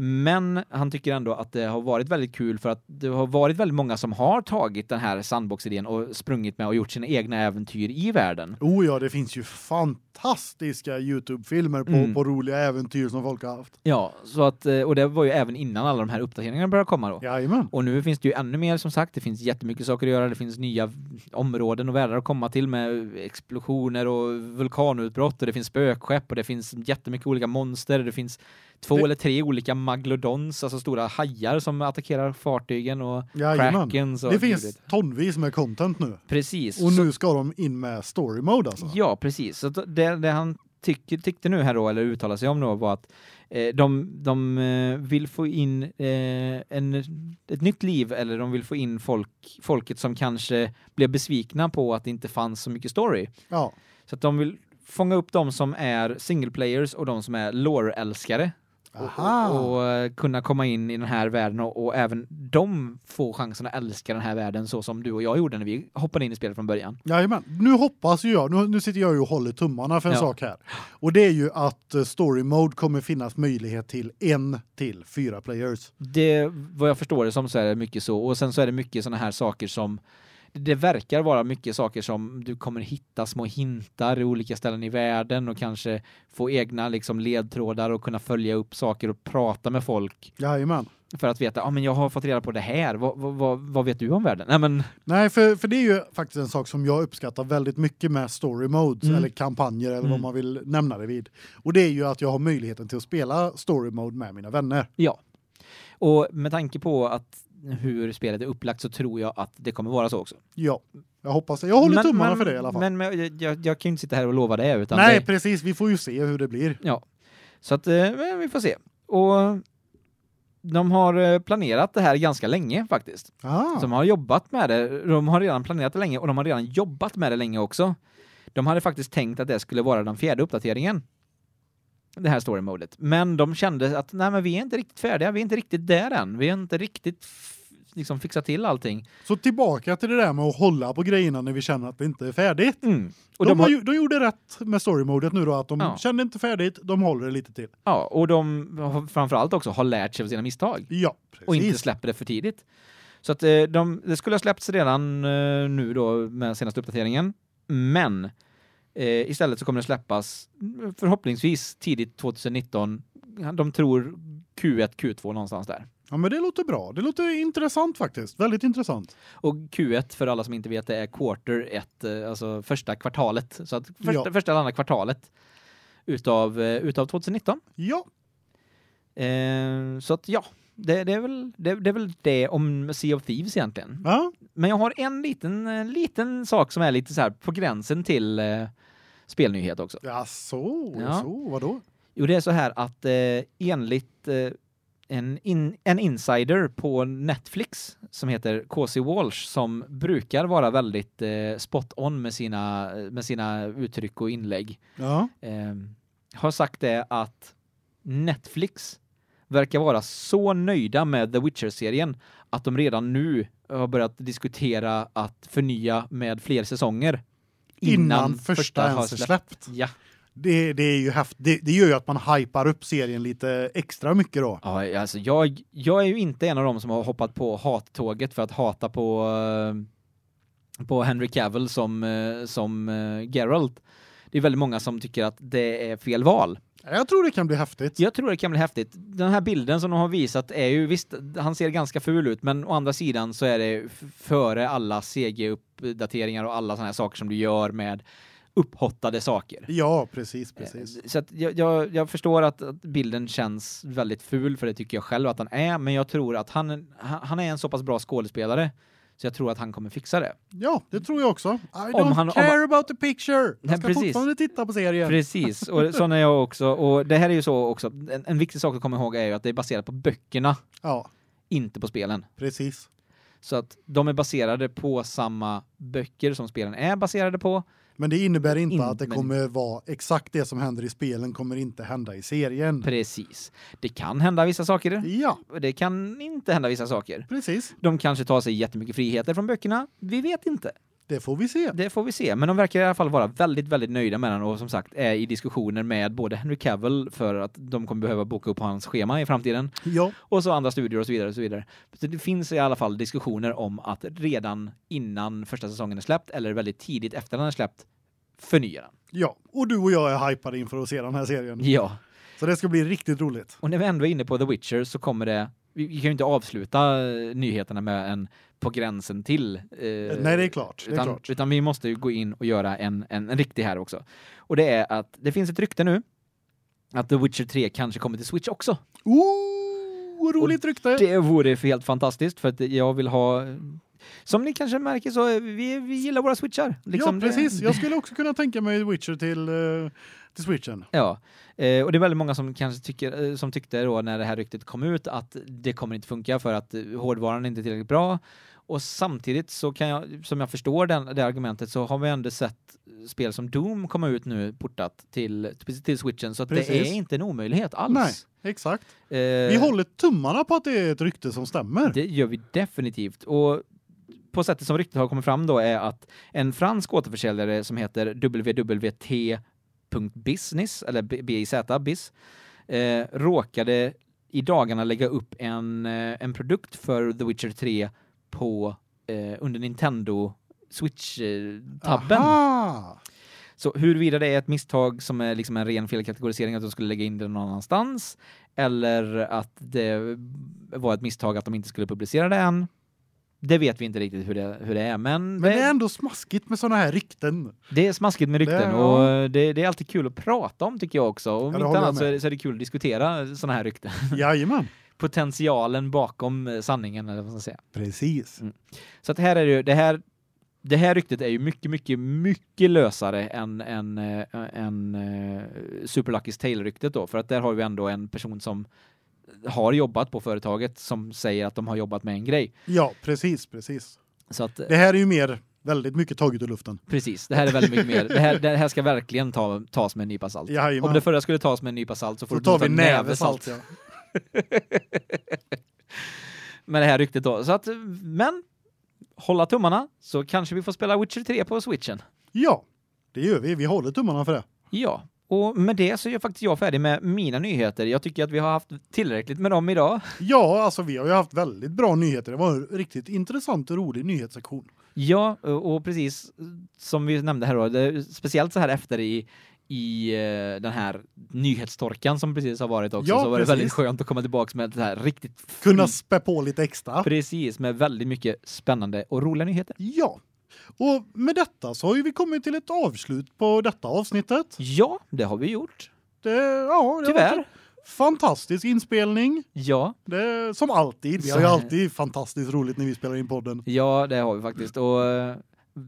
Men han tycker ändå att det har varit väldigt kul för att det har varit väldigt många som har tagit den här sandbox-idén och sprungit med och gjort sina egna äventyr i världen. Oh ja, det finns ju fantastiska Youtube-filmer på, Mm. på roliga äventyr som folk har haft. Ja, så att, eh, och det var ju även innan alla de här uppdateringarna började komma då. Jajamän. Och nu finns det ju ännu mer som sagt, det finns jättemycket saker att göra, det finns nya områden och världar att komma till med explosioner och vulkanutbrott och det finns spökskepp och det finns jättemycket olika monster, det finns två Det- eller tre olika maglodons, alltså stora hajar som attackerar fartygen och Jajamän. krakens och Det finns tonvis med content nu. Precis. Och nu ska de in med story mode alltså. Ja, precis. Så att det, det han tyck, tyckte nu här då, eller uttalade sig om då, var att eh, de, de eh, vill få in eh, en, ett nytt liv, eller de vill få in folk, folket som kanske blev besvikna på att det inte fanns så mycket story. Ja. Så att de vill fånga upp de som är single players och de som är lore-älskare. Aha. Och, och eh, kunna komma in i den här världen och, och även de får chansen att älska den här världen så som du och jag gjorde när vi hoppade in i spelet från början. Jajamän. Nu hoppas ju jag, nu, nu sitter jag ju och håller tummarna för en Ja. sak här. Och det är ju att eh, story mode kommer finnas möjlighet till en till fyra players. Det, vad jag förstår det som så är det mycket så. Och sen så är det mycket sådana här saker som det verkar vara mycket saker som du kommer hitta små hintar i olika ställen i världen och kanske få egna liksom ledtrådar och kunna följa upp saker och prata med folk Jajamän. för att veta, ja ah, men jag har fått reda på det här, vad, vad, vad, vad vet du om världen? Nej men, Nej, för, för det är ju faktiskt en sak som jag uppskattar väldigt mycket med story modes Mm. eller kampanjer eller vad Mm. man vill nämna det vid. Och det är ju att jag har möjligheten till att spela story mode med mina vänner. ja. Och med tanke på att hur spelet är upplagt så tror jag att det kommer vara så också. Ja, jag hoppas det. Jag håller Men- tummarna men- för det i alla fall. Men, men jag, jag, jag kan ju inte sitta här och lova det. Utan Nej, det, precis. Vi får ju se hur det blir. Så att eh, men vi får se. Och de har eh, planerat det här ganska länge faktiskt. Ah. Som har jobbat med det. De har redan planerat det länge och de har redan jobbat med det länge också. De hade faktiskt tänkt att det skulle vara den fjärde uppdateringen. Det här story modet. Men de kände att nej men vi är inte riktigt färdiga, vi är inte riktigt där än. Vi har inte riktigt f- liksom fixat till allting. Så tillbaka till det där med att hålla på grejerna när vi känner att det inte är färdigt. Mm. Och Och de, de har, ju- de gjorde rätt med storymodet nu då, att de Ja. kände inte färdigt, de håller det lite till. ja, och de har framförallt också har lärt sig av sina misstag. Ja, precis. och inte släpper det för tidigt. Så att eh, de, det skulle ha släppts redan eh, nu då med senaste uppdateringen. Men eh, istället så kommer det släppas mm, förhoppningsvis tidigt 2019. De tror Q1, Q2 någonstans där. Ja, men det låter bra. Det låter intressant faktiskt. Väldigt intressant. Och Q1 för alla som inte vet det är quarter 1, eh, alltså första kvartalet. Så att första, Ja. första eller andra kvartalet utav, eh, utav 2019. Ja, Eh, så att ja, det, det, är väl, det, det är väl det om Sea of Thieves egentligen. ja. Men jag har en liten, eh, liten sak som är lite så här på gränsen till eh, spelnyhet också. ja så, Ja. så, vadå? Jo, det är så här att eh, enligt eh, en, in, en insider på Netflix som heter KC Walsh som brukar vara väldigt eh, spot on med sina, med sina uttryck och inlägg Ja, eh, har sagt det att Netflix verkar vara så nöjda med The Witcher-serien att de redan nu har börjat diskutera att förnya med fler säsonger innan, första, ens är släppt. Ja. Det, det, är ju häft, det, det gör ju att man hypar upp serien lite extra mycket då. ja, alltså jag, jag är ju inte en av dem som har hoppat på hattåget för att hata på eh, på Henry Cavill som eh, som eh, Geralt. Det är väldigt många som tycker att det är fel val. Jag tror det kan bli häftigt. Jag tror det kan bli häftigt. Den här bilden som de har visat är ju visst, han ser ganska ful ut, men å andra sidan så är det f- före alla CG-uppdateringar och alla sådana här saker som du gör med upphottade saker. Ja, precis, precis. Eh, Så att jag, jag, jag förstår att, att bilden känns väldigt ful, för det tycker jag själv att han är, men jag tror att han, han, han är en så pass bra skådespelare så jag tror att han kommer fixa det. Ja, det tror jag också. I don't han- om- care about the picture. Jag Nej, ska precis. fortfarande titta på serien. Precis, och sån är jag också. Och det här är ju så också, en, en viktig sak att komma ihåg är ju att det är baserat på böckerna, Ja, inte på spelen. precis. Så att de är baserade på samma böcker som spelen är baserade på. Men det innebär inte In- att det men- kommer vara exakt det som händer i spelen kommer inte hända i serien. Precis. Det kan hända vissa saker. Ja, och Det kan inte hända vissa saker. precis. De kanske tar sig jättemycket friheter från böckerna. Vi vet inte. Det får vi se. Det får vi se. Men de verkar i alla fall vara väldigt, väldigt nöjda med den och som sagt är i diskussioner med både Henry Cavill för att de kommer behöva boka upp hans schema i framtiden Ja, och så andra studier och så vidare och så vidare. Så det finns i alla fall diskussioner om att redan innan första säsongen är släppt eller väldigt tidigt efter den är släppt förnya den. ja. Och du och jag är hypade inför att se den här serien. Ja. Så det ska bli riktigt roligt. Och när vi ändå är inne på The Witcher så kommer det vi vi kan ju inte avsluta eh, nyheterna med en på gränsen till. eh, Nej, det är klart. Det är utan, klart. utan vi måste ju gå in och göra en, en, en riktig här också. Och det är att det finns ett rykte nu att The Witcher 3 kanske kommer till Switch också. Ooh, Oh, vad roligt rykte! Det vore helt fantastiskt för att jag vill ha... Som ni kanske märker så är vi, vi gillar våra Switchar. Liksom ja, precis. Det, Jag skulle också kunna tänka mig Witcher till, eh, till Switchen. Ja, eh, och det är väldigt många som kanske tycker eh, som tyckte då när det här ryktet kom ut att det kommer inte funka för att eh, hårdvaran är inte tillräckligt bra. Och samtidigt så kan jag som jag förstår den det argumentet så har vi ändå sett spel som Doom komma ut nu portat till till Switchen så att det Precis. är inte en omöjlighet Nej, alls. exakt. Eh, Vi håller tummarna på att det är ett rykte som stämmer. det gör vi definitivt. Och på sättet som ryktet har kommit fram då är att en fransk återförsäljare som heter www.t.business eller B- BIZ biz eh, råkade i dagarna lägga upp en eh, en produkt för The Witcher 3 på eh, under Nintendo Switch eh, tabben. Aha. Så huruvida det är ett misstag som är liksom en ren felkategorisering att de skulle lägga in det någon annanstans eller att det var ett misstag att de inte skulle publicera det än. Det vet vi inte riktigt hur det, hur det är, men, Men det är det, ändå smaskigt med sådana här rykten. det är smaskigt med rykten Det- och det, det är alltid kul att prata om tycker jag också. det Om inte håller jag annat så med. är, det, så är det kul att diskutera sådana här rykten. Jajamän. Potentialen bakom eh, sanningen eller vad man ska säga. Precis. Så att här är det ju, det här det här ryktet är ju mycket, mycket, mycket lösare än, än, eh, än eh, Super Lucky's Tale-ryktet då, för att där har vi ändå en person som har jobbat på företaget som säger att de har jobbat med en grej. Ja, precis, precis. Så att, eh, Det här är ju mer väldigt mycket taget ur luften. precis, det här är väldigt mycket mer. Det här, det här ska verkligen ta, tas med en nypa salt. Jajamän. Om det förra skulle tas med en nypa salt så får Då du ta tar vi en en näve salt. Ja. Med det här ryktet då. Så att, eh, men hålla tummarna så kanske vi får spela Witcher 3 på switchen. ja, det gör vi. Vi håller tummarna för det. Ja, och med det så är jag faktiskt jag färdig med mina nyheter. Jag tycker att vi har haft tillräckligt med dem idag. Ja, alltså vi har ju haft väldigt bra nyheter. Det var en riktigt intressant och rolig nyhetssektion. Ja, och precis eh, som vi nämnde här då, det, speciellt så här efter i i eh, den här nyhetstorkan som precis har varit också Ja, så var det precis. väldigt skönt att komma tillbaka med det här riktigt Kunna fri- spä på lite extra. precis med väldigt mycket spännande och roliga nyheter. Ja. Och med detta så har ju vi kommit till ett avslut på detta avsnittet. Ja, det har vi gjort. Det, ja, det har varit Tyvärr. en Fantastisk inspelning. Ja, Det, som alltid. Vi har ju Så- alltid fantastiskt roligt när vi spelar in podden. ja, det har vi faktiskt och eh,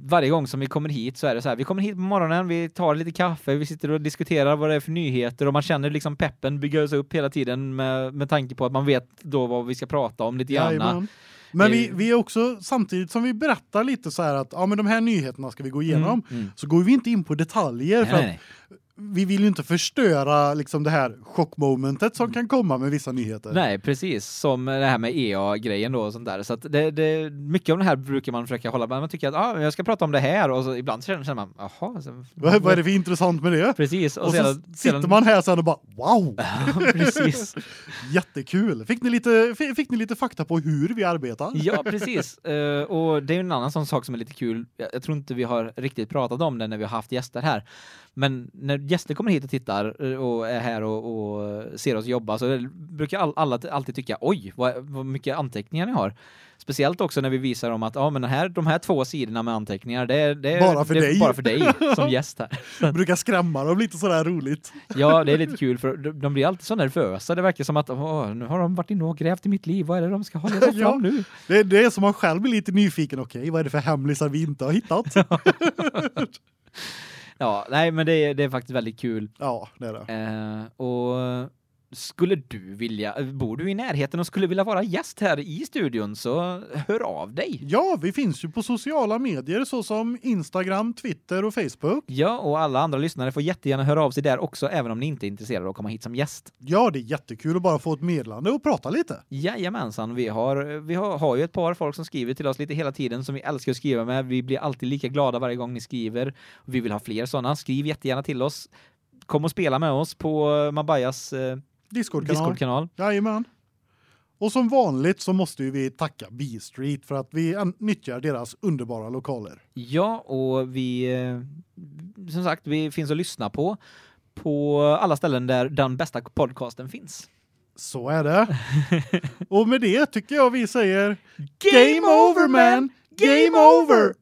varje gång som vi kommer hit så är det så här, vi kommer hit på morgonen, vi tar lite kaffe, vi sitter och diskuterar vad det är för nyheter och man känner liksom peppen byggas upp hela tiden med, med tanke på att man vet då vad vi ska prata om lite grann. Jajamän. Men Det- vi, vi är också, samtidigt som vi berättar lite så här att ja, men de här nyheterna ska vi gå igenom, Mm, mm. så går vi inte in på detaljer för Nej, nej, att nej. vi vill ju inte förstöra liksom det här chockmomentet som kan komma med vissa nyheter. Nej, precis. Som det här med EA-grejen då och sånt där. Så att det, det, mycket av det här brukar man försöka hålla. Man tycker att ah, men jag ska prata om det här och så ibland känner känner man, jaha. så- Vad, vad är det för intressant med det? Precis. Och, Och så sedan, sitter man här sen och bara wow, Ja, precis. jättekul. Fick ni lite fi- fick ni lite fakta på hur vi arbetar? Ja, precis. Eh, och det är ju en annan sån sak som är lite kul. Jag, jag tror inte vi har riktigt pratat om det när vi har haft gäster här. Men när gäster kommer hit och tittar eh, och är här och, och ser oss jobba så brukar all, alla t- alltid tycka oj, vad, vad mycket anteckningar ni har. Speciellt också när vi visar dem att ja, men den här, de här två sidorna med anteckningar, det är, det är, Bara för det är dig. bara för dig som gäst här. Brukar skrämma dem lite sådär roligt. Ja, det är lite kul för de, de blir alltid så nervösa. Det verkar som att åh, nu har de varit inne och grävt i mitt liv. Vad är det de ska hålla fram Ja. nu? Det, det är som man själv blir lite nyfiken. Okej, vad är det för hemlisar vi inte har hittat? Ja, nej, men det, är- det är faktiskt väldigt kul. Ja, det är det. Eh, och skulle du vilja, eh, bor du i närheten och skulle vilja vara gäst här i studion så hör av dig. Ja, vi finns ju på sociala medier såsom Instagram, Twitter och Facebook. Ja, och alla andra lyssnare får jättegärna höra av sig där också, även om ni inte är intresserade av att komma hit som gäst. Ja, det är jättekul att bara få ett meddelande och prata lite. Jajamensan, vi har, vi har, har ju ett par folk som skriver till oss lite hela tiden som vi älskar att skriva med. Vi blir alltid lika glada varje gång ni skriver. Vi vill ha fler sådana. Skriv jättegärna till oss. Kom och spela med oss på eh, Mabayas eh, Discord-kanal. Discord-kanal. Jajamän. Och som vanligt så måste ju vi tacka B-Street för att vi an- nyttjar deras underbara lokaler. Ja, och vi eh, som sagt, vi finns att lyssna på på alla ställen där den bästa podcasten finns. Så är det. Och med det tycker jag vi säger Game over, man! Game over!